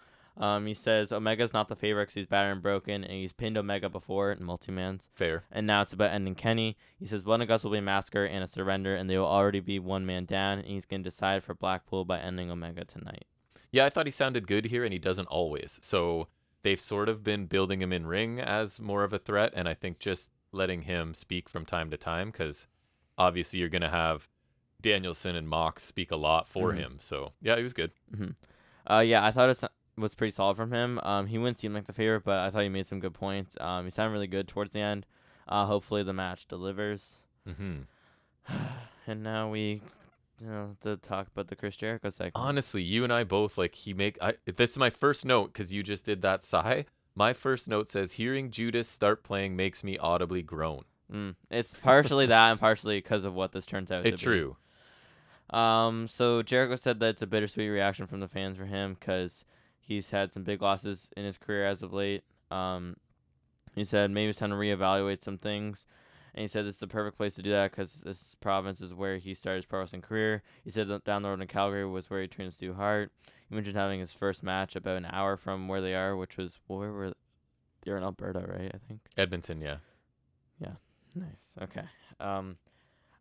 S2: Um, he says Omega's not the favorite 'cause he's battered and broken, and he's pinned Omega before in multi-mans.
S1: Fair.
S2: and now it's about ending Kenny. He says one of us will be a massacre and a surrender, and they will already be one man down, and he's gonna decide for Blackpool by ending Omega tonight.
S1: Yeah, I thought he sounded good here, and he doesn't always. So they've sort of been building him in ring as more of a threat, and I think just letting him speak from time to time because obviously you're gonna have Danielson and Mox speak a lot for
S2: Mhm.
S1: him. So yeah, he was good.
S2: Uh, yeah, I thought it sou- was pretty solid from him. Um, he wouldn't seem like the favorite, but I thought he made some good points. Um, he sounded really good towards the end. Uh, hopefully the match delivers. Mm-hmm.
S1: hmm
S2: and now we, you know, to talk about the Chris Jericho segment.
S1: Honestly, you and I both like he make. I, this is my first note because you just did that sigh. My first note says, "Hearing Judas start playing makes me audibly groan."
S2: Mm, it's partially that, and partially because of what this turns out.
S1: Eh,
S2: to be.
S1: true.
S2: Um, so Jericho said that it's a bittersweet reaction from the fans for him because he's had some big losses in his career as of late. Um, he said maybe it's time to reevaluate some things. And he said this is the perfect place to do that because this province is where he started his pro wrestling career. He said that down the road in Calgary was where he trained Stu Hart. He mentioned having his first match about an hour from where they are, which was where were they're in Alberta, right? I think.
S1: Edmonton, yeah.
S2: Nice. Okay. Um,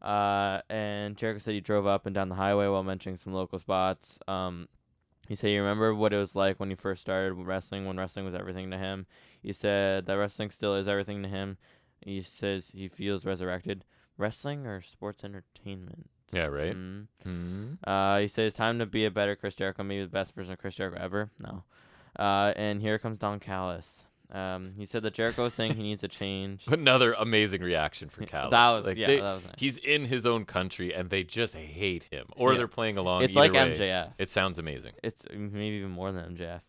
S2: uh, and Jericho said he drove up and down the highway while mentioning some local spots. Um, he said he remembered what it was like when he first started wrestling, when wrestling was everything to him. He said that wrestling still is everything to him. He says he feels resurrected. Wrestling or sports entertainment?
S1: Yeah, right?
S2: Mm.
S1: Hmm.
S2: Uh, he says, "Time to be a better Chris Jericho, maybe the best version of Chris Jericho ever." No. Uh, and here comes Don Callis. Um, he said that Jericho was saying he needs a change.
S1: Another amazing reaction for
S2: Yeah,
S1: Cal.
S2: That was
S1: like,
S2: yeah, uh,
S1: they-
S2: that was nice.
S1: he's in his own country and they just hate him, or
S2: Yeah.
S1: they're playing along.
S2: It's like
S1: either way.
S2: MJF.
S1: It sounds amazing.
S2: It's maybe even more than MJF.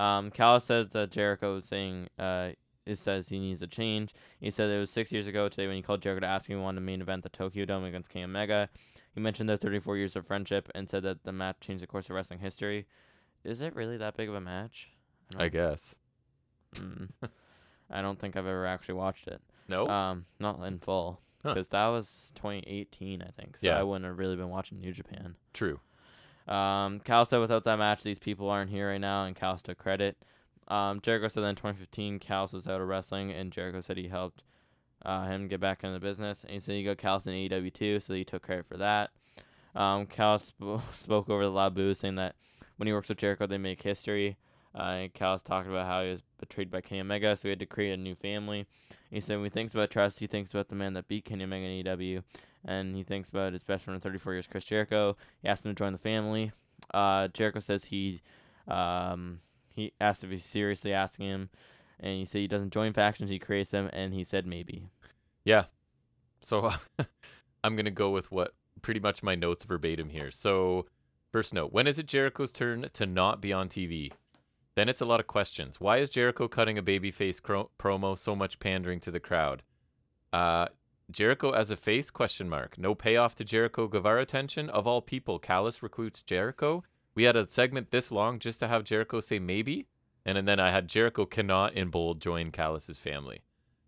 S2: Um, Cal says that Jericho is saying uh, it says he needs a change. He said it was six years ago today when he called Jericho to ask if he wanted to main event the Tokyo Dome against King Omega. He mentioned their 34 years of friendship and said that the match changed the course of wrestling history. Is it really that big of a match?
S1: I
S2: Uh,
S1: guess.
S2: Mm. I don't think I've ever actually watched it.
S1: No.
S2: Um, not in full
S1: Oh. Huh.
S2: because that was 2018, I think. So
S1: Yeah.
S2: I wouldn't have really been watching New Japan.
S1: True.
S2: Um, Cal said without that match, these people aren't here right now, and Cal took credit. Um, Jericho said that in 2015, Cal was out of wrestling, and Jericho said he helped uh, him get back into the business. And he said he got Cal in AEW too, so he took credit for that. Um, Cal sp- spoke over the loud boo, saying that when he works with Jericho, they make history. Uh, and Cal's talking about how he was betrayed by Kenny Omega, so he had to create a new family. He said when he thinks about trust, he thinks about the man that beat Kenny Omega in AEW, and he thinks about his best friend in 34 years, Chris Jericho. He asked him to join the family. Uh, Jericho says he um, he asked if he's seriously asking him, and he said he doesn't join factions, he creates them, and he said maybe.
S1: So I'm gonna go with what pretty much my notes verbatim here. So first note: When is it Jericho's turn to not be on TV? Then it's a lot of questions. Why is Jericho cutting a babyface cro- promo so much pandering to the crowd? Uh, Jericho as a face? Question mark. No payoff to Jericho Guevara tension. Of all people, Callus recruits Jericho. We had a segment this long just to have Jericho say maybe, and, and then I had Jericho cannot in bold join Callus's family.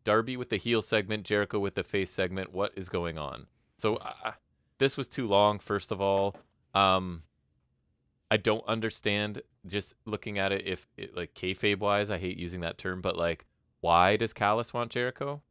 S1: Darby with the heel segment, Jericho with the face segment. What is going on? So uh, this was too long. First of all, um, I don't understand. Just looking at it, if it, like kayfabe wise, I hate using that term, but like, why does Callus want Jericho?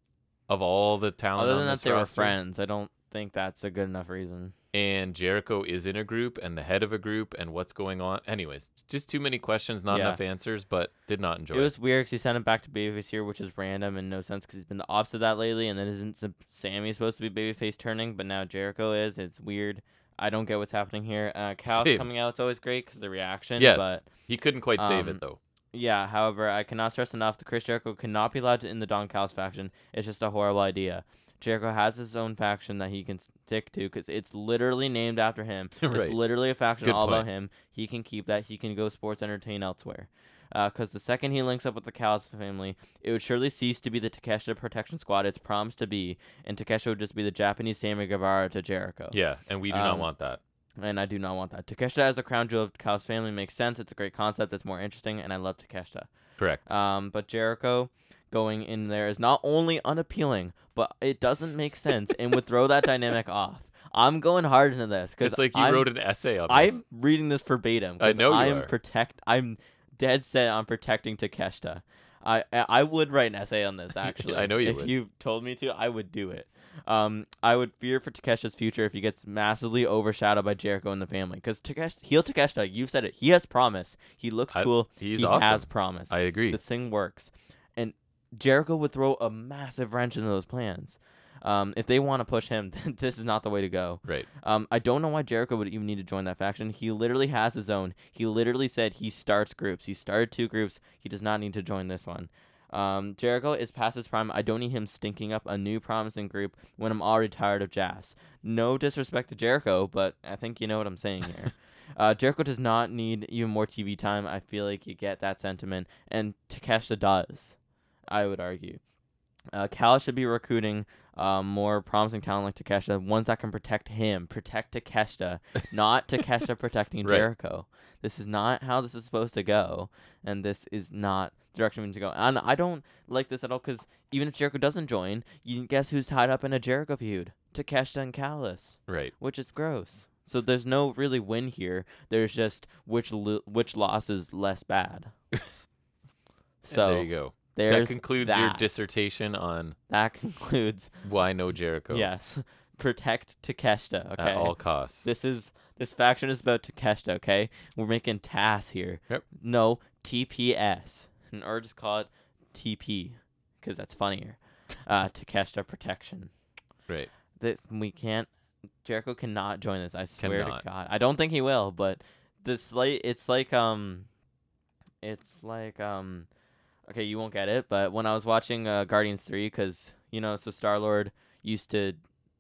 S1: Of all the talent,
S2: Other
S1: on
S2: than that,
S1: this
S2: they were
S1: roster?
S2: friends. I don't think that's a good enough reason.
S1: and Jericho is in a group and the head of a group and what's going on. Anyways, just too many questions, not
S2: Yeah.
S1: enough answers, but did not enjoy.
S2: It was weird because he sent him back to babyface here, which is random and no sense because he's been the opposite of that lately. And then isn't Sam- Sammy supposed to be babyface turning, but now Jericho is. It's weird. I don't get what's happening here. Uh, Cal's
S1: Same.
S2: coming out. It's always great because the reaction.
S1: Yes.
S2: But
S1: he couldn't quite save
S2: um,
S1: it though.
S2: yeah, however, I cannot stress enough that Chris Jericho cannot be allowed to in the Don Callis faction. It's just a horrible idea. Jericho has his own faction that he can stick to because it's literally named after him.
S1: Right.
S2: It's literally a faction
S1: Good
S2: all about
S1: point.
S2: him. He can keep that. He can go sports entertain elsewhere. Because the second he links up with the Callis family, it would surely cease to be the Takeshita Protection Squad it's promised to be, and Takeshita would just be the Japanese Sammy Guevara to Jericho.
S1: Yeah, and we do not
S2: um,
S1: want that.
S2: And I do not want that. Takeshita as the crown jewel of Callis family makes sense. It's a great concept. It's more interesting, and I love Takeshita.
S1: Correct.
S2: Um, but Jericho going in there is not only unappealing, but it doesn't make sense and would throw that dynamic off. I'm going hard into this because
S1: it's like you
S2: I'm,
S1: wrote an essay on this.
S2: I'm reading this verbatim.
S1: I
S2: 'cause
S1: know you
S2: I'm
S1: are.
S2: protect. I'm dead set on protecting Takeshita. I I I would write an essay on this actually.
S1: I know you
S2: If
S1: would.
S2: you told me to, I would do it. Um, I would fear for Takeshita's future if he gets massively overshadowed by Jericho and the family. Because Takesh, heel Takeshita, you've said it. He has promise. He looks
S1: I-
S2: cool.
S1: he's
S2: he
S1: awesome.
S2: has promise.
S1: I agree.
S2: The thing works. And Jericho would throw a massive wrench into those plans. Um, if they want to push him, then this is not the way to go.
S1: Right.
S2: Um, I don't know why Jericho would even need to join that faction. He literally has his own. He literally said he starts groups. He started two groups. He does not need to join this one. Um, Jericho is past his prime. I don't need him stinking up a new promising group when I'm already tired of Jazz. No disrespect to Jericho, but I think you know what I'm saying here. uh, Jericho does not need even more TV time. I feel like you get that sentiment, and Takeshita does. I would argue. Uh, Cal should be recruiting uh, more promising talent like Takeshita, ones that can protect him, protect Takeshita, not Takeshita protecting
S1: Right.
S2: Jericho. This is not how this is supposed to go, and this is not the direction we need to go. And I don't like this at all because even if Jericho doesn't join, you guess who's tied up in a Jericho feud? Takeshita and Callis
S1: Right.
S2: which is gross. So there's no really win here. There's just which lo- which loss is less bad.
S1: So
S2: so
S1: there you go. That
S2: there's
S1: concludes your
S2: that.
S1: dissertation on
S2: that concludes.
S1: why no Jericho
S2: Yes, protect Takeshita. Okay,
S1: at all costs.
S2: this is this faction is about Takeshita. Okay, we're making TAS here.
S1: Yep.
S2: No TPS, and or just call it TP because that's funnier. Uh, Takeshita protection.
S1: Right.
S2: that we can't Jericho cannot join this. I swear
S1: Cannot.
S2: to God. I don't think he will, but the slate it's like um it's like um okay, you won't get it, but when I was watching uh, Guardians 3 cuz you know, so Star-Lord used to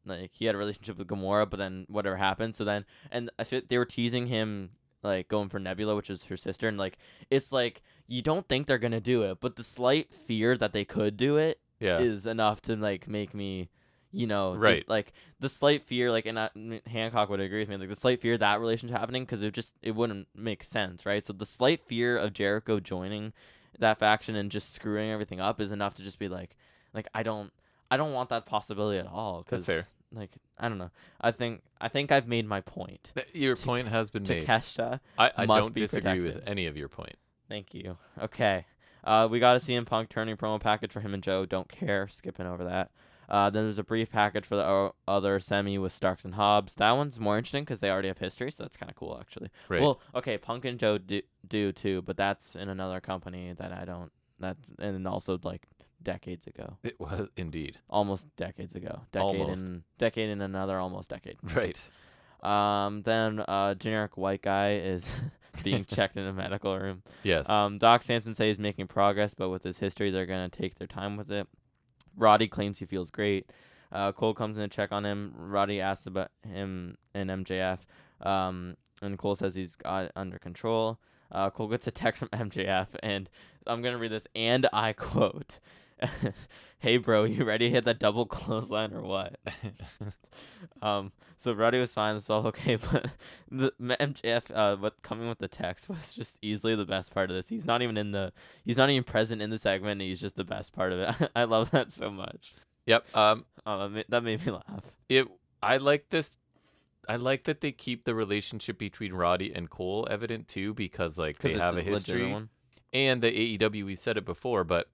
S2: like he had a relationship with Gamora, but then whatever happened, so then and I feel they were teasing him like going for Nebula, which is her sister, and like it's like you don't think they're gonna do it, but the slight fear that they could do it
S1: Yeah.
S2: is enough to like make me you know just,
S1: Right.
S2: like the slight fear like and I, n- hancock would agree with me like the slight fear of that relationship happening because it just it wouldn't make sense right so the slight fear of jericho joining that faction and just screwing everything up is enough to just be like like i don't i don't want that possibility at all
S1: That's
S2: because
S1: fair.
S2: like i don't know i think i think i've made my point
S1: Th- Your
S2: Take-
S1: point has been made.
S2: takeshita
S1: I, I
S2: must
S1: don't
S2: be
S1: disagree with
S2: protected.
S1: any of your point.
S2: thank you okay uh, we got a CM Punk turning promo package for him and Joe. Don't care. Skipping over that. Uh, then there's a brief package for the o- other semi with Starks and Hobbs. That one's more interesting because they already have history, so that's kind of cool, actually.
S1: Right.
S2: Well, okay, Punk and Joe do, do too, but that's in another company that I don't. That and also like decades ago,
S1: it was indeed.
S2: almost decades ago, decade
S1: Almost.
S2: and decade and another almost decade.
S1: Right.
S2: Um, then uh, generic white guy is being checked in a medical room.
S1: Yes.
S2: Um, Doc Sampson says he's making progress, but with his history, they're gonna take their time with it. Roddy claims he feels great. Uh, Cole comes in to check on him. Roddy asks about him and MJF, um, and Cole says he's got it under control. Uh, Cole gets a text from MJF, and I'm gonna read this, and I quote. hey bro, you ready to hit that double clothesline or what? Um, so Roddy was fine. This was all okay, but the M- MJF uh, what coming with the text was just easily the best part of this. He's not even in the, he's not even present in the segment. and He's just the best part of it. I love that so much.
S1: yep. Um,
S2: Um, that ma- that made me laugh.
S1: it I like this I like that they keep the relationship between Roddy and Cole evident too because like they
S2: Because
S1: have a
S2: legit
S1: history
S2: One.
S1: and the AEW we said it before but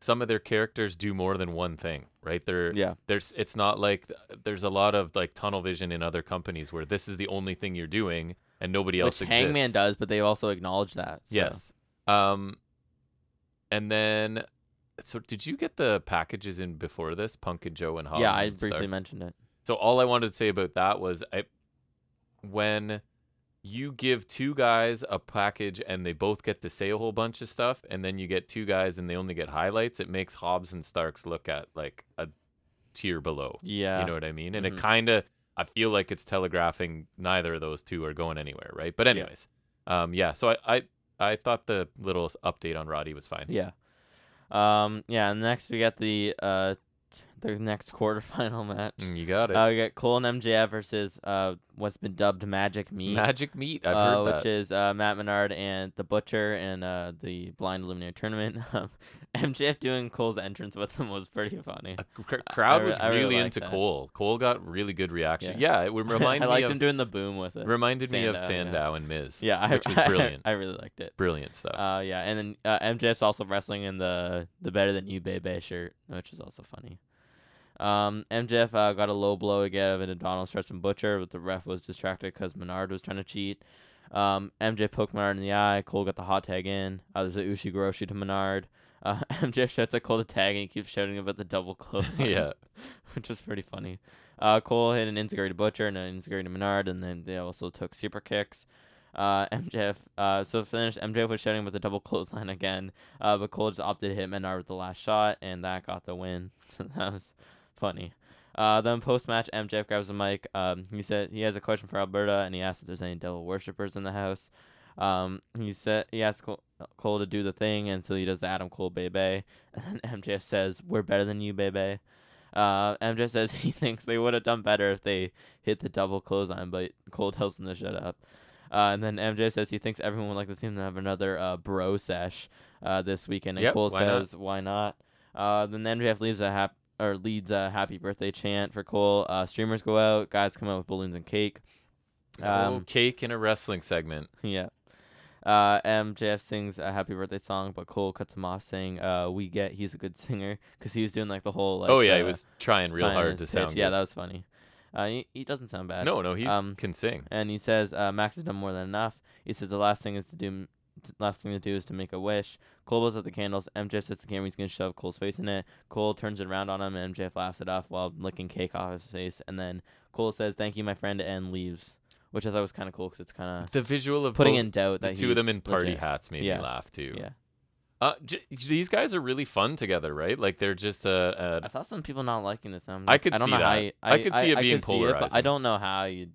S1: some of their characters do more than one thing right they're
S2: Yeah,
S1: there's it's not like th- there's a lot of like tunnel vision in other companies where this is the only thing you're doing and nobody
S2: which
S1: else exists.
S2: Hangman does, but they also acknowledge that. so-
S1: Yes. Um and then so did you get the packages in before this Punk and Joe and Hobbs?
S2: Yeah, I
S1: and
S2: briefly
S1: Starks?
S2: mentioned it.
S1: So all I wanted to say about that was I when you give two guys a package and they both get to say a whole bunch of stuff and then you get two guys and they only get highlights, it makes Hobbs and Starks look at like a tier below.
S2: Yeah.
S1: You know what I mean? And
S2: Mhm.
S1: it kind of I feel like it's telegraphing neither of those two are going anywhere, right? But
S2: Yeah.
S1: anyways. Um yeah, so I I I thought the little update on Roddy was fine.
S2: Yeah. Um. Yeah. and Next, we got the uh, t- the next quarterfinal match.
S1: Mm, you got it.
S2: Uh, we got Cole and MJF versus uh, what's been dubbed Magic Me.
S1: Magic meat. I've
S2: uh,
S1: heard that.
S2: which is uh, Matt Menard and the Butcher and uh, the Blind Illuminator tournament. Um, MJF doing Cole's entrance with him was pretty funny.
S1: A cr- cr-
S2: I- I
S1: crowd
S2: re-
S1: was
S2: I
S1: really,
S2: really like
S1: into
S2: that.
S1: Cole. Cole got really good reaction. Yeah, it would remind
S2: I
S1: me
S2: liked
S1: of
S2: him doing the boom with it.
S1: reminded me of
S2: Sandow, yeah.
S1: Sandow and Miz.
S2: yeah, I,
S1: which was
S2: I-
S1: brilliant,
S2: I, really liked it.
S1: brilliant stuff.
S2: Uh, yeah, and then uh, MJF's also wrestling in the the Better Than You Bebe shirt, which is also funny. Um, MJF uh, got a low blow again of an abdominal stretch from Butcher, but the ref was distracted because Menard was trying to cheat. Um, MJ poked Menard in the eye. Cole got the hot tag in. Uh, there's a Ushigoroshi to Menard. Uh, MJF shouts at Cole to tag, and he keeps shouting about the double close.
S1: yeah,
S2: which was pretty funny. Uh, Cole hit an integrated butcher and an integrated Menard, and then they also took super kicks. Uh, MJF, uh, so to finish, MJF was shouting with the double clothesline again, uh, but Cole just opted to hit Menard with the last shot, and that got the win. So that was funny. Uh, then post match, MJF grabs the mic. Um, he said he has a question for Alberta, and he asks if there's any devil worshippers in the house. Um, he said he asked Cole, Cole to do the thing, and so he does the Adam Cole Bebe, and MJF says, "We're better than you, Bebe." Uh, MJF says he thinks they would have done better if they hit the double clothesline, but Cole tells him to shut up. Uh, and then MJF says he thinks everyone would like to see him have another uh, bro sesh uh, this weekend, and
S1: Yep,
S2: Cole
S1: why not?
S2: says, "Why not?" Uh, then MJF leaves a hap- or leads a happy birthday chant for Cole. Uh, streamers go out, guys come out with balloons and cake.
S1: oh,
S2: Um,
S1: cake in a wrestling segment.
S2: Yeah. Uh, MJF sings a happy birthday song, but Cole cuts him off saying, "Uh, we get he's a good singer because he was doing like the whole like
S1: oh yeah, he
S2: uh,
S1: was trying real
S2: finding
S1: hard
S2: his
S1: to
S2: pitch.
S1: sound.
S2: Yeah,
S1: good.
S2: that was funny. Uh, he, he doesn't sound bad.
S1: no, no, he
S2: um,
S1: can sing.
S2: And he says, uh, "Max has done more than enough." He says the last thing is to do. m- t- Last thing to do is to make a wish. Cole blows out the candles. MJF says the camera's gonna shove Cole's face in it. Cole turns it around on him, and MJF laughs it off while licking cake off his face. And then Cole says, "Thank you, my friend," and leaves, which I thought was kind of cool because it's kind of
S1: The visual of
S2: uh, putting
S1: both-
S2: in doubt
S1: the
S2: that
S1: two of them
S2: he's
S1: in party
S2: legit.
S1: hats made
S2: Yeah.
S1: me laugh too.
S2: Yeah,
S1: Uh, j- these guys are really fun together, right? Like they're just a,
S2: I saw some people not liking this. and I'm
S1: I
S2: like,
S1: could
S2: I don't
S1: see
S2: know How
S1: that.
S2: you,
S1: I could see it being
S2: could see but I
S1: polarizing.
S2: don't know how you.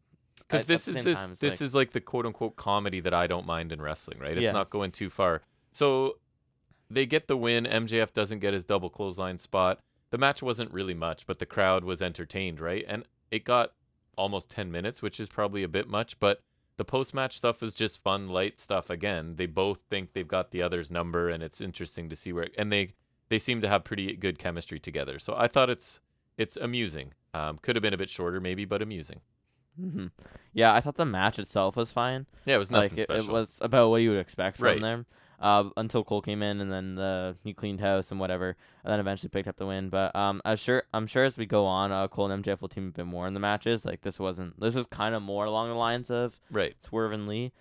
S1: because
S2: at the
S1: this is
S2: same
S1: this
S2: time, it's
S1: this
S2: like-
S1: is like the quote unquote comedy that I don't mind in wrestling, right? It's
S2: Yeah.
S1: not going too far. So they get the win. MJF doesn't get his double clothesline spot. The match wasn't really much, but the crowd was entertained, right? And it got almost ten minutes, which is probably a bit much, but the post match stuff is just fun, light stuff. Again, they both think they've got the other's number, and it's interesting to see where and they they seem to have pretty good chemistry together. So I thought it's it's amusing. Um, could have been a bit shorter, maybe, but amusing.
S2: hmm Yeah, I thought the match itself was fine.
S1: Yeah, it was nothing
S2: Like it,
S1: special.
S2: it was about what you would expect from
S1: Right.
S2: them. Uh, until Cole came in and then the he cleaned house and whatever, and then eventually picked up the win. But um, I'm sure I'm sure as we go on, uh, Cole and MJF will team a bit more in the matches. Like this wasn't this was kind of more along the lines of
S1: Right.
S2: Swerve and Lee.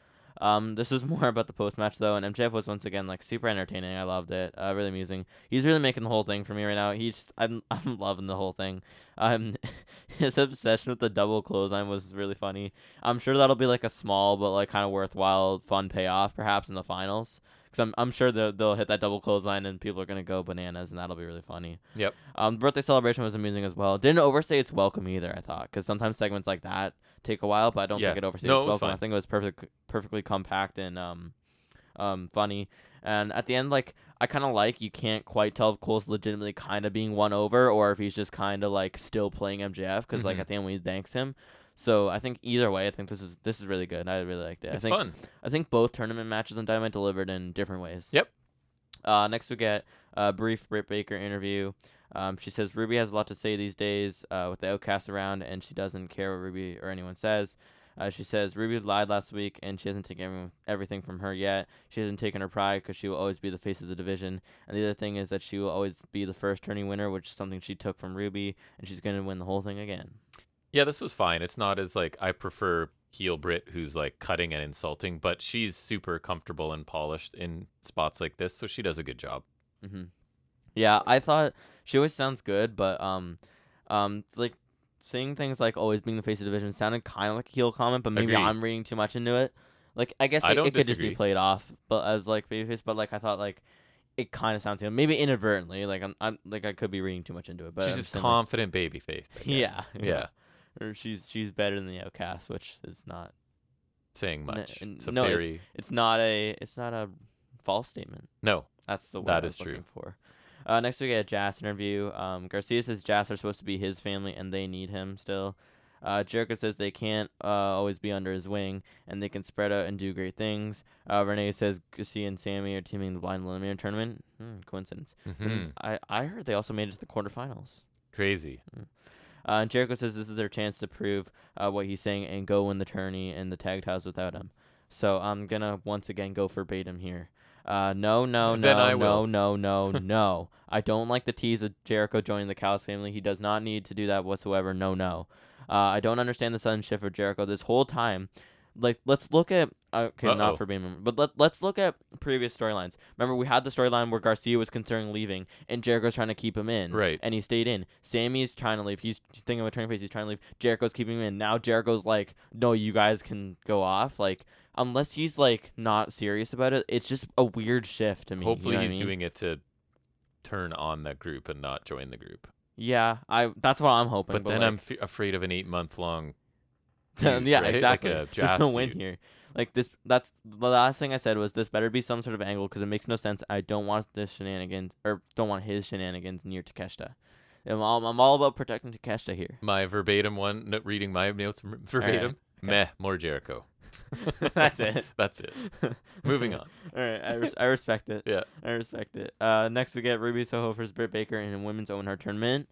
S2: Um, this was more about the post match though, and MJF was once again like super entertaining. I loved it. Uh, really amusing. He's really making the whole thing for me right now. He's just, I'm I'm loving the whole thing. Um, his obsession with the double clothesline was really funny. I'm sure that'll be like a small but like kind of worthwhile fun payoff perhaps in the finals. Cause I'm I'm sure they'll they'll hit that double clothesline and people are gonna go bananas and that'll be really funny.
S1: Yep.
S2: Um, the birthday celebration was amusing as well. Didn't overstay its welcome either. I thought because sometimes segments like that take a while, but I don't
S1: Yeah.
S2: think it overstayed
S1: No,
S2: its
S1: it was
S2: welcome. I
S1: fine.
S2: think it was perfect, perfectly compact and um, um, funny. And at the end, like I kind of like you can't quite tell if Cole's legitimately kind of being won over or if he's just kind of like still playing MJF because like
S1: Mhm.
S2: at the end when he thanks him. So I think either way, I think this is this is really good. I really liked it. I
S1: It's
S2: think
S1: fun.
S2: I think both tournament matches and Dynamite delivered in different ways.
S1: Yep.
S2: Uh, next we get a brief Britt Baker interview. Um, she says Ruby has a lot to say these days uh, with the outcast around, and she doesn't care what Ruby or anyone says. Uh, she says Ruby lied last week, and she hasn't taken everyone, everything from her yet. She hasn't taken her pride because she will always be the face of the division. And the other thing is that she will always be the first tourney winner, which is something she took from Ruby, and she's gonna win the whole thing again.
S1: Yeah, this was fine. It's not as like I prefer heel Brit who's like cutting and insulting, but she's super comfortable and polished in spots like this, so she does a good job.
S2: Mm-hmm. Yeah, I thought she always sounds good, but um, um, like saying things like always being the face of division sounded kind of like a heel comment, but maybe
S1: Agreed.
S2: I'm reading too much into it. Like I guess
S1: I
S2: it,
S1: don't
S2: it could just be
S1: disagree.
S2: played off, but as like babyface, but like I thought like it kind of sounds good, maybe inadvertently. Like I'm, I'm like I could be reading too much into it, but
S1: she's
S2: I'm
S1: just
S2: saying, like,
S1: confident baby face.
S2: Yeah,
S1: Yeah.
S2: yeah. or she's she's better than the outcast, which is not
S1: Saying much.
S2: n-
S1: it's a
S2: no, it's-
S1: very
S2: it's not a it's not a false statement.
S1: No.
S2: That's the word
S1: That
S2: I
S1: is
S2: was
S1: true.
S2: looking for. Uh, next we get a Jazz interview. Um, Garcia says Jazz are supposed to be his family and they need him still. Uh, Jericho says they can't uh, always be under his wing and they can spread out and do great things. Uh, Renee says Garcia and Sammy are teaming in the Blind Eliminator tournament. Hmm, coincidence. And
S1: Mhm.
S2: I, I heard they also made it to the quarterfinals.
S1: Crazy.
S2: Uh, and Jericho says this is their chance to prove uh, what he's saying and go win the tourney and the tag titles without him. So I'm gonna once again go forbade him here. Uh, no, no, no,
S1: Then I
S2: no,
S1: will.
S2: no, no, no. I don't like the tease of Jericho joining the Callis family. He does not need to do that whatsoever. No, no. Uh, I don't understand the sudden shift for Jericho this whole time. Like, let's look at okay,
S1: Uh-oh.
S2: not for being, but let let's look at previous storylines. Remember, we had the storyline where Garcia was considering leaving, and Jericho's trying to keep him in
S1: Right.
S2: and he stayed in. Sammy's trying to leave. He's thinking of a turn face. He's trying to leave. Jericho's keeping him in. Now Jericho's like, no, you guys can go off. Like, unless he's like not serious about it, it's just a weird shift to me. you know
S1: Hopefully
S2: what I
S1: he's
S2: mean?
S1: doing it to turn on that group and not join the group.
S2: Yeah, I. That's what I'm hoping.
S1: But, then
S2: like,
S1: I'm f- afraid of an eight month long.
S2: yeah,
S1: feud, right? Like
S2: exactly.
S1: a
S2: There's no
S1: Jazz
S2: win
S1: feud.
S2: here. Like this, that's the last thing I said was this better be some sort of angle because it makes no sense. I don't want this shenanigans or don't want his shenanigans near Takeshita. I'm all, I'm all about protecting Takeshita here.
S1: My verbatim one, no, reading my notes ver- verbatim.
S2: okay.
S1: Meh, more Jericho.
S2: That's it.
S1: That's it. Moving on.
S2: All right, I, res- I respect it.
S1: Yeah.
S2: I respect it. Uh, next we get Ruby Soho versus Britt Baker in a women's own heart tournament.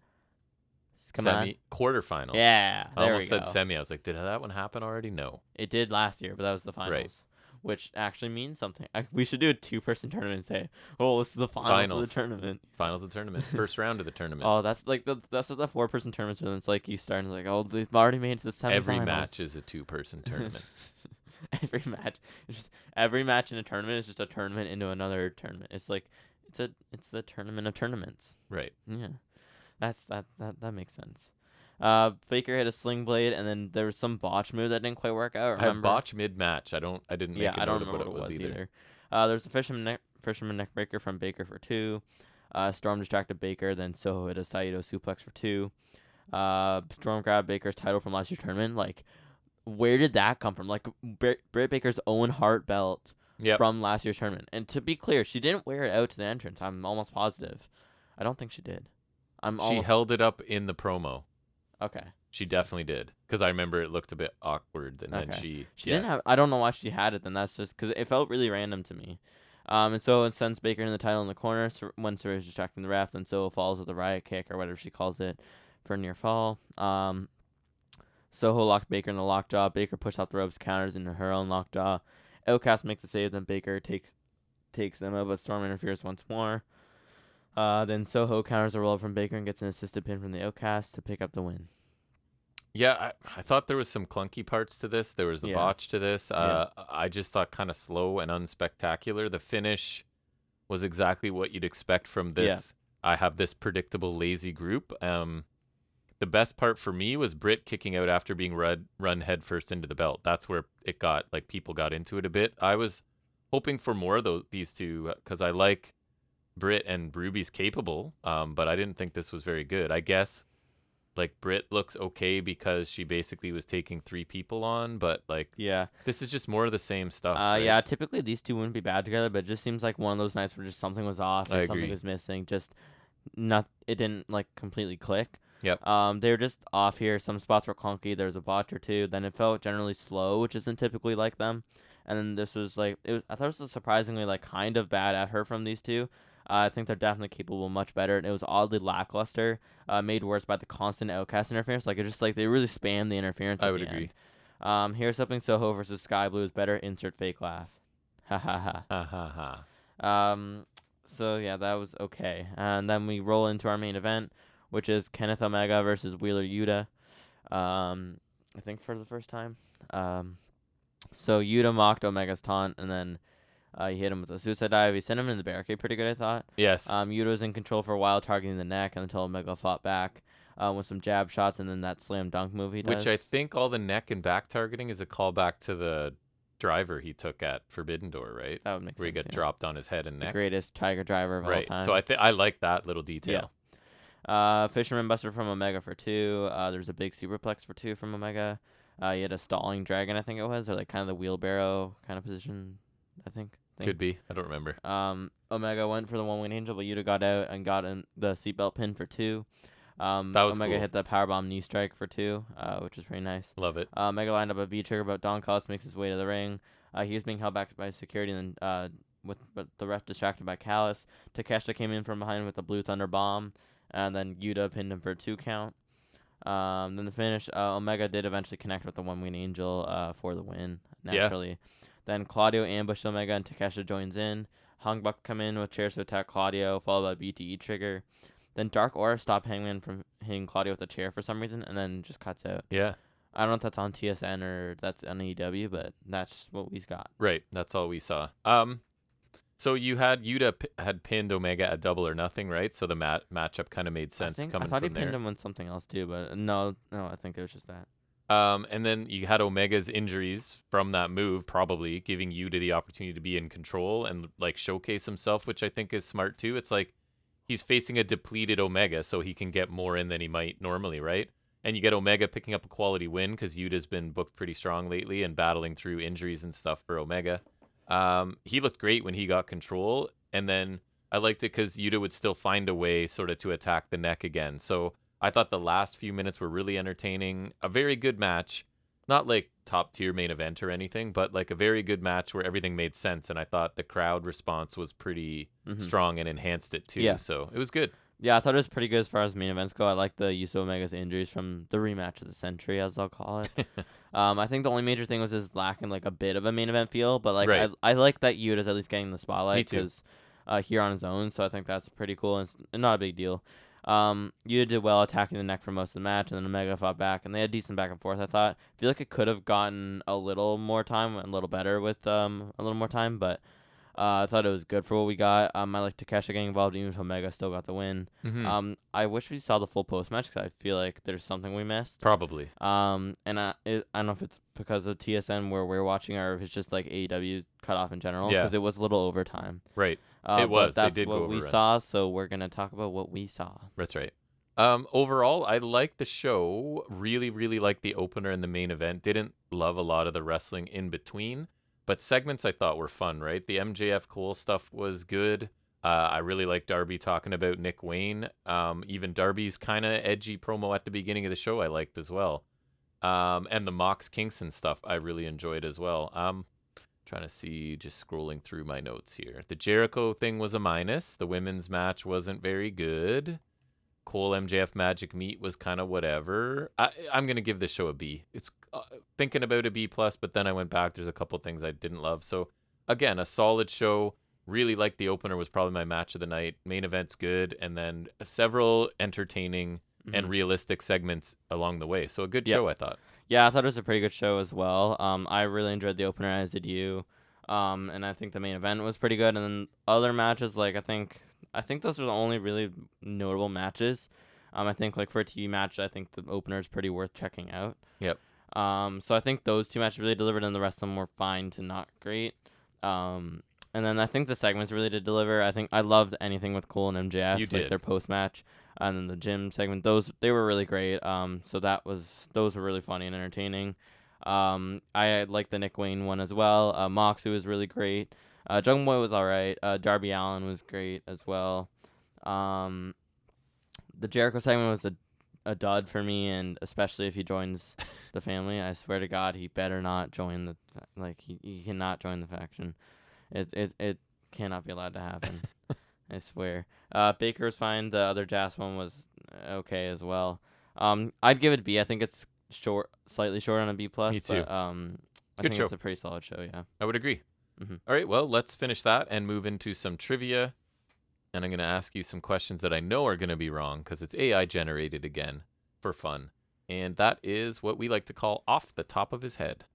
S2: Come
S1: semi quarterfinal.
S2: on, yeah,
S1: I
S2: there we
S1: almost
S2: go.
S1: said semi. I was like, did that one happen already? No.
S2: It did last year, but that was the finals, which actually means something. I, we should do a two-person tournament and say, "Oh, this is the finals, of
S1: Finals.
S2: the tournament."
S1: Finals of the tournament. First round of the tournament.
S2: Oh, that's like the, that's what the four-person tournaments are. It's like you start and like, "Oh, they've already made it to the semifinals."
S1: Every match is a two person tournament.
S2: every match, it's just every match in a tournament is just a tournament into another tournament. It's like it's a it's the tournament of tournaments.
S1: right.
S2: Yeah, that's that that that makes sense. Uh, Baker hit a sling blade, and then there was some botch move that didn't quite work out.
S1: I
S2: Remember?
S1: botched mid match. I don't I didn't make
S2: yeah,
S1: a
S2: I don't
S1: note of
S2: remember
S1: what it was either.
S2: Uh, there was a fisherman neck, fisherman neck breaker from Baker for two. Uh, Storm distracted Baker, then Soho hit a Saito suplex for two. Uh, Storm grabbed Baker's title from last year's tournament. Like, where did that come from? Like, Br- Britt Baker's own heart belt
S1: Yep.
S2: from last year's tournament. And to be clear, she didn't wear it out to the entrance. I'm almost positive. I don't think she did. I'm
S1: she
S2: almost
S1: held it up in the promo.
S2: okay.
S1: She
S2: So-
S1: definitely did. Because I remember it looked a bit awkward and then
S2: Okay.
S1: she
S2: She
S1: yeah.
S2: didn't have. I don't know why she had it. Then that's just because it felt really random to me. Um, and so it sends Baker in the title in the corner Sor- when Sarah's distracting the ref. Then Soho falls with a riot kick or whatever she calls it for a near fall. Um, Soho locked Baker in the lockjaw. Baker pushed off the ropes, counters into her own lockjaw. Outcast makes the save. Then Baker takes takes them out, but Storm interferes once more. Uh, then Soho counters a roll from Baker and gets an assisted pin from the Outcast to pick up the win.
S1: Yeah, I, I thought there was some clunky parts to this. There was the
S2: Yeah.
S1: botch to this. Uh, I just thought kind of slow and unspectacular. The finish was exactly what you'd expect from
S2: Yeah.
S1: this. I have this predictable lazy group. Um, the best part for me was Britt kicking out after being run run headfirst into the belt. That's where it got like people got into it a bit. I was hoping for more of those these two because I like Britt and Ruby's capable, um, but I didn't think this was very good. I guess like Britt looks okay because she basically was taking three people on, but like
S2: Yeah.
S1: this is just more of the same stuff.
S2: Uh,
S1: right?
S2: yeah, typically these two wouldn't be bad together, but it just seems like one of those nights where just something was off
S1: I
S2: and something
S1: agree.
S2: was missing. Just not, it didn't like completely click.
S1: Yep.
S2: Um, they were just off here. Some spots were clunky. There was a botch or two. Then it felt generally slow, which isn't typically like them. And then this was like, it was, I thought it was surprisingly like kind of bad at her from these two. Uh, I think they're definitely capable much better, and it was oddly lackluster, uh, made worse by the constant outcast interference. Like it just like they really spammed the interference.
S1: I
S2: at
S1: would
S2: the end.
S1: agree.
S2: Um, here's something Soho versus Sky Blue is better. Insert fake laugh. Ha ha
S1: Ha ha ha.
S2: ha. Um, so yeah, that was okay. And then we roll into our main event, which is Kenneth Omega versus Wheeler Yuta. Um, I think for the first time. Um, so Yuta mocked Omega's taunt, and then uh, he hit him with a suicide dive. He sent him in the barricade pretty good, I thought.
S1: Yes.
S2: Um, Yuta was in control for a while, targeting the neck until Omega fought back uh, with some jab shots, and then that slam dunk move he does.
S1: Which I think all the neck and back targeting is a callback to the driver he took at Forbidden Door, right?
S2: that would make
S1: Where he
S2: sense.
S1: got
S2: yeah.
S1: dropped on his head and
S2: the
S1: neck.
S2: greatest Tiger driver of
S1: right.
S2: all time.
S1: So I think I like that little detail.
S2: uh, Fisherman Buster from Omega for two. Uh, there's a big superplex for two from Omega. Uh, you had a stalling dragon, I think it was, or like kind of the wheelbarrow kind of position, I think. thing.
S1: Could be. I don't remember.
S2: Um, Omega went for the one winged angel, but Yuta got out and got in the seatbelt pin for two. Um,
S1: That was
S2: Omega
S1: cool.
S2: hit the powerbomb knee strike for two, uh, which was pretty nice.
S1: Love it.
S2: Uh, Mega lined up a V trigger, but Don Callis makes his way to the ring. Uh, he was being held back by security, and then, uh, with but the ref distracted by Callis. Takeshita came in from behind with a blue thunder bomb, and then Yuta pinned him for a two count. Um, then the finish, uh, Omega did eventually connect with the one winged angel uh, for the win,
S1: Yeah.
S2: naturally. Then Claudio ambushed Omega, and Takeshita joins in. Hongbuck come in with chairs to attack Claudio, followed by BTE trigger. Then Dark Aura stopped Hangman from hitting Claudio with a chair for some reason, and then just cuts out.
S1: Yeah.
S2: I don't know if that's on TSN or that's on EW, but that's what we've got.
S1: Right. That's all we saw. Um, so you had Yuta p- had pinned Omega at double or nothing, right? So the mat matchup kind of made sense
S2: I think
S1: coming
S2: I thought he
S1: from
S2: pinned
S1: there.
S2: him on something else too, but no, no, I think it was just that.
S1: Um, and then you had Omega's injuries from that move, probably giving you to the opportunity to be in control and like showcase himself, which I think is smart too. It's like he's facing a depleted Omega, so he can get more in than he might normally, right? and you get Omega picking up a quality win because Yuta's been booked pretty strong lately and battling through injuries and stuff for Omega. Um, he looked great when he got control, and then I liked it because Yuta would still find a way sort of to attack the neck again. So I thought the last few minutes were really entertaining. A very good match, not like top tier main event or anything, but like a very good match where everything made sense, and I thought the crowd response was pretty
S2: Mhm.
S1: strong and enhanced it too.
S2: Yeah.
S1: So it was good.
S2: Yeah, I thought it was pretty good as far as main events go. I like the use of Omega's injuries from the rematch of the century, as I'll call it. um, I think the only major thing was his lacking like a bit of a main event feel, but like
S1: Right.
S2: I, I like that Yuta's at least getting the spotlight
S1: too.
S2: because uh, here on his own, so I think that's pretty cool and it's not a big deal. Um, Yuta did well attacking the neck for most of the match, and then Omega fought back, and they had decent back and forth. I thought I feel like it could have gotten a little more time, a little better with um a little more time, but. Uh, I thought it was good for what we got. Um, I like Takesha getting involved, even if Omega still got the win.
S1: Mhm.
S2: Um, I wish we saw the full post match because I feel like there's something we missed.
S1: Probably.
S2: Um, and I, it, I don't know if it's because of TSN where we're watching or if it's just like AEW cut off in general
S1: Yeah.
S2: because it was a little overtime.
S1: Right.
S2: Uh,
S1: It
S2: but
S1: was. They
S2: That's
S1: did go
S2: what we
S1: overrun.
S2: saw. So we're gonna talk about what we saw.
S1: That's right. Um, overall, I liked the show. Really, really liked the opener and the main event. Didn't love a lot of the wrestling in between, but segments I thought were fun. Right, the MJF Cole stuff was good. Uh, I really liked Darby talking about Nick Wayne. Um, even Darby's kind of edgy promo at the beginning of the show I liked as well. Um, and the Mox Kingston stuff I really enjoyed as well. Um, trying to see, just scrolling through my notes here. The Jericho thing was a minus. The women's match wasn't very good. Cole MJF Magic Meat was kind of whatever. I, I'm gonna give this show a B. It's uh, thinking about a B plus, but then I went back. There's a couple things I didn't love. So again, a solid show. Really liked the opener was probably my match of the night. Main event's good, and then several entertaining
S2: Mhm.
S1: and realistic segments along the way. So a good
S2: Yep.
S1: show, I thought.
S2: Yeah, I thought it was a pretty good show as well. Um, I really enjoyed the opener, as did you. Um, and I think the main event was pretty good. And then other matches, like I think, I think those are the only really notable matches. Um, I think like for a TV match, I think the opener is pretty worth checking out.
S1: Yep.
S2: Um, so I think those two matches really delivered, and the rest of them were fine to not great. Um, and then I think the segments really did deliver. I think I loved anything with Cole and MJF,
S1: You
S2: like
S1: did.
S2: their post match and then the gym segment those they were really great um so that was those were really funny and entertaining um i like the nick wayne one as well uh moxie was really great uh jungle boy was all right uh darby allen was great as well um the jericho segment was a a dud for me and especially if he joins the family i swear to god he better not join the fa- like he, he cannot join the faction it it it cannot be allowed to happen i swear uh, Baker was fine. The other Jazz one was okay as well. Um, I'd give it a B. I think it's short, slightly short on a B plus.
S1: Me too.
S2: But, um, I
S1: Good
S2: think
S1: show.
S2: it's a pretty solid show. Yeah.
S1: I would agree.
S2: Mhm.
S1: All right, well, let's finish that and move into some trivia. And I'm going to ask you some questions that I know are going to be wrong because it's AI generated again for fun. And that is what we like to call off the top of his head.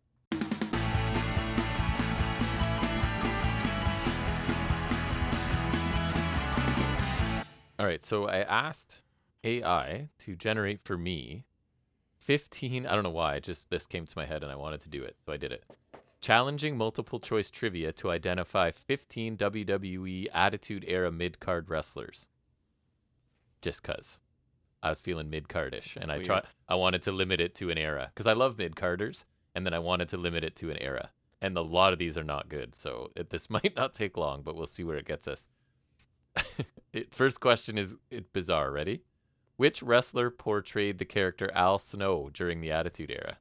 S1: All right, so I asked AI to generate for me 15, I don't know why, just this came to my head and I wanted to do it, so I did it challenging multiple choice trivia to identify 15 WWE E Attitude Era mid card wrestlers. Just cuz I was feeling mid cardish and
S2: That's
S1: I
S2: weird.
S1: try I wanted to limit it to an era cuz I love mid carders and then I wanted to limit it to an era. And a lot of these are not good, so it, this might not take long, but we'll see where it gets us. it, first question is it bizarre, ready? Which wrestler portrayed the character Al Snow during the Attitude Era?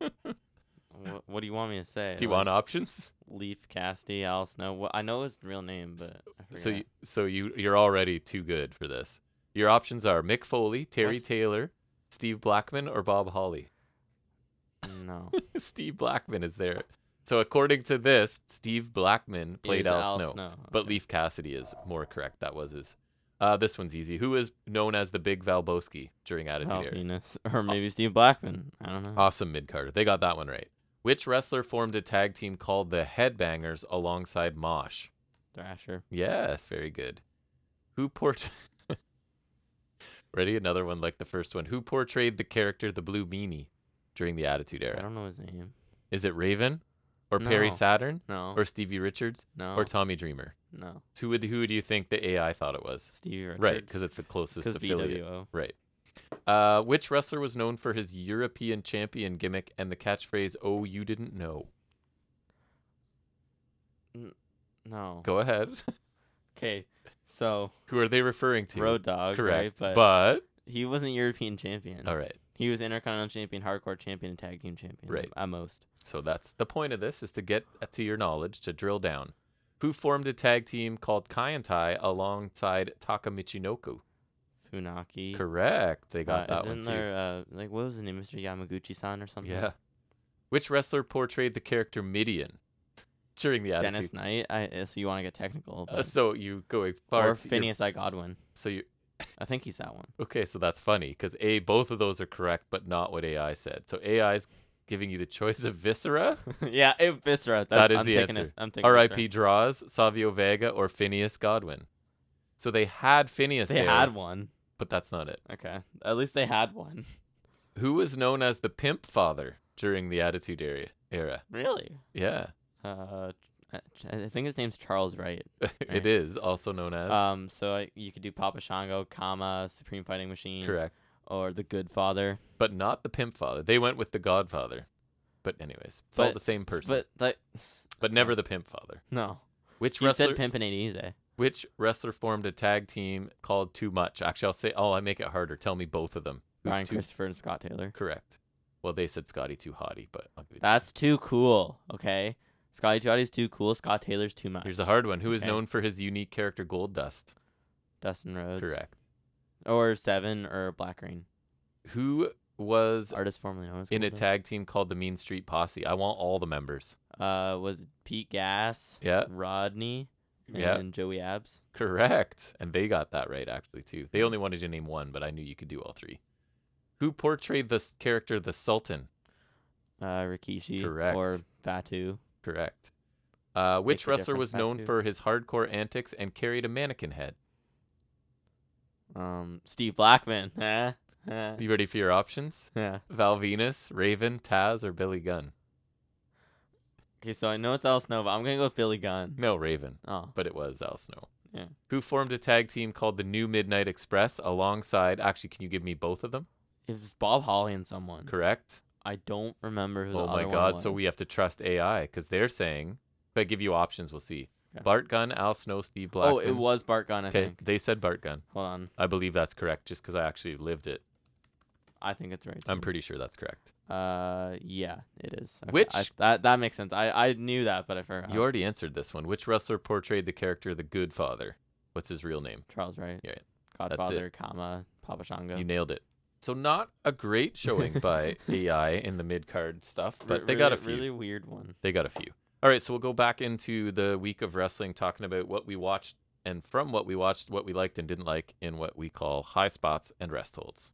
S2: What, what do you want me to say?
S1: Do you
S2: Like,
S1: want options?
S2: Leaf Cassidy, Al Snow. What, I know his real name, but I forget.
S1: So, you, so you you're already too good for this. Your options are Mick Foley, Terry
S2: What?
S1: Taylor, Steve Blackman, or Bob Holly.
S2: no.
S1: Steve Blackman is there. So according to this, Steve Blackman played
S2: Is
S1: Al, Snow, but
S2: okay.
S1: Leaf Cassidy is more correct. That was his. Uh, this one's easy. Who is known as the Big Valboski during Attitude
S2: Val
S1: Era?
S2: Venus, or maybe Steve Blackman. I don't know.
S1: Awesome mid Carter. They got that one right. Which wrestler formed a tag team called the Headbangers alongside Mosh?
S2: Thrasher.
S1: Yes, very good. Who port Ready? Another one like the first one. Who portrayed the character the Blue Meanie during the Attitude
S2: I
S1: Era?
S2: don't know his name.
S1: Is it Raven or Perry
S2: No.
S1: Saturn
S2: No.
S1: or Stevie Richards
S2: no.
S1: or Tommy Dreamer?
S2: no.
S1: Who would who do you think the AI thought it was?
S2: Stevie Richards.
S1: Right, because it's the closest
S2: because
S1: affiliate.
S2: BWO.
S1: Right. Uh, which wrestler was known for his European champion gimmick and the catchphrase "Oh, you didn't know"?
S2: No.
S1: Go ahead.
S2: Okay. So
S1: Who are they referring to?
S2: Road Dog,
S1: Correct.
S2: right? But,
S1: but
S2: he wasn't European champion.
S1: all right.
S2: He was Intercontinental champion, Hardcore champion, and Tag team champion.
S1: Right.
S2: At most.
S1: So that's the point of this is to get to your knowledge to drill down. Who formed a tag team called Kai and Tai alongside Taka Michinoku?
S2: Funaki.
S1: Correct. They got
S2: uh,
S1: that one
S2: isn't
S1: too.
S2: there um, uh like what was the name, Mr. Yamaguchi-san or something?
S1: Yeah. Which wrestler portrayed the character Midian during the Attitude?
S2: Dennis Knight. I uh, so you want to get technical,
S1: Uh,
S2: but
S1: so you go far.
S2: or
S1: to your-
S2: Phineas I Godwin.
S1: so you
S2: I think he's that one.
S1: okay? So that's funny because a both of those are correct, but not what AI said. So AI's giving you the choice of Viscera,
S2: yeah, it, Viscera.
S1: That
S2: That's,
S1: is
S2: I'm
S1: the
S2: taking
S1: answer.
S2: A, I'm taking a
S1: R.I.P. Draws, Savio Vega, or Phineas Godwin. So they had Phineas.
S2: Viscera. They
S1: there,
S2: had one.
S1: but that's not it.
S2: Okay. At least they had one.
S1: Who was known as the Pimp Father during the Attitude Era? Era.
S2: Really?
S1: Yeah,
S2: Uh, I I think his name's Charles Wright.
S1: it
S2: Right.
S1: is also known as
S2: Um, so I, you could do Papa Shango, comma Supreme Fighting Machine,
S1: correct,
S2: or the Good Father.
S1: but not the Pimp Father. They went with the Godfather. But anyways, it's all
S2: But-
S1: the same person, but,
S2: But like,
S1: never the Pimp Father.
S2: no,
S1: Which
S2: you
S1: wrestler?
S2: said Pimpin' Ain't Easy.
S1: Which wrestler formed a tag team called Too Much? Actually, I'll say. Oh, I make it harder. Tell me both of them. Who's
S2: Brian
S1: too-
S2: Christopher and Scott Taylor.
S1: Correct. Well, they said Scotty Too Hottie, but I'll give it. to you.
S2: That's too cool. Okay, Scotty Jotty's too cool. Scott Taylor's too much.
S1: Here's a hard one. Who is
S2: Okay.
S1: known for his unique character, Gold Dust?
S2: Dustin Rhodes.
S1: Correct.
S2: Or Seven or Black Green.
S1: Who was
S2: Artist formerly known as
S1: in a
S2: Gold Dust.
S1: tag team called the Mean Street Posse? I want all the members.
S2: Uh, was Pete Gas,
S1: Yeah,
S2: Rodney, and
S1: Yeah.
S2: Joey Abs.
S1: correct. And they got that right actually too. They only wanted you to name one, but I knew you could do all three. Who portrayed the s- character, the Sultan?
S2: Uh, Rikishi.
S1: Correct.
S2: Or Fatu.
S1: Correct. Uh, which
S2: the
S1: wrestler
S2: difference,
S1: was
S2: that
S1: known
S2: too.
S1: for his hardcore antics and carried a mannequin head?
S2: Um, Steve Blackman. Huh? Huh?
S1: You ready for your options?
S2: Yeah.
S1: Val Venus, Raven, Taz, or Billy Gunn?
S2: Okay, so I know it's Al Snow, but I'm gonna go with Billy Gunn.
S1: No, Raven,
S2: Oh,
S1: but it was Al Snow.
S2: Yeah.
S1: Who formed a tag team called the New Midnight Express alongside? Actually, can you give me both of them?
S2: it was Bob Holly and someone.
S1: Correct.
S2: I don't remember Mm-hmm. who.
S1: Oh
S2: the
S1: my
S2: other
S1: God!
S2: One
S1: So we
S2: was.
S1: have to trust AI because they're saying. If I give you options, we'll see.
S2: Okay.
S1: Bart Gunn, Al Snow, Steve Blackman.
S2: Oh, it was Bart Gunn. I
S1: Okay,
S2: think.
S1: they said Bart Gunn.
S2: Hold on,
S1: I believe that's correct, just because I actually lived it.
S2: I think it's right.
S1: I'm
S2: too.
S1: pretty sure that's correct.
S2: Uh, yeah, it is. Okay,
S1: Which-
S2: I, that that makes sense. I I knew that, but I forgot.
S1: You already answered this one. Which wrestler portrayed the character the Good Father? What's his real name?
S2: Charles Wright.
S1: Yeah, yeah. it.
S2: Godfather, comma Papa Shango.
S1: You nailed it. So not a great showing by AI in the mid card stuff,
S2: R-
S1: but they
S2: really,
S1: got a few.
S2: really weird one.
S1: They got a few. All right, so we'll go back into the week of wrestling, talking about what we watched and from what we watched, what we liked and didn't like, in what we call high spots and rest holds.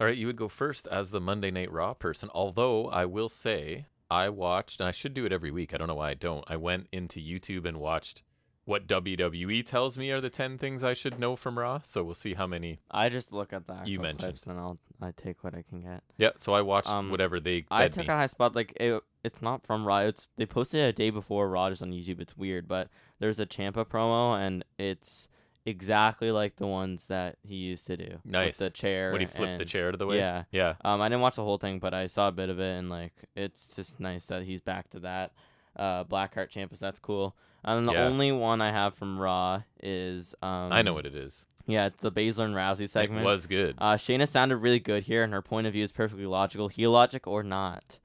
S1: All right, you would go first as the Monday Night Raw person, although I will say I watched, and I should do it every week. I don't know why I don't. I went into YouTube and watched what WWE tells me are the 10 things I should know from Raw. So we'll see how many.
S2: I just look at the actual
S1: You mentioned.
S2: clips and I'll I take what I can get.
S1: Yeah, so I watched
S2: Um,
S1: whatever they fed
S2: I took
S1: me.
S2: a high spot. Like it, it's not from Raw. It's they posted it a day before Raw just on YouTube. It's weird, but there's a Champa promo and it's exactly like the ones that he used to do.
S1: Nice.
S2: With the chair.
S1: when he flipped the
S2: and-
S1: chair out of the way.
S2: Yeah.
S1: Yeah.
S2: Um, I didn't watch the whole thing, but I saw a bit of it, and like it's just nice that he's back to that. Uh, Blackheart Champus, that's cool. Um, And the
S1: Yeah.
S2: only one I have from Raw is um,
S1: I know what it is.
S2: Yeah, it's the Baszler and Rousey segment.
S1: It was good.
S2: Uh, Shayna sounded really good here, and her point of view is perfectly logical, heel logic or not.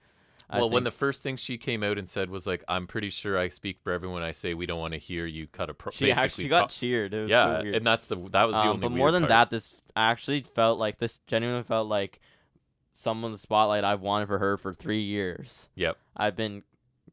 S2: I
S1: well, when the
S2: think
S1: first thing she came out and said was like, "I'm pretty sure I speak for everyone. I say we don't want to hear you cut a pro."
S2: she actually
S1: basically
S2: got
S1: talk-
S2: cheered, it was so
S1: yeah,
S2: weird.
S1: and that's the that was the
S2: Um,
S1: only.
S2: but more
S1: weird
S2: than
S1: part.
S2: that, this actually felt like this genuinely felt like some of the spotlight I've wanted for her for three years.
S1: Yep.
S2: I've been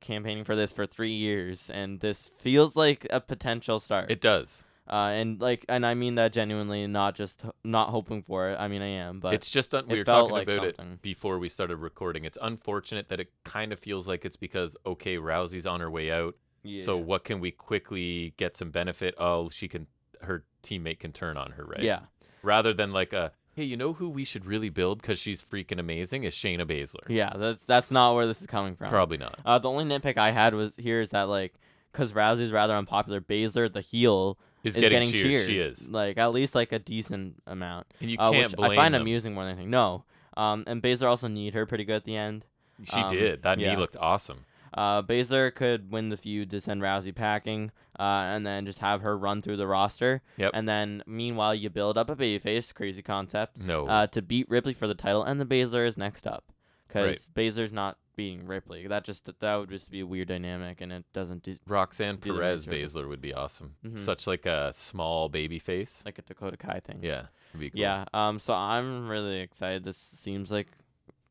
S2: campaigning for this for three years, and this feels like a potential start.
S1: it does.
S2: uh, and like, and I mean that genuinely, not just h- not hoping for it. I mean, I am, but
S1: it's just un- we
S2: it
S1: were
S2: felt
S1: talking
S2: like
S1: about
S2: something.
S1: it before we started recording. It's unfortunate that it kind of feels like it's because okay, Rousey's on her way out. So
S2: Yeah.
S1: what can we quickly get some benefit? Oh, she can her teammate can turn on her, right?
S2: yeah,
S1: Rather than like a hey, you know who we should really build because she's freaking amazing is Shayna Baszler.
S2: yeah, that's that's not where this is coming from.
S1: Probably not.
S2: Uh, the only nitpick I had was here is that like because Rousey's rather unpopular, Baszler, the heel,
S1: Is
S2: is
S1: getting,
S2: getting
S1: cheered. She
S2: cheered.
S1: is,
S2: like at least like a decent amount,
S1: and you
S2: uh,
S1: can't
S2: which
S1: blame
S2: I find
S1: them.
S2: amusing more than anything. No, um, and Baszler also need her pretty good at the end.
S1: She
S2: um,
S1: did. That
S2: yeah.
S1: knee looked awesome.
S2: Uh, Baszler could win the feud to send Rousey packing, uh, and then just have her run through the roster.
S1: Yep.
S2: And then meanwhile, you build up a babyface, crazy concept,
S1: No,
S2: uh, to beat Ripley for the title, and the Baszler is next up, because
S1: Right.
S2: Baszler's not beating Ripley. That just that would just be a weird dynamic, and it doesn't do
S1: Roxanne
S2: do the
S1: Perez
S2: main service.
S1: Baszler would be awesome.
S2: Mhm.
S1: Such like a small baby face.
S2: like a Dakota Kai thing.
S1: yeah, would be cool.
S2: Yeah. Um. So I'm really excited. This seems like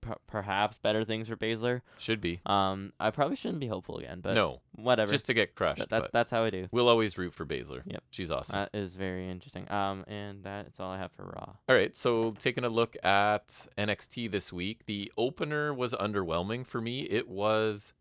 S2: per- perhaps better things for Baszler.
S1: should be.
S2: Um. I probably shouldn't be hopeful again, but
S1: no,
S2: whatever.
S1: just to get crushed.
S2: Th-
S1: but
S2: that, that's how I do.
S1: we'll always root for Baszler.
S2: Yep.
S1: she's awesome.
S2: That is very interesting. Um. And that's all I have for Raw.
S1: All right, so taking a look at NXT this week, the opener was underwhelming for me. It was,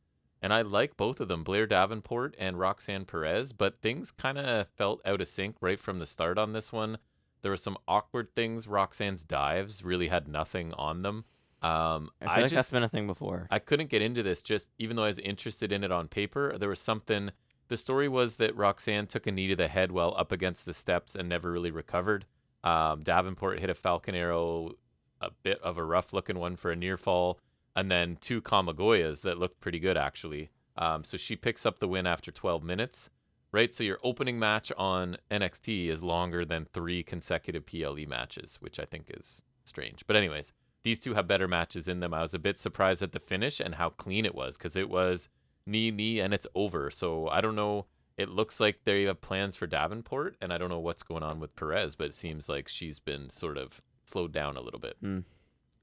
S1: and I like both of them, Blair Davenport and Roxanne Perez, but things kind of felt out of sync right from the start on this one. There were some awkward things. Roxanne's dives really had nothing on them. Um,
S2: I feel like that's been a thing before.
S1: I couldn't get into this just even though I was interested in it on paper. There was something the story was that Roxanne took a knee to the head while up against the steps and never really recovered. Um, Davenport hit a Falcon arrow, a bit of a rough looking one for a near fall, and then two Kamagoyas that looked pretty good actually. Um, so she picks up the win after 12 minutes, right? So your opening match on NXT is longer than three consecutive PLE matches, which I think is strange. But, anyways, these two have better matches in them. I was a bit surprised at the finish and how clean it was because it was knee knee and it's over. So I don't know. It looks like they have plans for Davenport, and I don't know what's going on with Perez, but it seems like she's been sort of slowed down a little bit.
S2: Hmm.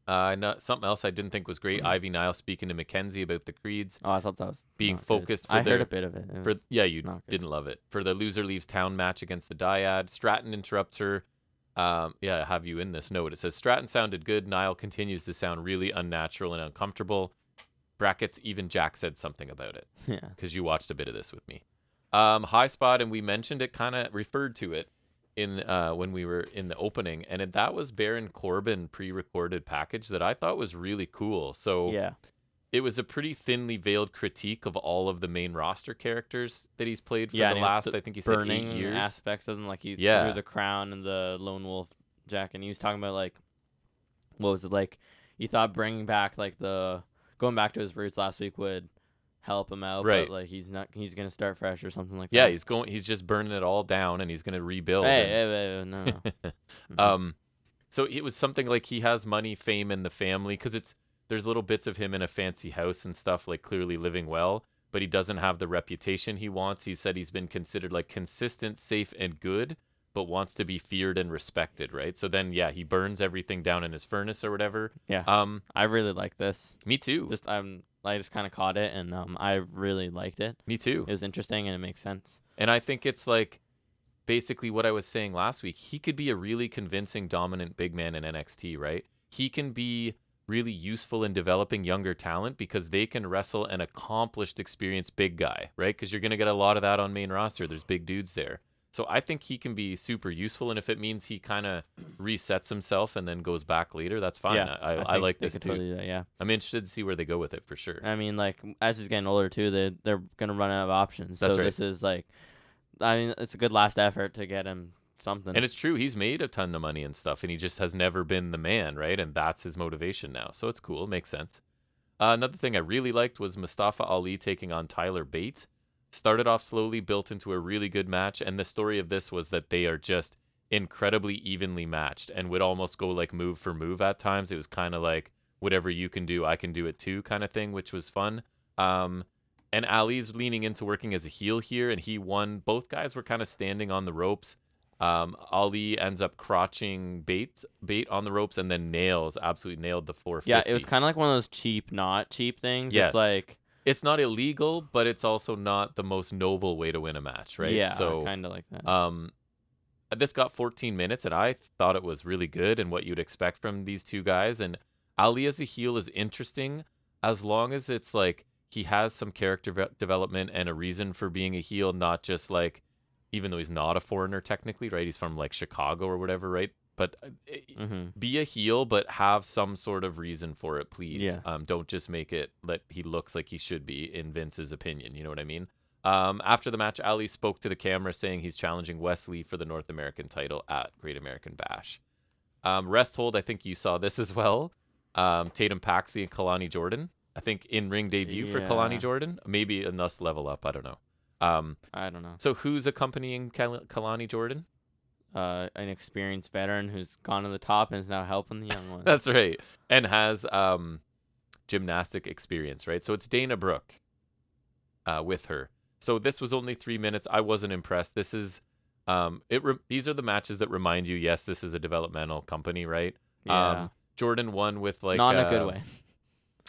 S1: Uh, no- something else I didn't think was great. Ivy Nile speaking to Mackenzie about the creeds
S2: Oh, I thought that was
S1: being
S2: not good.
S1: focused for
S2: I
S1: their-
S2: heard a bit of it. It
S1: for
S2: was-
S1: yeah, you
S2: not good.
S1: didn't love it. For the loser leaves town match against the Dyad, Stratton interrupts her. Um, yeah, I have you in this note? It says Stratton sounded good. Niall continues to sound really unnatural and uncomfortable. Brackets. Even Jack said something about it
S2: yeah.
S1: because you watched a bit of this with me. Um, high spot, and we mentioned it, kind of referred to it in uh, when we were in the opening, and it, that was Baron Corbin pre-recorded package that I thought was really cool. So
S2: Yeah.
S1: it was a pretty thinly veiled critique of all of the main roster characters that he's played for
S2: Yeah, and
S1: the
S2: he was
S1: last,
S2: th-
S1: I think he said eight
S2: Burning
S1: years.
S2: aspects of them, like he
S1: Yeah.
S2: threw the crown and the lone wolf jack, and he was talking about like, what was it like? You thought bringing back like the going back to his roots last week would help him out,
S1: Right.
S2: But like he's not, he's gonna start fresh or something like
S1: yeah,
S2: that.
S1: he's going. He's just burning it all down, and he's going to rebuild.
S2: Hey,
S1: and-
S2: hey, hey, no, no. Mhm.
S1: Um, so it was something like he has money, fame, and the family because it's there's little bits of him in a fancy house and stuff, like clearly living well, but he doesn't have the reputation he wants. He said he's been considered like consistent, safe, and good, but wants to be feared and respected, right? So then, yeah, he burns everything down in his furnace or whatever.
S2: Yeah.
S1: Um,
S2: I really like this.
S1: me too.
S2: Just um, I just kind of caught it, and um, I really liked it.
S1: me too.
S2: It was interesting, and it makes sense.
S1: And I think it's like basically what I was saying last week. He could be a really convincing, dominant big man in NXT, right? He can be really useful in developing younger talent because they can wrestle an accomplished, experienced big guy, right? Because you're going to get a lot of that on main roster. There's big dudes there. So I think he can be super useful. And if it means he kind of resets himself and then goes back later, that's fine.
S2: Yeah,
S1: I, I,
S2: think
S1: like
S2: they
S1: this
S2: could
S1: too.
S2: Totally do that, yeah.
S1: I'm interested to see where they go with it for sure.
S2: I mean, like as he's getting older too, they they're gonna run out of options.
S1: That's
S2: so
S1: right.
S2: this is like, I mean, it's a good last effort to get him something.
S1: And it's true, he's made a ton of money and stuff, and he just has never been the man, right? And that's his motivation now. So it's cool, makes sense. Uh, another thing I really liked was Mustafa Ali taking on Tyler Bate. Started off slowly, built into a really good match, and the story of this was that they are just incredibly evenly matched and would almost go like move for move at times. It was kind of like whatever you can do, I can do it too kind of thing, which was fun. Um, and Ali's leaning into working as a heel here, and he won. Both guys were kind of standing on the ropes. Um, Ali ends up crotching bait bait on the ropes and then nails absolutely nailed the 450.
S2: yeah, it was kind of like one of those cheap, not cheap things.
S1: Yes.
S2: It's like
S1: it's not illegal, but it's also not the most noble way to win a match, right?
S2: Yeah,
S1: so
S2: kind of like that.
S1: um, this got 14 minutes, and I thought it was really good and what you'd expect from these two guys. And Ali as a heel is interesting as long as it's like he has some character ve- development and a reason for being a heel, not just like, even though he's not a foreigner technically, right? He's from like Chicago or whatever, right? But uh, it-
S2: hmm
S1: be a heel, but have some sort of reason for it, please.
S2: Yeah.
S1: Um, don't just make it that he looks like he should be in Vince's opinion. You know what I mean? Um, after the match, Ali spoke to the camera saying he's challenging Wesley for the North American title at Great American Bash. Um, rest hold, I think you saw this as well. Um, Tatum Paxi and Kalani Jordan. I think in ring debut for
S2: Yeah.
S1: Kalani Jordan. Maybe a Nuss level up. I don't know. Um,
S2: I don't know.
S1: so who's accompanying Kal- Kalani Jordan?
S2: Uh, an experienced veteran who's gone to the top and is now helping the young ones.
S1: That's right. And has um gymnastic experience, right? So it's Dana Brooke uh with her. So this was only 3 minutes. I wasn't impressed. This is um it re- these are the matches that remind you yes, this is a developmental company, right?
S2: Yeah.
S1: Um Jordan won with like
S2: Not in a
S1: uh,
S2: good way.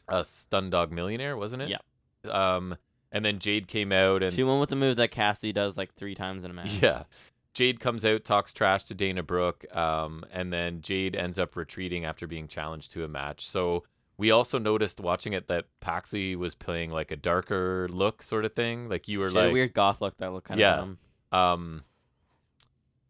S1: A stun dog millionaire, wasn't it?
S2: Yeah.
S1: Yeah. Um and then Jade came out and
S2: She won with the move that Cassidy does like three times in a match.
S1: yeah. Jade comes out, talks trash to Dana Brooke, um, and then Jade ends up retreating after being challenged to a match. So we also noticed watching it that Paxi was playing like a darker look sort of thing. Like you were
S2: She had
S1: like
S2: a weird goth look that looked kind
S1: Yeah.
S2: of dumb.
S1: um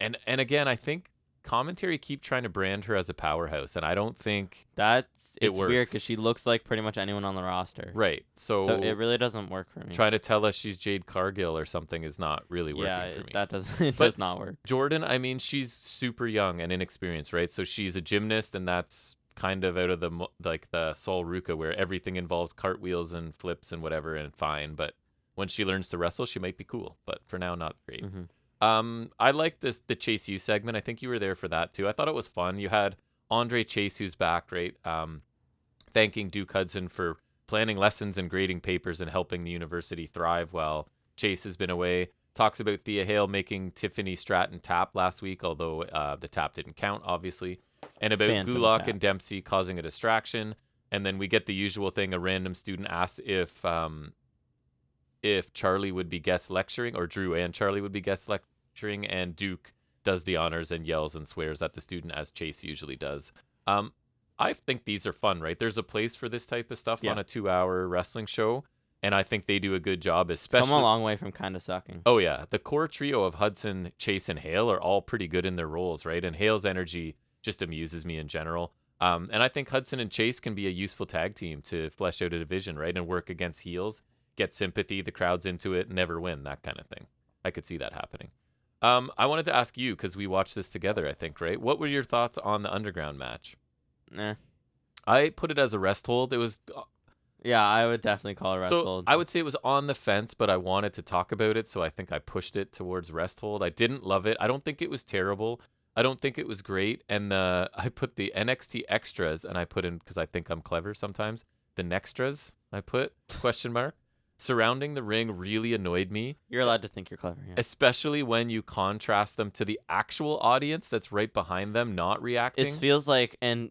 S1: and and again, I think commentary keep trying to brand her as a powerhouse, and I don't think
S2: That's
S1: It
S2: it's weird
S1: works.
S2: because she looks like pretty much anyone on the roster.
S1: right. So,
S2: So it really doesn't work for me.
S1: trying to tell us she's Jade Cargill or something is not really working
S2: yeah,
S1: for me.
S2: it- that doesn't it
S1: But-
S2: does not work.
S1: Jordan, I mean, she's super young and inexperienced, right? So she's a gymnast, and that's kind of out of the mo- like the Sol Ruka, where everything involves cartwheels and flips and whatever, and fine. But when she learns to wrestle, she might be cool. But for now, not great.
S2: Mhm.
S1: Um, I like this the Chase U segment. I think you were there for that too. I thought it was fun. You had Andre Chase, who's back, right? Um, thanking Duke Hudson for planning lessons and grading papers and helping the university thrive while Chase has been away. Talks about Thea Hale making Tiffany Stratton tap last week, although uh, the tap didn't count, obviously. And about
S2: Phantom
S1: Gulak
S2: tap.
S1: and Dempsey causing a distraction. And then we get the usual thing: a random student asks if um, if Charlie would be guest lecturing, or Drew and Charlie would be guest lecturing, and Duke does the honors and yells and swears at the student as Chase usually does. Um, I think these are fun, right? There's a place for this type of stuff
S2: Yeah.
S1: on a two-hour wrestling show, and I think they do a good job, especially.
S2: Come a long way from kind of sucking.
S1: Oh yeah, the core trio of Hudson, Chase, and Hale are all pretty good in their roles, right? And Hale's energy just amuses me in general. Um, and I think Hudson and Chase can be a useful tag team to flesh out a division, right? And work against heels, get sympathy, the crowd's into it, never win, that kind of thing. I could see that happening. Um, I wanted to ask you because we watched this together, I think, right? What were your thoughts on the underground match?
S2: Nah.
S1: I put it as a rest hold. It was uh,
S2: Yeah, I would definitely call it wrestled.
S1: so I would say it was on the fence, but I wanted to talk about it, so I think I pushed it towards rest hold. I didn't love it. I don't think it was terrible. I don't think it was great. And uh, I put the NXT extras, and I put in because I think I'm clever sometimes. The nextras I put question mark surrounding the ring really annoyed me,
S2: You're allowed to think you're clever. Yeah.
S1: especially when you contrast them to the actual audience that's right behind them, not reacting.
S2: It feels like and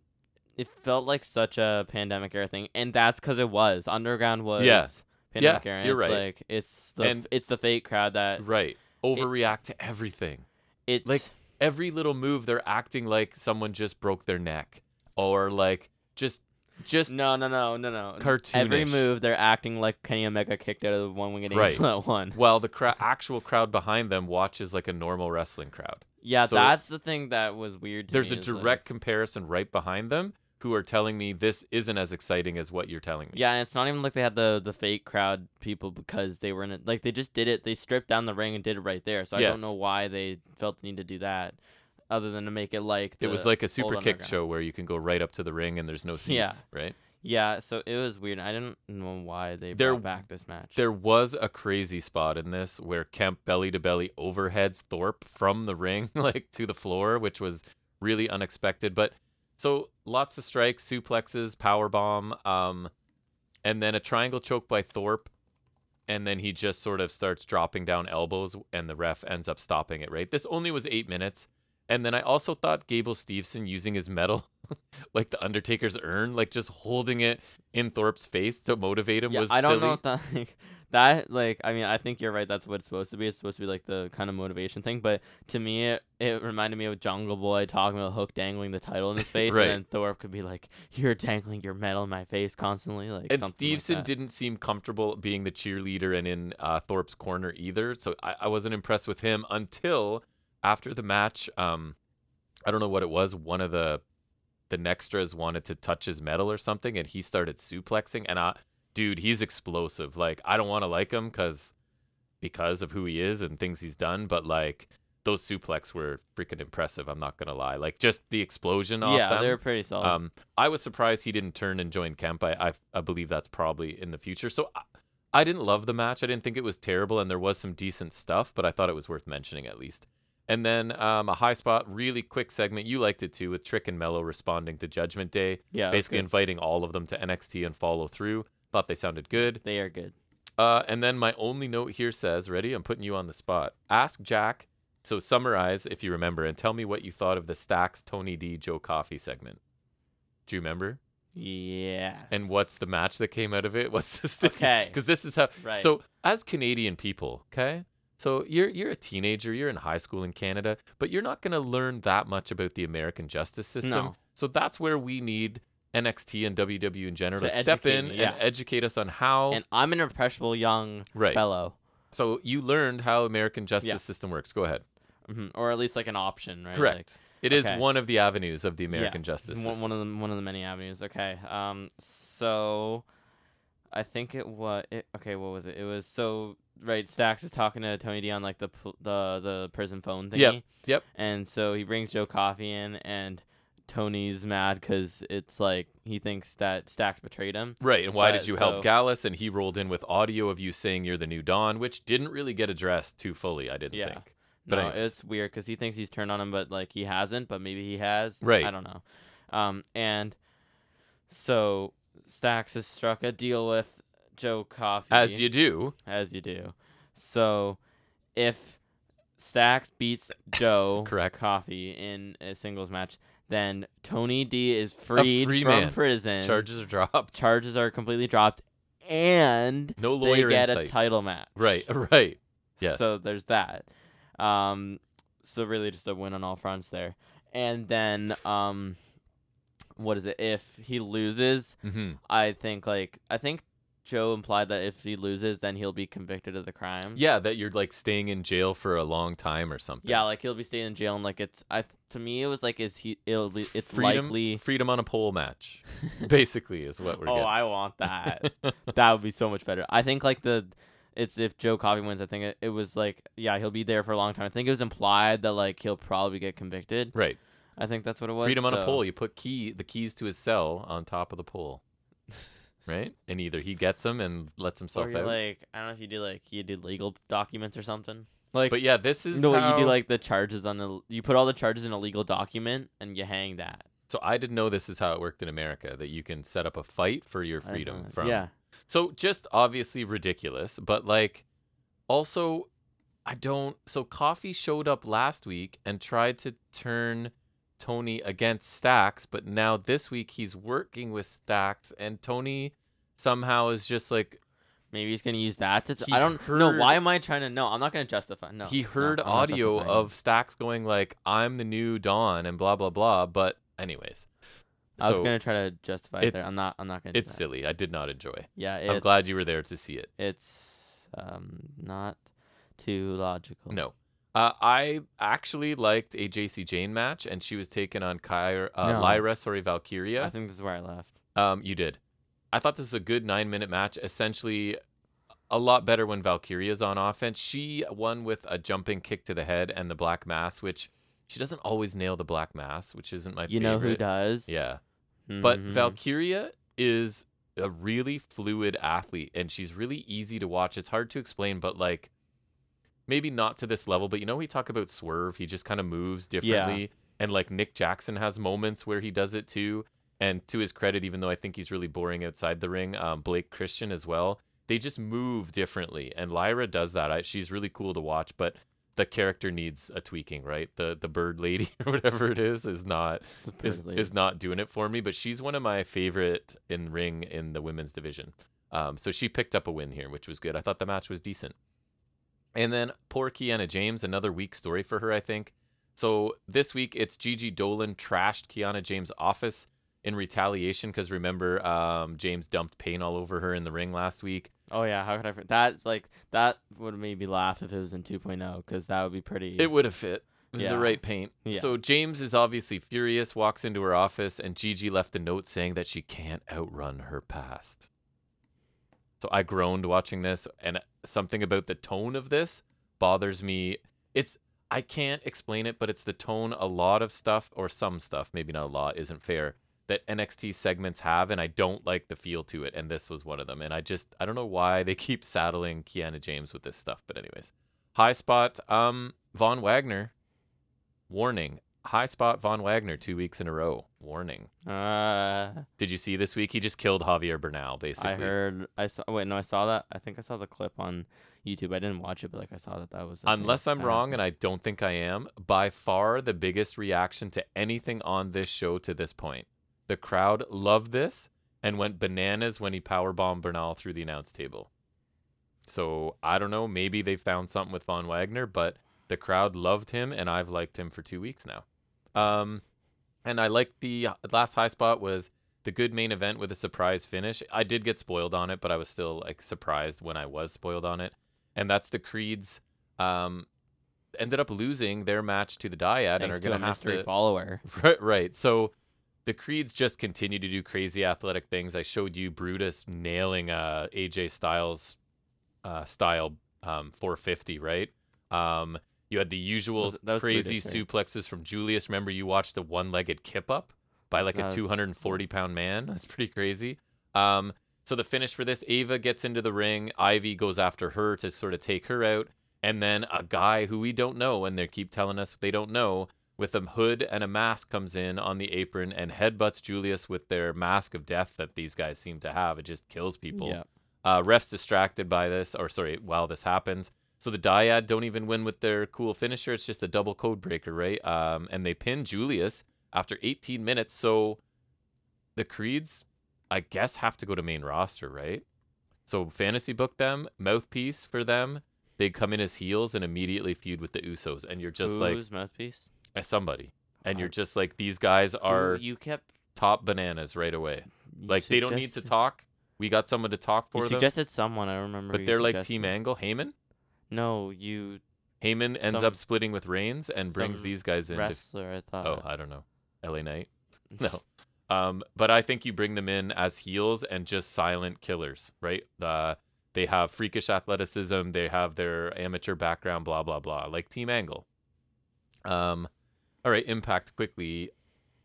S2: it felt like such a pandemic era thing, and that's because it was underground was
S1: Yeah.
S2: pandemic era. and
S1: you're
S2: it's
S1: right.
S2: Like it's the
S1: And-
S2: it's the fake crowd that
S1: right, overreact to everything.
S2: it's
S1: like, every little move they're acting like someone just broke their neck or like just just
S2: no no no no no
S1: cartoonish.
S2: Every move they're acting like Kenny Omega kicked out of the one winged
S1: Right.
S2: angel at one.
S1: while the cra- actual crowd behind them watches like a normal wrestling crowd.
S2: Yeah,
S1: So-
S2: that's the thing that was weird. To
S1: There's
S2: me,
S1: a
S2: is, like-
S1: direct comparison right behind them who are telling me this isn't as exciting as what you're telling me.
S2: yeah, and it's not even like they had the the fake crowd people because they were in it. Like they just did it. They stripped down the ring and did it right there. So I
S1: Yes.
S2: don't know why they felt the need to do that, other than to make it like
S1: It was
S2: the-
S1: like a
S2: old
S1: super kick
S2: underground.
S1: show where you can go right up to the ring and there's no seats,
S2: Yeah.
S1: right?
S2: yeah. So it was weird. I didn't know why they
S1: There-
S2: brought back this match.
S1: There was a crazy spot in this where Kemp belly to belly overheads Thorpe from the ring like to the floor, which was really unexpected. But so lots of strikes, suplexes, power bomb, um, and then a triangle choke by Thorpe, and then he just sort of starts dropping down elbows, and the ref ends up stopping it. Right, this only was eight minutes, and then I also thought Gable Steveson using his medal, like the Undertaker's urn, like just holding it in Thorpe's face to motivate him
S2: yeah,
S1: was
S2: I don't
S1: silly.
S2: know if that like, that like I mean I think you're right. That's what it's supposed to be. It's supposed to be like the kind of motivation thing. But to me, it, it reminded me of Jungle Boy talking about Hook dangling the title in his face,
S1: Right.
S2: and then Thorpe could be like, "You're dangling your medal in my face constantly." Like
S1: and
S2: something like
S1: Stevenson
S2: that.
S1: didn't seem comfortable being the cheerleader and in uh, Thorpe's corner either. So I, I wasn't impressed with him until after the match. Um, I don't know what it was. One of the the Nextras wanted to touch his medal or something, and he started suplexing. And I, dude, he's explosive. Like I don't want to like him because because of who he is and things he's done, but like those suplex were freaking impressive. I'm not gonna lie. Like just the explosion off
S2: yeah,
S1: them.
S2: they're pretty solid.
S1: Um, I was surprised he didn't turn and join Kemp. I, I, I believe that's probably in the future. So I, I didn't love the match. I didn't think it was terrible, and there was some decent stuff, but I thought it was worth mentioning at least. And then um, a high spot, really quick segment. You liked it too, with Trick and Mello responding to Judgment Day,
S2: yeah, that's
S1: basically
S2: good.
S1: inviting all of them to NXT and follow through. Thought they sounded good.
S2: they are good.
S1: Uh, and then my only note here says, ready? I'm putting you on the spot. Ask Jack. So summarize if you remember, and tell me what you thought of the Stacks Tony D Joe Coffee segment. Do you remember?
S2: Yes.
S1: and what's the match that came out of it? What's the sticky?
S2: Okay.
S1: Because this is how.
S2: Right.
S1: So as Canadian people, okay, so you're you're a teenager, you're in high school in Canada, but you're not gonna learn that much about the American justice system.
S2: No.
S1: So that's where we need NXT and WWE in general
S2: To
S1: to, step
S2: educate
S1: in
S2: me, yeah.
S1: and educate us on how.
S2: And I'm an impressionable young
S1: right.
S2: fellow,
S1: So you learned how American justice
S2: Yeah.
S1: system works. Go ahead.
S2: hmm or at least like an option, right?
S1: Correct. It is
S2: okay.
S1: one of the avenues of the
S2: Yeah.
S1: American justice
S2: Like,
S1: system.
S2: one, one of the one of the many avenues. Okay. Um. So, I think it was. It, okay. What was it? It was so right. Stacks is talking to Tony D on like the pl- the the prison phone thingy.
S1: Yep, yep.
S2: And so he brings Joe Coffey in, and Tony's mad because it's like he thinks that Stacks betrayed him.
S1: Right, and why
S2: But,
S1: did you help
S2: so-
S1: Gallus? And he rolled in with audio of you saying you're the new Dawn, which didn't really get addressed too fully, I didn't
S2: Yeah.
S1: think. But
S2: no,
S1: anyways.
S2: it's weird because he thinks he's turned on him, but like he hasn't. But maybe he has.
S1: Right.
S2: I don't know. Um, and so Stacks has struck a deal with Joe Coffey,
S1: As you do,
S2: as you do. So if Stacks beats Joe
S1: Correct.
S2: Coffey in a singles match, then Tony D is freed
S1: free
S2: from
S1: man.
S2: prison.
S1: charges are dropped.
S2: Charges are completely dropped, and
S1: No
S2: they
S1: lawyer
S2: get a
S1: insight.
S2: title match.
S1: right, right. Yes.
S2: So there's that. Um, so really just a win on all fronts there. And then um, what is it? If he loses,
S1: hmm
S2: I think like I think Joe implied that if he loses, then he'll be convicted of the crime.
S1: Yeah, that you're like staying in jail for a long time or something.
S2: Yeah, like he'll be staying in jail and like it's I to me it was like is he it'll be, it's
S1: freedom,
S2: likely.
S1: freedom on a pole match, basically, is what we're
S2: Oh,
S1: getting.
S2: I want that. that would be so much better. I think like the it's if Joe Coffey wins, I think it, it was like yeah, he'll be there for a long time. I think it was implied that like he'll probably get convicted.
S1: right.
S2: I think that's what it was.
S1: freedom on a
S2: so-
S1: pole. You put key the keys to his cell on top of the pole, right? And either he gets them and lets himself
S2: Or you
S1: out.
S2: like I don't know if you do like you do legal documents or something. Like
S1: but yeah, this
S2: you
S1: is
S2: know what you do
S1: how-
S2: like the charges on the you put all the charges in a legal document and you hang that.
S1: So I didn't know this is how it worked in America that you can set up a fight for your
S2: I didn't know
S1: freedom
S2: that.
S1: from.
S2: Yeah.
S1: So just obviously ridiculous, but like also I don't so Coffee showed up last week and tried to turn Tony against Stacks, but now this week he's working with Stacks and Tony somehow is just like
S2: Maybe he's gonna use that to.
S1: He
S2: I don't know.
S1: heard-
S2: Why am I trying to? No, I'm not gonna justify. No.
S1: he
S2: no,
S1: heard
S2: I'm not
S1: audio
S2: justifying it.
S1: of Stacks going like I'm the new Dawn and blah blah blah, but anyways.
S2: I was
S1: so
S2: gonna try to justify it there.
S1: it's-
S2: I'm not. I'm not gonna.
S1: it's
S2: do that.
S1: silly. I did not enjoy.
S2: Yeah. It's,
S1: I'm glad you were there to see it.
S2: It's um not too logical.
S1: No. Uh, I actually liked a JC Jane match, and she was taken on Kyra, uh,
S2: No.
S1: Lyra, sorry,
S2: I
S1: Valkyria.
S2: think this is where I left.
S1: um, you did. I thought this was a good nine minute match. Essentially, a lot better when Valkyria's on offense. She won with a jumping kick to the head and the Black Mass, which she doesn't always nail the Black Mass, which isn't my
S2: You
S1: favorite.
S2: know who does?
S1: Yeah. But
S2: Mhm.
S1: Valkyria is a really fluid athlete and she's really easy to watch. It's hard to explain, but like maybe not to this level, but you know we talk about swerve, he just kind of moves differently and like Nick Jackson has moments where he does it too. And to his credit, even though I think he's really boring outside the ring, um, Blake Christian as well, they just move differently. And Lyra does that. I, she's really cool to watch, but the character needs a tweaking, right? The the bird lady or whatever it is is not
S2: It's pretty
S1: is,
S2: late.
S1: is not doing it for me, but she's one of my favorite in ring in the women's division. Um, so she picked up a win here, which was good. I thought the match was decent. And then poor Kiana James, another weak story for her, I think. So this week it's Gigi Dolan trashed Kiana James' office in retaliation because remember um, James dumped paint all over her in the ring last week.
S2: Oh yeah, how could I? for- That's like that would have made me laugh if it was in 2.0 because that would be pretty.
S1: It would have fit. It was
S2: Yeah.
S1: the right paint.
S2: Yeah.
S1: So James is obviously furious, walks into her office, and Gigi left a note saying that she can't outrun her past. So I groaned watching this, and something about the tone of this bothers me. It's I can't explain it, but it's the tone. A lot of stuff, or some stuff, maybe not a lot, isn't fair that NXT segments have, and I don't like the feel to it. And this was one of them. And I just I don't know why they keep saddling Kiana James with this stuff. But anyways, high spot. Um, Von Wagner. Warning. High spot Von Wagner two weeks in a row. Warning.
S2: Uh,
S1: Did you see this week? He just killed Javier Bernal, basically.
S2: I heard. I saw. Wait, no, I saw that. I think I saw the clip on YouTube. I didn't watch it, but like I saw that that was.
S1: Unless I'm wrong, and I don't think I am, by far the biggest reaction to anything on this show to this point. The crowd loved this and went bananas when he powerbombed Bernal through the announce table. So I don't know. Maybe they found something with Von Wagner, but the crowd loved him, and I've liked him for two weeks now. Um, and I like the last high spot was the good main event with a surprise finish. I did get spoiled on it, but I was still like surprised when I was spoiled on it. And that's the Creeds um, ended up losing their match to the Dyad and are
S2: Thanks to
S1: going
S2: a
S1: to have
S2: mystery
S1: to
S2: follower.
S1: Right, right. So the Creeds just continue to do crazy athletic things. I showed you Brutus nailing uh, AJ Styles uh, style um, 450, right? Um, you had the usual
S2: Was it- that was
S1: crazy
S2: Brutus, right?
S1: suplexes from Julius. Remember, you watched the one legged kip up by like
S2: That
S1: a
S2: was-
S1: 240 pound man? That's pretty crazy. Um, so the finish for this, Ava gets into the ring. Ivy goes after her to sort of take her out. And then a guy who we don't know, and they keep telling us they don't know, with a hood and a mask comes in on the apron and headbutts Julius with their mask of death that these guys seem to have. It just kills people.
S2: Yeah.
S1: Uh, refs distracted by this, or sorry, while this happens. So the Dyad don't even win with their cool finisher. It's just a double code breaker, right? Um, and they pin Julius after 18 minutes. So the Creeds, I guess, have to go to main roster, right? So fantasy book them, mouthpiece for them. They come in as heels and immediately feud with the Usos, and you're just like
S2: Whose mouthpiece?
S1: as somebody, and you're
S2: Um,
S1: just like these guys
S2: Who
S1: are
S2: you kept
S1: top bananas right away.
S2: you
S1: Like they don't need to
S2: suggested-
S1: talk. We got someone to talk for
S2: You
S1: them.
S2: suggested someone. I remember.
S1: But
S2: you
S1: they're like
S2: suggested-
S1: Team Angle, Heyman.
S2: No, you
S1: Heyman ends up
S2: Some-
S1: splitting with Reigns and brings
S2: some
S1: these guys in. to-
S2: wrestler. I thought.
S1: oh, I don't know, LA Knight. No, um, but I think you bring them in as heels and just silent killers, right? Uh, they have freakish athleticism. They have their amateur background. Blah blah blah. Like Team Angle. Um, all right, Impact quickly.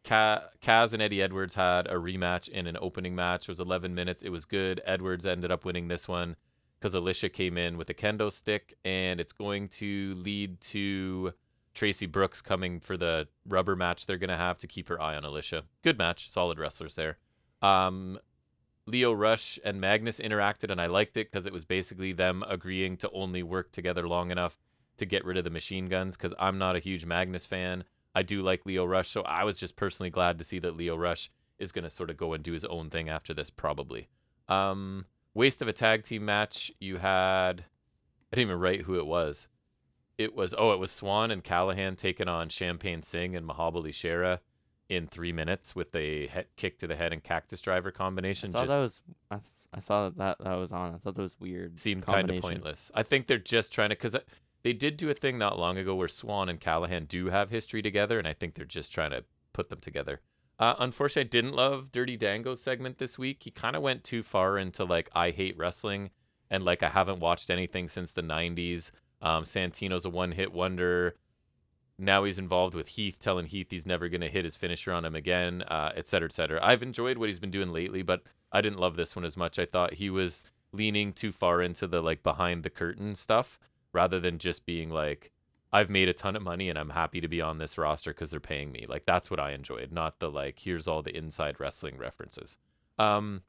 S1: Ca- Kaz and Eddie Edwards had a rematch in an opening match. It was 11 minutes. It was good. Edwards ended up winning this one because Alicia came in with a kendo stick, and it's going to lead to Tracy Brooks coming for the rubber match they're going to have to keep her eye on Alicia. Good match. Solid wrestlers there. Um, Leo Rush and Magnus interacted, and I liked it because it was basically them agreeing to only work together long enough to get rid of the machine guns because I'm not a huge Magnus fan. I do like Leo Rush, so I was just personally glad to see that Leo Rush is going to sort of go and do his own thing after this, probably. Um, waste of a tag team match. You had, I didn't even write who it was. It was, oh, it was Swan and Callahan taking on Champagne Singh and Mahabali Shera in three minutes with a he- kick to the head and cactus driver
S2: I
S1: combination.
S2: thought
S1: Just-
S2: that was. I, s- I saw that, that that was on. I thought that was weird.
S1: seemed kind of
S2: combination.
S1: pointless. I think they're just trying to because they did do a thing not long ago where Swan and Callahan do have history together, and I think they're just trying to put them together. Uh, unfortunately, I didn't love Dirty Dango's segment this week. He kind of went too far into like I hate wrestling and like I haven't watched anything since the '90s. Um, Santino's a one-hit wonder. Now he's involved with Heath, telling Heath he's never going to hit his finisher on him again, uh, et cetera, et cetera. I've enjoyed what he's been doing lately, but I didn't love this one as much. I thought he was leaning too far into the like behind the curtain stuff rather than just being like I've made a ton of money and I'm happy to be on this roster cuz they're paying me. Like that's what I enjoyed, not the like here's all the inside wrestling references. Um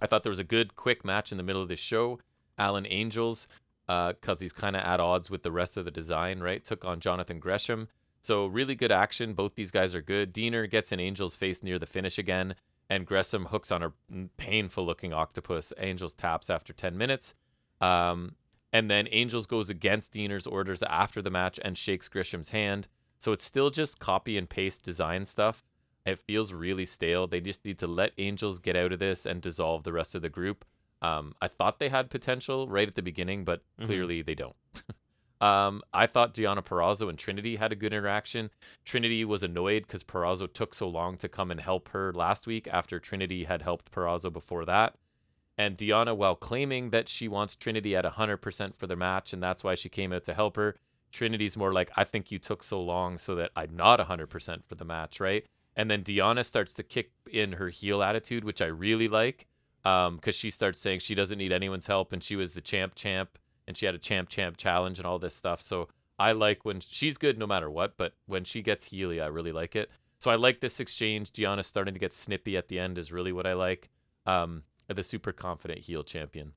S1: I thought there was a good quick match in the middle of this show. Alan Angels uh cuz he's kind of at odds with the rest of the design, right? Took on Jonathan Gresham. So really good action. Both these guys are good. Diener gets an Angels face near the finish again and Gresham hooks on a painful looking octopus. Angels taps after 10 minutes. Um, and then Angels goes against Diener's orders after the match and shakes Grisham's hand. So it's still just copy and paste design stuff. It feels really stale. They just need to let Angels get out of this and dissolve the rest of the group. Um, I thought they had potential right at the beginning, but
S2: Mhm.
S1: clearly they don't. um, I thought Gianna Perazzo and Trinity had a good interaction. Trinity was annoyed because Perazzo took so long to come and help her last week after Trinity had helped Perazzo before that. And Diana, while claiming that she wants Trinity at 100% for the match, and that's why she came out to help her, Trinity's more like, I think you took so long so that I'm not 100% for the match, right? And then Diana starts to kick in her heel attitude, which I really like because she starts saying she doesn't need anyone's help and she was the champ champ and she had a champ champ challenge and all this stuff. So I like when she's good no matter what, but when she gets heely, I really like it. So I like this exchange. Gianna starting to get snippy at the end is really what I like. Um, the super confident heel champion.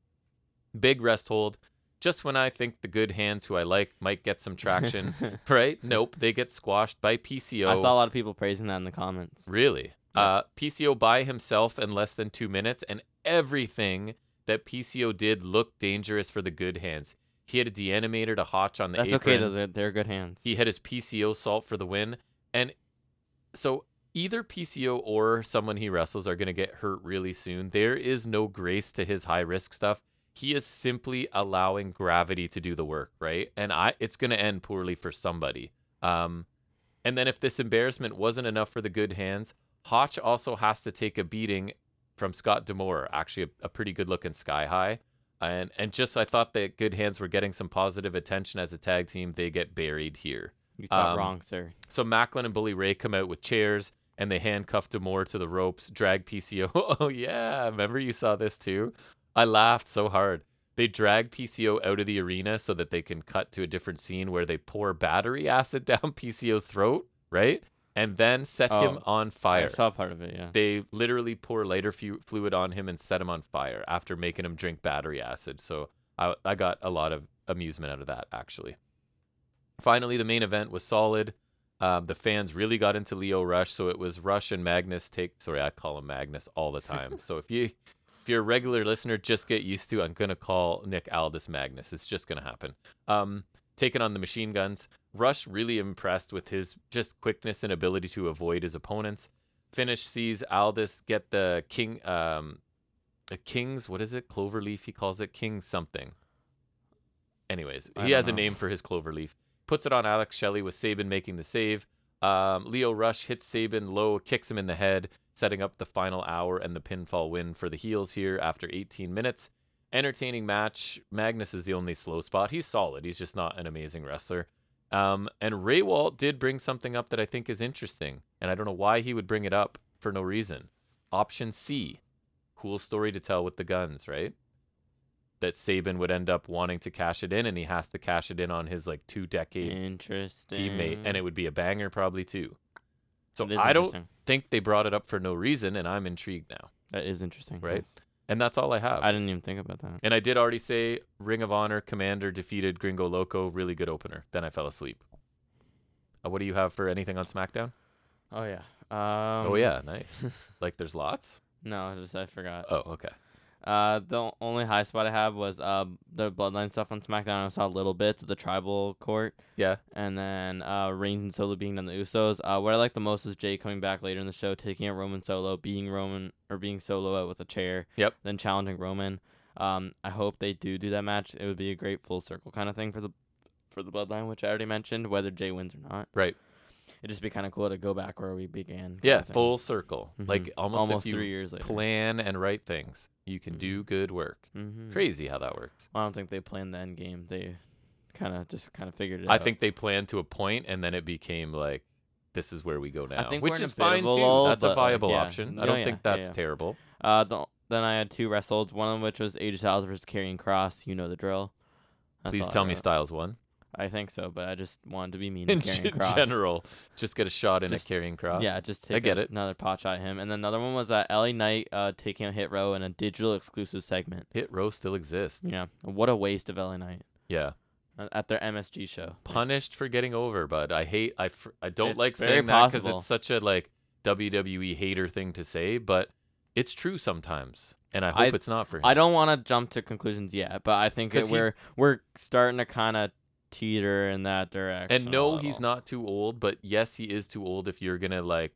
S1: Big rest hold. Just when I think the good hands who I like might get some traction, right? Nope, they get squashed by PCO.
S2: I saw a lot of people praising that in the comments.
S1: Really?
S2: Yeah.
S1: Uh, PCO by himself in less than two minutes, and everything that PCO did looked dangerous for the good hands. He had a deanimator to Hotch on the
S2: That's
S1: apron.
S2: okay though. They're, they're good hands.
S1: He had his PCO salt for the win, and so either PCO or someone he wrestles are going to get hurt really soon. There is no grace to his high risk stuff. He is simply allowing gravity to do the work, right? And I, it's going to end poorly for somebody. Um, and then if this embarrassment wasn't enough for the good hands, Hotch also has to take a beating from Scott Demore, actually a, a pretty good looking Sky High. And and just I thought that Good Hands were getting some positive attention as a tag team, they get buried here.
S2: You thought
S1: Um,
S2: wrong, sir.
S1: So Macklin and Bully Ray come out with chairs and they handcuff Demore to the ropes, drag PCO. Oh yeah, remember you saw this too? I laughed so hard. They drag PCO out of the arena so that they can cut to a different scene where they pour battery acid down PCO's throat, right? And then set him
S2: Oh,
S1: on fire.
S2: I saw part of it. Yeah.
S1: They literally pour lighter fu- fluid on him and set him on fire after making him drink battery acid. So I, I got a lot of amusement out of that, actually. Finally, the main event was solid. Um, the fans really got into Leo Rush, so it was Rush and Magnus take. Sorry, I call him Magnus all the time. so if you if you're a regular listener, just get used to. I'm gonna call Nick Aldis Magnus. It's just gonna happen. Um, taking on the machine guns. Rush really impressed with his just quickness and ability to avoid his opponents. Finish sees Aldis get the king, um, a king's what is it? Cloverleaf. He calls it king something. Anyways,
S2: I
S1: he
S2: don't
S1: has a
S2: know.
S1: name for his cloverleaf. Puts it on Alex Shelley with Saban making the save. Um, Leo Rush hits Saban low, kicks him in the head, setting up the final hour and the pinfall win for the heels here after 18 minutes. Entertaining match. Magnus is the only slow spot. He's solid. He's just not an amazing wrestler. Um, and Raywalt did bring something up that I think is interesting, and I don't know why he would bring it up for no reason. Option C, cool story to tell with the guns, right? That Saban would end up wanting to cash it in, and he has to cash it in on his like two decade
S2: Interesting.
S1: teammate, and it would be a banger probably too. So
S2: That is
S1: I don't
S2: interesting.
S1: think they brought it up for no reason, and I'm intrigued now.
S2: That is interesting.
S1: Right?
S2: yes.
S1: And that's all I have.
S2: I didn't even think about that.
S1: and I did already say Ring of Honor Commander defeated Gringo Loco, really good opener. Then I fell asleep. Uh, what do you have for anything on SmackDown?
S2: Oh yeah. Um,
S1: oh yeah, nice. like there's lots.
S2: No, I just I forgot.
S1: Oh okay.
S2: Uh, the o- only high spot I have was uh the bloodline stuff on SmackDown. I saw little bits of the tribal court,
S1: Yeah.
S2: and then uh Reigns and Solo being on the Usos. Uh, what I like the most is Jay coming back later in the show, taking out Roman Solo, being Roman or being Solo out with a chair.
S1: Yep.
S2: Then challenging Roman. Um, I hope they do do that match. It would be a great full circle kind of thing for the for the bloodline, which I already mentioned, whether Jay wins or not.
S1: Right.
S2: It'd just be kind of cool to go back where we began. kinda
S1: Yeah.
S2: thing.
S1: Full circle.
S2: Mhm.
S1: Like almost,
S2: almost
S1: if you
S2: three years later.
S1: plan and write things, you can
S2: Mhm.
S1: do good work.
S2: Mhm.
S1: Crazy how that works.
S2: I don't think they planned the end game. They kind of just kind of figured it
S1: I
S2: out.
S1: think they planned to a point, and then it became like, this is where we go now,
S2: think
S1: which
S2: we're in a
S1: is
S2: bit of
S1: fine
S2: a
S1: too.
S2: lull,
S1: that's
S2: but,
S1: a
S2: like,
S1: viable
S2: yeah.
S1: option. I
S2: No,
S1: don't
S2: yeah,
S1: think
S2: yeah,
S1: that's
S2: yeah.
S1: terrible.
S2: Uh, the, then I had two wrestles. One of which was AJ Styles versus Karrion Cross. You know the drill. That's
S1: Please
S2: all I
S1: tell me
S2: wrote.
S1: Styles won.
S2: I think so, but I just wanted to be mean
S1: In
S2: to Karrion
S1: gen-
S2: Cross.
S1: general, just get a shot in
S2: Just-
S1: a carrying cross.
S2: Yeah, just take
S1: get
S2: a-
S1: it.
S2: another pot shot at him. And then another one was uh, LA Knight uh, taking a hit row in a digital exclusive segment.
S1: Hit row still exists.
S2: Yeah, what a waste of LA Knight
S1: Yeah,
S2: uh, at their MSG show. Like,
S1: punished for getting over, but I hate. I fr- I don't
S2: It's
S1: like
S2: very
S1: saying that because
S2: possible.
S1: it's such a like WWE hater thing to say, but it's true sometimes, and I hope
S2: I-
S1: it's not for him.
S2: I don't want to jump to conclusions yet, but I think
S1: 'Cause
S2: that
S1: he-
S2: we're we're starting to kind of teeter in that direction.
S1: And
S2: a
S1: no, he's
S2: little.
S1: not too old, but yes, he is too old if you're gonna like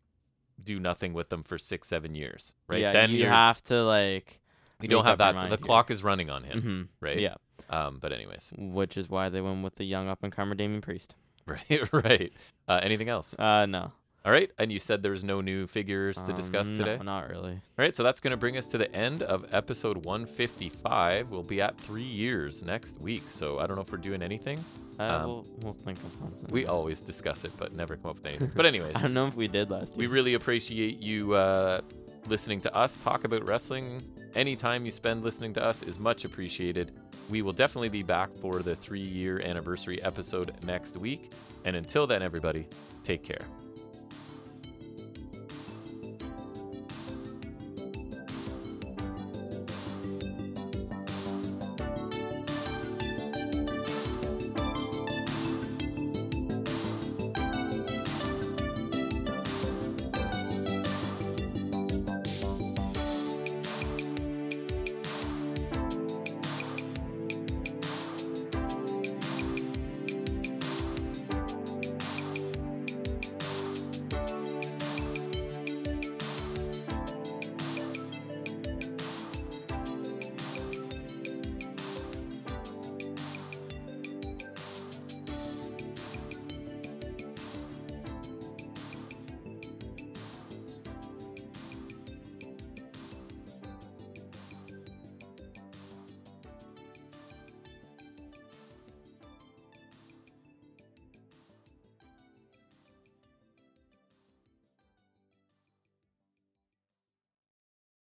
S1: do nothing with them for six, seven years, right?
S2: Yeah,
S1: then
S2: you
S1: you're-
S2: have to like.
S1: you don't
S2: make
S1: have
S2: up your
S1: that.
S2: mind,
S1: the
S2: yeah.
S1: clock is running on him,
S2: mhm,
S1: right?
S2: Yeah,
S1: Um. But anyways,
S2: which is why they went with the young up and comer Damien Priest.
S1: right, right. Uh, anything else?
S2: Uh, no.
S1: All right, and you said there's no new figures to
S2: Um,
S1: discuss
S2: no,
S1: today.
S2: not really.
S1: All right, so that's going to bring us to the end of episode 155. We'll be at three years next week, so I don't know if we're doing anything.
S2: Uh,
S1: Um,
S2: we'll, we'll think of something.
S1: We always discuss it, but never come up with anything. But anyways,
S2: I don't know if we did last
S1: we
S2: year.
S1: really appreciate you uh, listening to us talk about wrestling. Any time you spend listening to us is much appreciated. We will definitely be back for the three-year anniversary episode next week. And until then, everybody, take care.